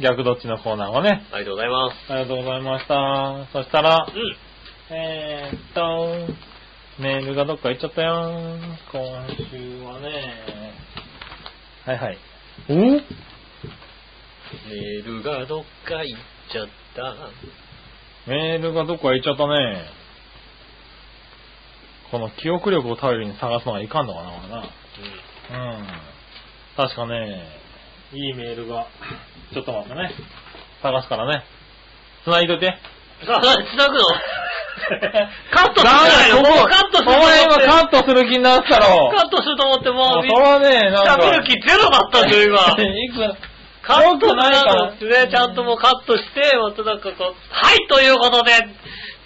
S3: え逆どっちのコーナーもね、
S2: ありがとうございます。
S3: ありがとうございました。そしたら
S2: う、ん。
S3: えーっと、メールがどっか行っちゃったよ今週はね、はいはい。お
S2: メールがどっか行っちゃった。
S3: メールがどっか行っちゃったね。この記憶力を頼りに探すのはいかんのかな、これな。うん。確かね、いいメールが、ちょっと待ってね。探すからね。繋いどい て。
S2: さあ、繋 ぐのカットするんじゃない
S3: だ
S2: のも
S3: よこ
S2: う
S3: こ
S2: カットする
S3: お
S2: と
S3: 前
S2: 思って。
S3: はカットする気になったろ。
S2: カットすると思って、も、
S3: そうれはね、なんか。
S2: 喋る気ゼロだったんだよ、今。
S3: いくら
S2: カット
S3: よくないから
S2: ですね、ちゃんともうカットして、またなんかこう、はいということで、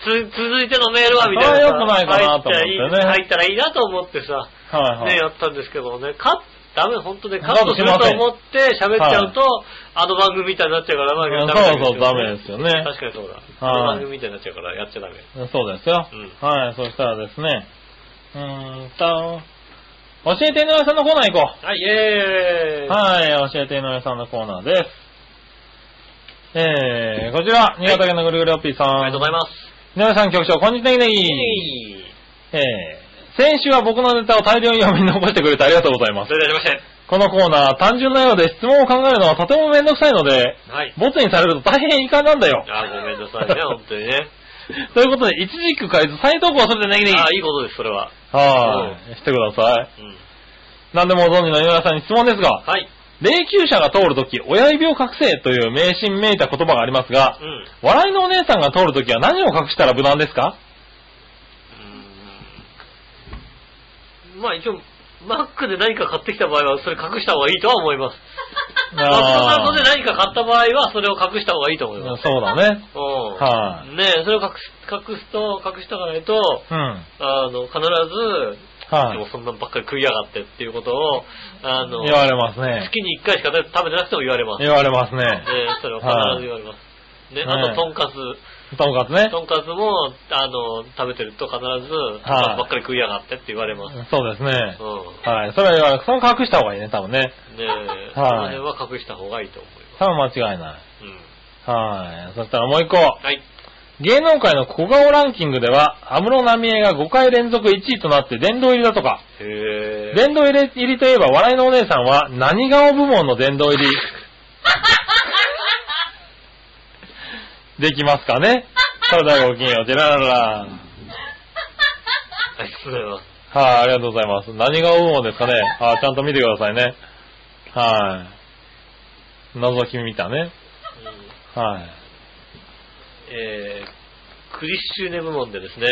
S2: つ、続いてのメールはみたいな。
S3: それは良くないかなと思って
S2: 入
S3: ね
S2: っちゃい入ったらいいなと思ってさ、
S3: はいはい。
S2: ね、やったんですけどね、カッダメ、本当ね、カットすると思って喋っちゃうと、あの番組みたいになっちゃうから、ま
S3: うん
S2: あ
S3: そうそう、ダメですよね。
S2: 確かにそうだ。あ
S3: はい
S2: の番組みたいになっちゃうから、やっちゃダメ。
S3: そうですよ。
S2: う
S3: はい、そしたらですね。うーんと、教えて井上さんのコーナー行こ
S2: はい、イェー
S3: う。
S2: イ
S3: はい、教えて井上さんのコーナーです。えー、こちら、新潟県のぐるぐるおっぴーさん。
S2: ありがとうございます。
S3: 井上さん局長、こんにちは、ねぎねぎ。
S2: イェーイ
S3: えー、先週は僕のネタを大量に読み残してくれてありがとうございます
S2: そ。れではしまして。
S3: このコーナー、単純なようで質問を考えるのはとてもめんどくさいので、
S2: はい。
S3: ボツにされると大変遺憾なんだよ。
S2: あ、ごめんなさいね、本当に ね。
S3: ということで、一軸変えず再投稿するでねぎねぎ。
S2: あ、いいことです、それは。
S3: はい。してください。
S2: うん。
S3: 何でもご存知の井上さんに質問ですが、
S2: はい。
S3: 霊柩車が通るとき、親指を隠せという迷信めいた言葉がありますが
S2: う、ん。
S3: 笑いのお姉さんが通るときは何を隠したら無難で すか
S2: うーんまあ一応、マックで何か買ってきた場合は、それ隠した方がいいとは思います。マック
S3: あ
S2: で
S3: ー
S2: 何か買った場合は、それを隠した方がいいと思います。
S3: そうだね。
S2: うん。。
S3: はい
S2: ねえ、それを隠す、隠すと、隠しとかないと、
S3: うん。
S2: あの、必ず、で
S3: は
S2: もそんなんばっかり食いやがってっていうことを、あの、
S3: い。言われますね。
S2: 月に1回しか食べてなくても言われます。ね
S3: 言われますね。
S2: えそれは必ず言われます。ね、
S3: はい
S2: あと、とんかつ。
S3: とんかつね。
S2: とんかつも、あの、食べてると必ず、とんかつばっかり食いやがってって言われます。
S3: そうです
S2: う。
S3: ね
S2: ん。
S3: はい。それは言われそれ隠した方がいいね、多分ね。
S2: ねえ、
S3: い
S2: その辺は隠した方がいいと思いま
S3: 多分間違いない。
S2: す。うん。
S3: はい。そしたらもう一個。
S2: はい。
S3: 芸能界の小顔ランキングでは、安室奈美恵が5回連続1位となって殿堂入りだとか、
S2: へえ。
S3: 殿堂入り入りといえば笑いのお姉さんは何顔部門の殿 堂入り。できますかねそれではごきげんよう、ジェラララ。
S2: ありがとうございます。
S3: はい、ありがとうございます。何顔部門ですかねあちゃんと見てくださいね。はい。覗き見たね。
S2: うん、
S3: はい。
S2: えー、クリッシュネ部門でですね、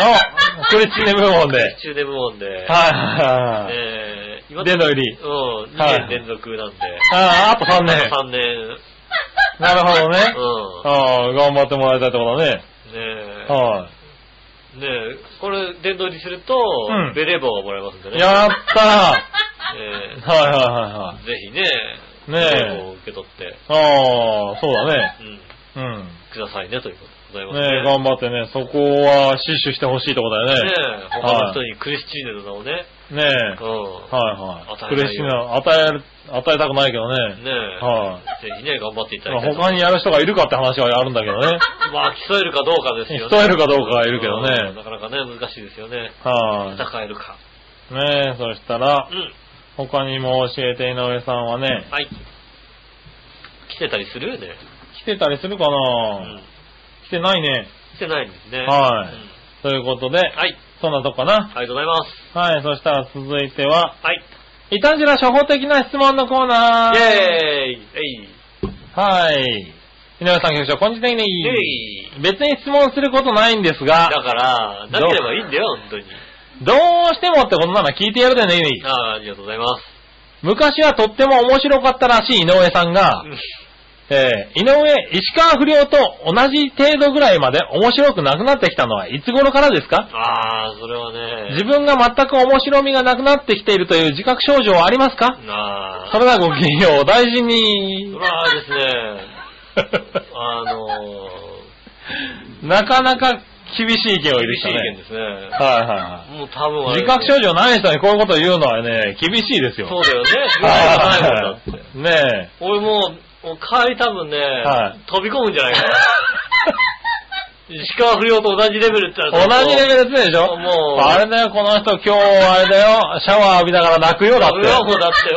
S3: あ、クリチネ部門で。
S2: ク
S3: は
S2: リッシュネ部門で、
S3: いはいはい。
S2: えー、今
S3: 殿堂入り。
S2: うん、
S3: は
S2: 2
S3: い
S2: 年連続なんで、
S3: ああ、あと3年。
S2: 3年、
S3: なるほどね。
S2: う
S3: ああ、頑張ってもらいたいってことね。
S2: ん、ねえ、
S3: は
S2: ねえ、これ、殿堂入りすると、
S3: うん
S2: ベレー帽がもらえますんで
S3: い。
S2: ね。
S3: やったーは
S2: え
S3: い
S2: ー
S3: はいはいはい。
S2: ぜひね、
S3: ねえ
S2: 名簿を受け取って、
S3: ああ、そうだね。
S2: うん、
S3: うん。
S2: くださいね、ということでございます
S3: ねえ、頑張ってね、そこは死守してほしいってことだよ
S2: ね
S3: ね。
S2: え、他の人にクリスチーネの名をね、う
S3: ねえ。はいはい。
S2: 与えない
S3: ク
S2: よ
S3: レシーナ、与え、与えたくないけど
S2: ん、
S3: ね。
S2: ねえ、
S3: は
S2: ぜひね、頑張っていた
S3: ま
S2: だ
S3: あ
S2: きたいと。
S3: 他にやる人がいるかって話はあるんだけどね。
S2: まあ、競えるかどうかですよね。
S3: 競えるかどうかはいるけどね
S2: うんなかなかね、難しいですよね。
S3: は
S2: 戦えるか。
S3: い。ねえ、そしたら
S2: う、ん。
S3: 他にも教えて井上さんはね、
S2: はい。来てたりするよね。
S3: 来てたりするか
S2: う。
S3: なん来てないね。
S2: 来てないんですね。
S3: はい
S2: うん
S3: ということで、
S2: はい。
S3: そんなとこかな。
S2: ありがとうございます。
S3: はい、そしたら続いては、
S2: はい。
S3: いたじら初歩的な質問のコーナー。
S2: イェーイえい
S3: はい。井上さん局長、こんにちは、ねぎね
S2: えい
S3: ぎ別に質問することないんです
S2: だ
S3: が、
S2: から、なければいいんだよ、本当に。
S3: どうしてもってことなら聞いてやるでねぎねぎ。
S2: ああ、ありがとうございます。
S3: 昔はとっても面白かったらしい井上さんが、えー井上、石川不良と同じ程度ぐらいまで面白くなくなってきたのはいつ頃からですか
S2: ああ、それはね。
S3: 自分が全く面白みがなくなってきているという自覚症状はありますか
S2: なあ。
S3: それではごきげんよう、お大事
S2: そ
S3: に。
S2: れはですね、あの
S3: なかなか厳しい意見を
S2: ー、
S3: 入れ
S2: 厳
S3: て
S2: したい
S3: ね。
S2: 意見ですね。
S3: はいはいはい。
S2: もう多分あれ
S3: 自覚症状ない人にこういうことを言うのはね、厳しいですよ。
S2: そうだよね。自覚症状ないもんだって。
S3: ねえ。
S2: 俺もう、もう考帰り多分ね、
S3: はい
S2: 飛び込むんじゃないかな。石川不良と同じレベルって言っ
S3: 同
S2: たら
S3: じレベルですねでしょ
S2: もう
S3: あれだよ、この人今日、あれだよ、シャワー浴びながら泣くよ、だっ
S2: 不良
S3: て。
S2: もだって、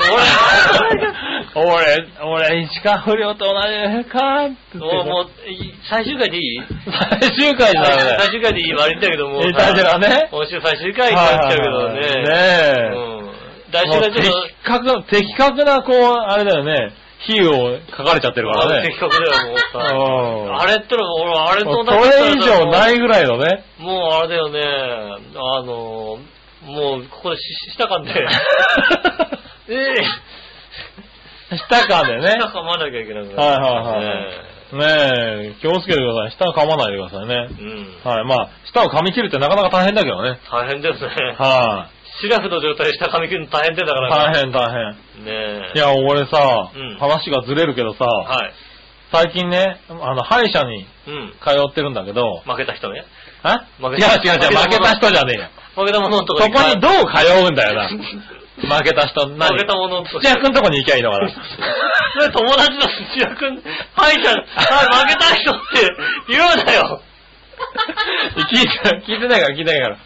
S3: 俺、俺、石川不良と同じかって
S2: 俺、
S3: 言
S2: もう、も
S3: っ
S2: う、い最終回でいい
S3: て。最終回じゃダメだ
S2: 最
S3: よ。
S2: 終回でいい悪いんだけども。
S3: いい大事だね。
S2: 今週最終回になっちゃうけどね。
S3: はいはいはいね
S2: うん。来週がちょっ
S3: もう的確、的確な、こう、あれだよね、比喩を書かれちゃってる
S2: と、
S3: からね。
S2: 的確だよ、もうさ。
S3: うん
S2: あれったら、俺、あれと
S3: も
S2: 同
S3: う
S2: じ
S3: それ以上ないぐらいのね。
S2: もうあれだよね、あの、もうここでししたかんで、 ええ
S3: 舌かんで ね
S2: 下。噛まなきゃいけなくなる
S3: はいはいはいねえ、気をつけてください。舌を噛まないでくださいね。
S2: ねうん。
S3: はい。まあ、舌を噛み切るってなかなか大変だけどね。
S2: 大変ですね。
S3: は
S2: シラフの状態で下噛み切るの大変でだか
S3: い。
S2: ら
S3: 大
S2: ね。
S3: 変大変。
S2: ねえ。
S3: いや、俺さ、
S2: うん
S3: 話がずれるけどさ、
S2: はい。
S3: 最近ね、あの、歯医者に
S2: うん。
S3: 通ってるんだけど、
S2: 負けた人ね。
S3: え
S2: 負け
S3: いや
S2: た
S3: 違う違う、負
S2: 負け
S3: け
S2: た
S3: た人じゃねえよ。
S2: 負けた者の
S3: そ
S2: とこ
S3: こにどう通うんだ よな。負けた人、何
S2: 負けた者と
S3: 土屋くんとこに行きゃいいのかな。
S2: それ 友達の土屋くん、歯医者、はい、負けた人って言うなよ。
S3: 聞いて、聞いてないから聞いてないから。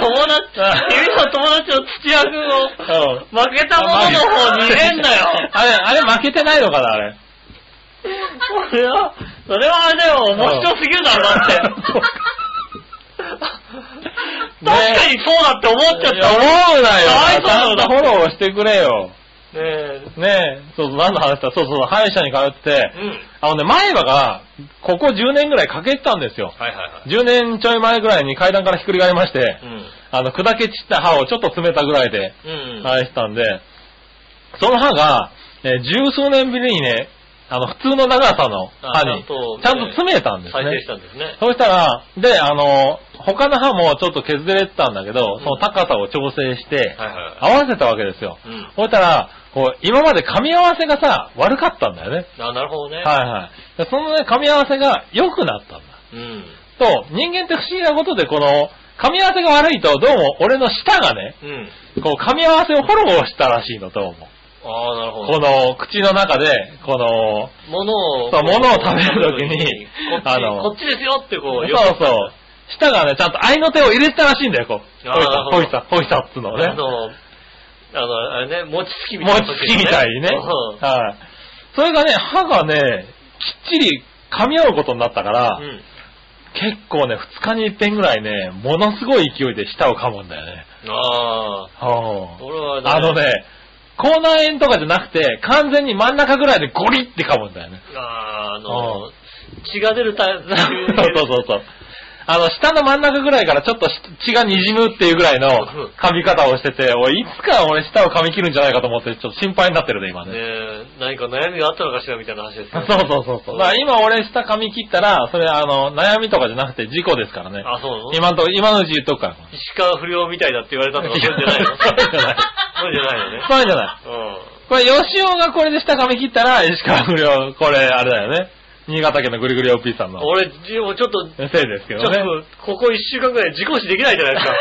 S2: 友達、君の友達の土屋くんを、
S3: うん。
S2: 負けた者の方に入れんなよ。
S3: あれ、あれ負けてないのかな、あれ。
S2: それは、それはあれだよ、面白すぎるだろ、だって。
S3: そうか
S2: 確かにそうだって思っちゃ
S3: いや
S2: った。ね
S3: 思うなよ。ち
S2: かわ
S3: ゃ
S2: いそ
S3: ん
S2: うだ
S3: と
S2: よ
S3: フォローしてくれよ。
S2: え。
S3: ねえ、そうそう、何の話だそうそう、歯医者に通って
S2: う、ん。
S3: あのね、前歯が、ここ10年ぐらい欠けてたんですよ。
S2: はいはいはい。
S3: 10年ちょい前ぐらいに階段からひっくり返りまして
S2: う、ん。
S3: あの、砕け散った歯をちょっと詰めたぐらいで、
S2: うん。い。
S3: 返したんで、その歯が、えー十数年ぶりにね、あの、普通の長さの歯
S2: あちゃん
S3: に、ち
S2: とね
S3: ゃんと詰めたんです
S2: 再生
S3: ね
S2: し。たんですね。
S3: そうしたら、で、あの、他の歯もちょっと削れてたんだけど、
S2: ん
S3: その高さを調整して、
S2: はいはいは
S3: 合わせたわけですよ。
S2: い。うん。
S3: そうしたら、こう、今まで噛み合わせがさ、悪かったんだよね。
S2: あ、なるほどね。
S3: はいはい。でそのね、噛み合わせが良くなったんだ。
S2: うん。
S3: と、人間って不思議なことで、この、噛み合わせが悪いと、どうも俺の舌がね、
S2: うん。
S3: こう、噛み合わせをフォローしたらしいの、どうも。
S2: ああ、なるほ
S3: こ
S2: ど。
S3: の、口の中で、この、
S2: 物を、
S3: そう物を食べる時に
S2: こっち、
S3: あの
S2: こっちですよってこ
S3: そう
S2: う、
S3: そう、舌がね、ちゃんと愛の手を入れてたらしいんだよ、こう。
S2: あー
S3: ほいさ、ほいさ、ほいさっつうのをね。
S2: あの、あの、あれね、餅つきみたい
S3: 餅
S2: な時
S3: つきみたいにね。
S2: うん
S3: はい。それがね、歯がね、きっちり噛み合うことになったから、
S2: うん。
S3: 結構ね、二日に一遍ぐらいね、ものすごい勢いで舌を噛むんだよね。
S2: ああ、
S3: は
S2: 俺は
S3: あ、あの、ね、口内炎とかじゃなくて、完全に真ん中ぐらいでゴリって噛むんだよね。
S2: あーあ
S3: う
S2: の、血が出るタイプ。
S3: そうそうそうそう。あの、下の真ん中ぐらいからちょっと血が滲むっていうぐらいの噛み方をしてて、俺いつか俺舌を噛み切るんじゃないかと思ってちょっと心配になってるね、今ね。
S2: ねえ、何か悩みがあったのかしらみたいな話です
S3: そ
S2: よ
S3: うそうそうそう。だから今俺下噛み切ったら、それあの、悩みとかじゃなくて事故ですからね。
S2: あ、そうなの
S3: 今んとこ、今のうち言っとくから。
S2: 石川不良みたいだって言われたのか、そうじゃないの
S3: そうじゃない
S2: そうじゃないのね。
S3: そうじゃない。これ、吉尾がこれで下噛み切ったら、石川不良、これ、あれだよね。新潟県のぐりぐり OP さん
S2: う
S3: の
S2: ん。俺、じもうちょっと、ち
S3: せいですけ
S2: ょ
S3: ど
S2: っ
S3: ね。
S2: と、ここ一週間ぐらい自己死できないじゃないです か。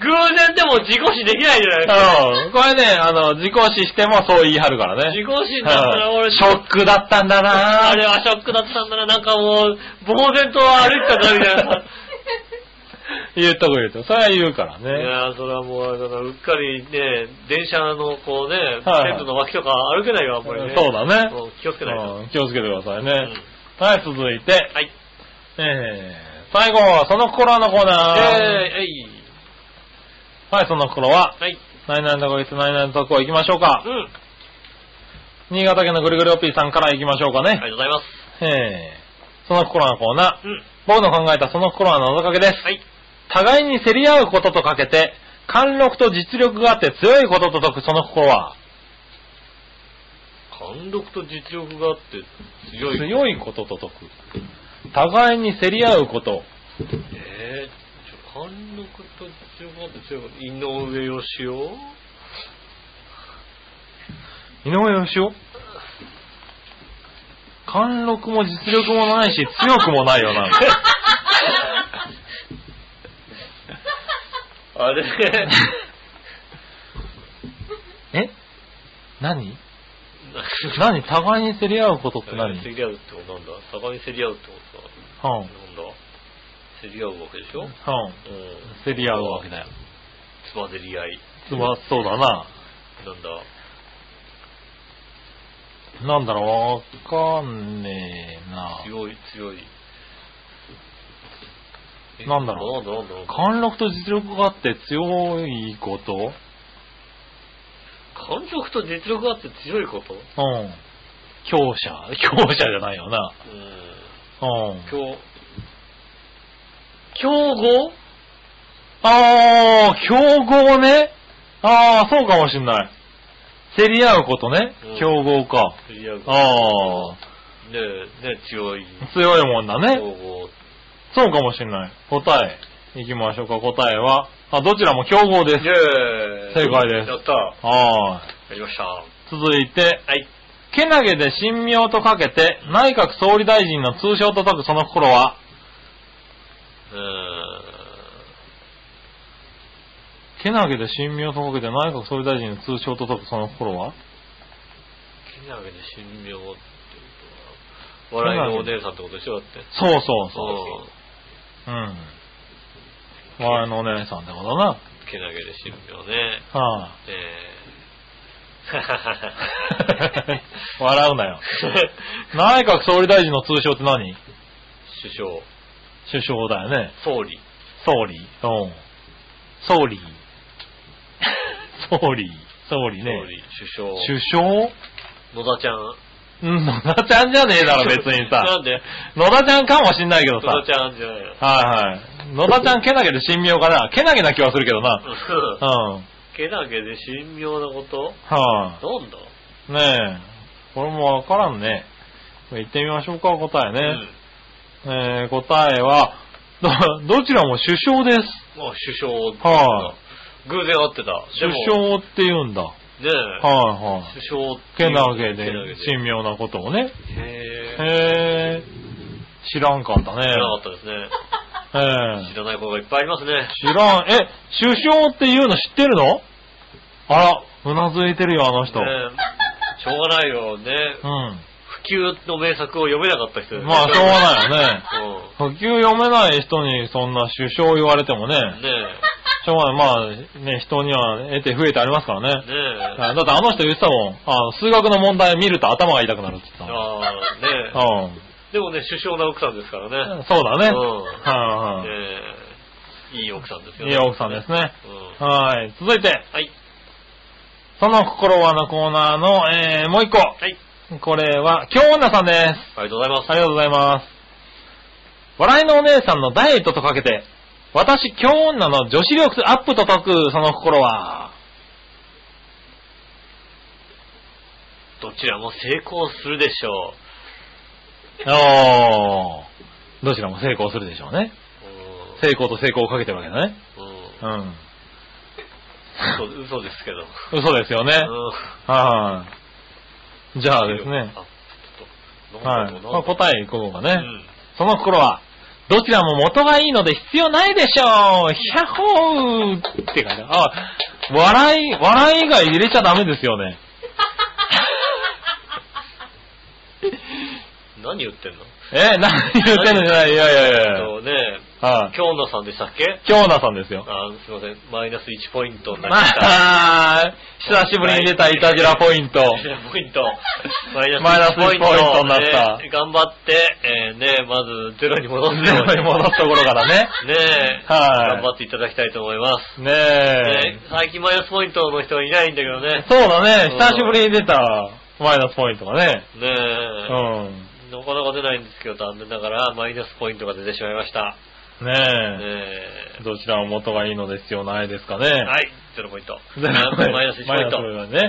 S2: 偶然でも自己死できないじゃないですか。
S3: うん。これね、あの、自己死してもそう言い張るから
S2: 自
S3: ね。
S2: 己死だったら
S3: う
S2: 俺、
S3: んショックだったんだな
S2: あれはショックだったんだな、なんかもう、呆然と歩いてたな、みた いな。
S3: 言っとく言うと。それは言うから
S2: い
S3: ね。
S2: やー、それはもう、あれだなうっかりね、電車のこうね、
S3: はい
S2: テントの脇とか歩けないよ、あんまりね。
S3: そうだね
S2: もう気をつけないと。
S3: うん気をつけてくださいね。
S2: うん
S3: はい、続いて。
S2: はい。
S3: えー、最後はその心のコーナー。
S2: えー、えい。
S3: はい、その心は、
S2: はい。
S3: 何々とこいつ何々とこ行きましょうか
S2: う。ん。あ
S3: 新潟県のぐるぐるおっぴーさんから行きましょうか
S2: りが
S3: ね。
S2: とうございます。
S3: えー、その心のコーナー。
S2: うん。
S3: 僕の考えたその心の謎かけです。
S2: はい。
S3: 互いに競り合うこととかけて、貫禄と実力があって強いことと解くその心は、
S2: 貫禄と実力があって強い。
S3: 強いことと解く。互いに競り合うこと。
S2: えー、ちょ貫禄と実力があって強いこと。井上義雄
S3: 井上義雄貫禄も実力もないし、強くもないよ な。
S2: あれ
S3: え何何互いに競り合うことって何、
S2: 競り合うってことなんだ互いに競り合うってことだ。
S3: うん。うん。
S2: なんだ競り合うわけでしょうん。
S3: 競り合うわけだよ。
S2: つば競り合い。
S3: つま、そうだな。
S2: なんだ
S3: なんだろう、わかんねえな。
S2: 強い、強い。え
S3: なんだろ
S2: なんだなんだろう
S3: 貫禄と実力があって強いこと
S2: 貫禄と実力があって強いこと
S3: うん。強者強者じゃないよな。
S2: うん。
S3: うん。
S2: 強、強豪
S3: あー、競合ね。あー、そうかもしんない。競り合うことね
S2: うん。
S3: 競合か。
S2: 競り合うこと。
S3: あ
S2: ねえ、ねえ、強い。
S3: ー、強いもんだ
S2: 強
S3: ね。
S2: 豪。
S3: そうかもしんない。答え、行きましょうか。答えは、あ、どちらも競合です
S2: イェー。イ
S3: 正解です
S2: やったや
S3: あ
S2: りました。は
S3: ー、続いて、
S2: い。
S3: けなげで神妙とかけて、内閣総理大臣の通称と解くその心は、
S2: うーん。
S3: けなげで神妙とかけて、内閣総理大臣の通称と解くその心は
S2: けなげで神妙ってことは笑いのお姉さんってことでしょだって。
S3: そうそう
S2: そ
S3: そう。うん。我々のお姉さんってことな。
S2: う。けなげで神妙ね。
S3: はあ、
S2: ねえ
S3: 笑うなよ。内閣総理大臣の通称って何
S2: 首相、
S3: 首相だよね。
S2: 総理。
S3: 総理。うん。総理。総理。総理
S2: 総
S3: ね。
S2: 理、首相。
S3: 首相
S2: 野田ちゃん。
S3: うん、野田ちゃんじゃねえだろ、別に
S2: な
S3: さ
S2: ん。で
S3: 野田ちゃんかもしんないけど
S2: 野
S3: さ。
S2: 田ちゃんじゃないの。
S3: はいはい。野田ちゃん、けなげで神妙かな。けなげな気はするけどな。
S2: うん
S3: うん。
S2: けなげで神妙なこと
S3: は
S2: なんだ
S3: い。ねえ。これもわからんね。行ってみましょうか、答え
S2: う
S3: ね。
S2: ん
S3: えー、答えは、ど、どちらも首相です。
S2: まあ、首相って
S3: は
S2: 偶然会ってた。で
S3: 首
S2: も
S3: 相って言うんだ。は
S2: ね
S3: い
S2: え、
S3: はい。
S2: 首相ってい
S3: け
S2: う。
S3: なげ
S2: け
S3: で
S2: なげで
S3: 神妙なことをね。
S2: へえ。
S3: へえ。知らんかったね。
S2: 知らなかったですね。
S3: ええ
S2: 知らないことがいっぱいありますね。
S3: 知らん。え、首相って言うの知ってるのあら、うなずいてるよ、あの人。
S2: ねえしょうがないよね。
S3: うん。
S2: 普及の名作を読めなかった人ですね
S3: まあ、しょうがないよね。
S2: うん。
S3: 普及読めない人にそんな首相言われてもね、
S2: ね
S3: しょうがない。まあ、ね、人には得て増えてありますから
S2: え、
S3: ね。
S2: ねえ。
S3: だってあの人言ってたもん、あの数学の問題見ると頭が痛くなるって言ってたもん
S2: ああ、ねえ。でもね、首相な奥さんですから
S3: うん
S2: ね。。
S3: そうだね。
S2: うん
S3: はいはい
S2: ねえ、いい奥さんですよ
S3: いい奥さんですね。
S2: うん。
S3: はい。続いて、
S2: はい。
S3: その心はのコーナーの、えー、もう一個。
S2: はい。
S3: これは、京女さんです。
S2: ありがとうございます。
S3: ありがとうございます。笑いのお姉さんのダイエットとかけて、私、京女の女子力アップと解く、その心は。
S2: どちらも成功するでしょ
S3: おー。どちらも成功するでしょうね。
S2: う。うん
S3: 成功と成功をかけてるわけだね。
S2: う
S3: うん。
S2: ん。嘘嘘ですけど。
S3: 嘘ですよね。
S2: う
S3: はい。じゃあ
S2: ん
S3: ですね。。
S2: あ
S3: は
S2: ちょ
S3: い。
S2: っと
S3: まあ、答えいこうかね。
S2: うん
S3: その心は、どちらも元がいいので必要ないでしょうヒャホーって感じ。あ、笑い、笑い以外入れちゃダメですよね。
S2: 何言ってんの
S3: え、何言ってんのじゃないいやいやいやい
S2: えっ
S3: や。
S2: とね、
S3: はい。
S2: 京奈さんでしたっけ
S3: 京奈さんですよ。
S2: あすいません、マイナス1ポイントになりました。
S3: あー、久しぶりに出たイタジラポイント。
S2: ポイント。マイナス
S3: マイナス
S2: 1ポイント。
S3: 1ポイントになった
S2: ね頑張って、えーね、まずゼロに戻すように
S3: ゼロに戻すところからね。
S2: ねえ、
S3: はい
S2: 頑張っていただきたいと思います。
S3: ね
S2: ね
S3: え。
S2: 最近マイナスポイントの人いないんだけどね。
S3: そうだね
S2: うん、
S3: 久しぶりに出たマイナスポイントがね。
S2: ねえ、
S3: うん。
S2: なかなか出ないんですけど、残念ながらマイナスポイントが出てしまいました。ね
S3: ね
S2: え
S3: え。どちらも元がいいので必要ないですかね。
S2: はい、ゼロポイント。
S3: ゼロポイント
S2: マイナス1ポイント。
S3: マイナスポイント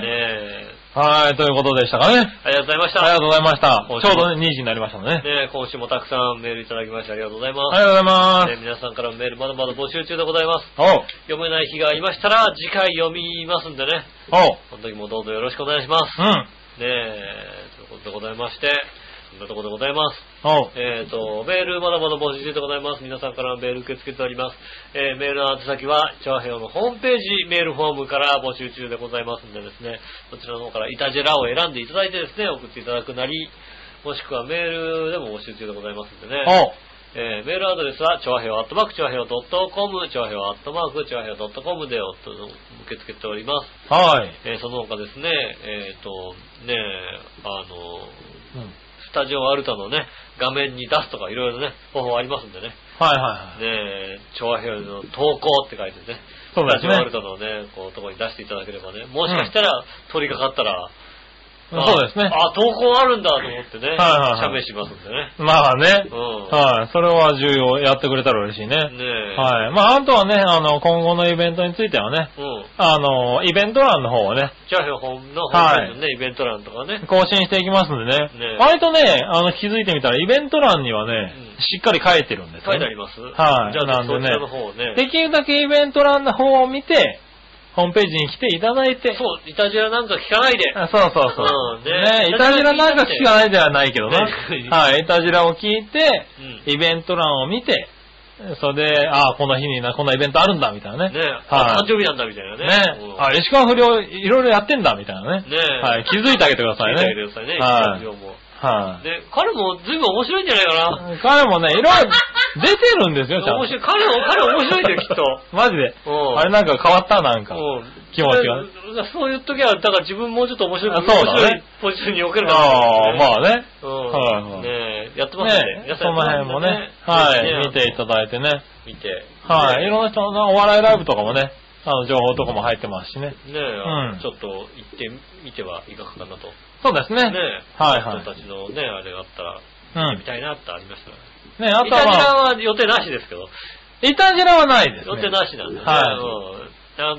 S2: ね
S3: ね
S2: え
S3: はい、ということでしたかね。
S2: ありがとうございまし
S3: ありが
S2: た。
S3: とうございました。ち
S2: 今
S3: ょう
S2: 週も
S3: どね2時になりましたね。
S2: ねえ今週もたくさんメールいただきましてありがとうございます。
S3: ありがとうござ
S2: ね
S3: い
S2: え
S3: ます。
S2: 皆さんからのメールまだまだ募集中でございます。
S3: おう、
S2: 読めない日がありましたら、次回読みますんでね。
S3: おう、
S2: その時もどうぞよろしくお願いします。
S3: う
S2: ね
S3: ん。
S2: え、ということでございまして、そんなところでございます。
S3: おう。
S2: えっ、と、メールまだまだ募集中でございます。皆さんからのメール受け付けております。えーメールの宛先は、チョアヘオのホームページ、メールフォームから募集中でございますんでですね、そちらの方からイタジェラを選んでいただいてですね、送っていただくなり、もしくはメールでも募集中でございますんでね。
S3: おう。
S2: えーメールアドレスは、ちょあへおアットマーク、ちょあへお .com、ちょあへおアットマーク、ちょあへお .com でお受け付けております。
S3: はい。
S2: えーその他ですね、えっ、と、ねえあの、
S3: うん
S2: スタジオアルタのね、画面に出すとかいろいろね、方法ありますんでね。
S3: はいはいはい。
S2: ねえ、調和表の投稿って書いてね。
S3: そうです
S2: スタジオ
S3: ね
S2: アルタのね、こう、とこに出していただければね。もしかしたら、取り掛かったら、あ
S3: そうですね。
S2: あ、投稿あるんだと思ってね、
S3: いはいはい
S2: 写メしますんでね。
S3: まあね
S2: う。ん。
S3: はい。それは重要。やってくれたら嬉しいね。
S2: ねえ。
S3: はい。まあ、あとはね、あの、今後のイベントについてはね、
S2: うん。
S3: あの、イベント欄の方をね、
S2: チャーヒョン本のホ
S3: はい
S2: ームページのね、イベント欄とかね。
S3: 更新していきますんでね。
S2: ね
S3: 割とね、あの、気づいてみたら、イベント欄にはね、
S2: うん
S3: しっかり書いてるんです
S2: 書
S3: よ、
S2: いてあり
S3: ね。
S2: ます
S3: はい
S2: じゃあ、
S3: なん
S2: そ
S3: で
S2: ち
S3: ね
S2: らの方をね。
S3: できるだけイベント欄の方を見て、ホームページに来ていただいて、
S2: そう、イタジラなんか聞かないで。
S3: あそうそうそうう。
S2: んね
S3: ねイタジラなんか聞かないではないけどね
S2: ね。
S3: はい、イタジラを聞いて、
S2: うん。
S3: イベント欄を見て、それで、ああ、この日にな、こんなイベントあるんだ、みたいなね。
S2: ね
S3: は
S2: あ
S3: い。
S2: 誕生日なんだみたいなね。
S3: ね
S2: う。ん
S3: あ、石川不良、いろいろやってんだ、みたいなね。
S2: ね
S3: はい。気づいてあげてください
S2: 聞いてあげて
S3: ね。
S2: くださいね。
S3: は
S2: イタ
S3: い
S2: ジラも
S3: は
S2: で、彼もずいぶん面白いんじゃないか
S3: い。彼もね、いろいろ出てるんですよ、ち
S2: な。
S3: ゃん
S2: 面白
S3: と。
S2: い。彼も、彼面白いんだよ、きっと。。
S3: マジで。
S2: うん
S3: あれなんか変わった、なんか。
S2: うん
S3: 気持ちがね
S2: だからそういう時は、だから自分もうちょっと面白い、
S3: あそうだね
S2: 面白いポジションに置けるから
S3: ああ、まあね。
S2: うん。
S3: はいはい
S2: ねえ、やってますんで
S3: ね
S2: 皆さ
S3: そ
S2: ん
S3: の
S2: やって
S3: 辺
S2: ます
S3: も
S2: んで
S3: ね、はい、見てい
S2: ね
S3: ただいてね。
S2: 見て。
S3: はい、い
S2: ね
S3: ろんな人のお笑いライブとかもね、あの、情報とかも入ってますしね。
S2: えねえ、
S3: うん
S2: ちょっと行ってみてはいかがかなと。
S3: そうですね。
S2: ねえ、
S3: はいはい
S2: 人たちのね、あれがあったら、
S3: う
S2: 見
S3: ん。
S2: たいなってありましたね。
S3: ね、あ
S2: イ
S3: と
S2: タ
S3: は、
S2: ジラ
S3: まあ、
S2: は予定なしですけど、
S3: イタジラはないです
S2: 予
S3: ね
S2: 定。なしなんでね。
S3: は
S2: うんあの、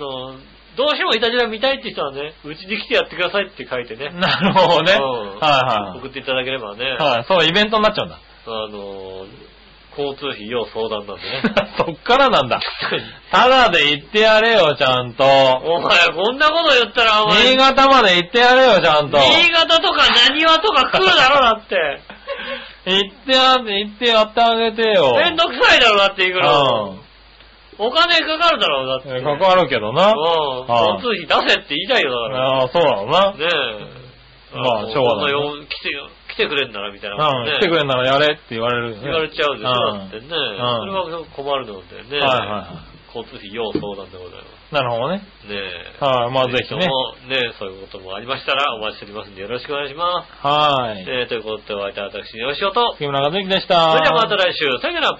S2: どうしてもイタジラ見たいって人はね、うちに来てやってくださいって書いてね。
S3: なるほどね。
S2: うん
S3: は
S2: 送っていただければね、
S3: いはい。はい、そう、イベントになっちゃうんだ。
S2: あの、交通費要相談なんでね。
S3: そっからなんだ。ただで行ってやれよ、ちゃんと。
S2: お前、こんなこと言ったら、お前、
S3: 新潟まで行ってやれよ、ちゃんと。
S2: 新潟とか何話とか来るだろ、だって。
S3: 行ってや、行ってやってあげてよ。
S2: めんどくさいだろ、だって行く
S3: う
S2: の。お金かかるだろ、だって。
S3: ん。かかるけどな。
S2: うん。交通費出せって言いたいよ、だから。
S3: ああ、そうだろうな。
S2: ねえ。
S3: まあしょうがないね
S2: こんよ来てよ、来てくれんならみたいなこと
S3: うん、来てくれんならやれって言われるよね。
S2: 言われちゃうでしょ、
S3: う
S2: だっ
S3: ん
S2: てね。それ
S3: ん
S2: は困るのでね。
S3: はいはいは
S2: 交通費要相談でございま
S3: なるほどね。
S2: す。ねえ。
S3: はい、まあぜひね。
S2: もね、そういうこともありましたらお待ちしておりますんでよろしくお願いしま
S3: は
S2: す。
S3: い。
S2: えーということでお相手は私、よしおと。
S3: 杉村和之でした。
S2: それではまた来週。さよなら。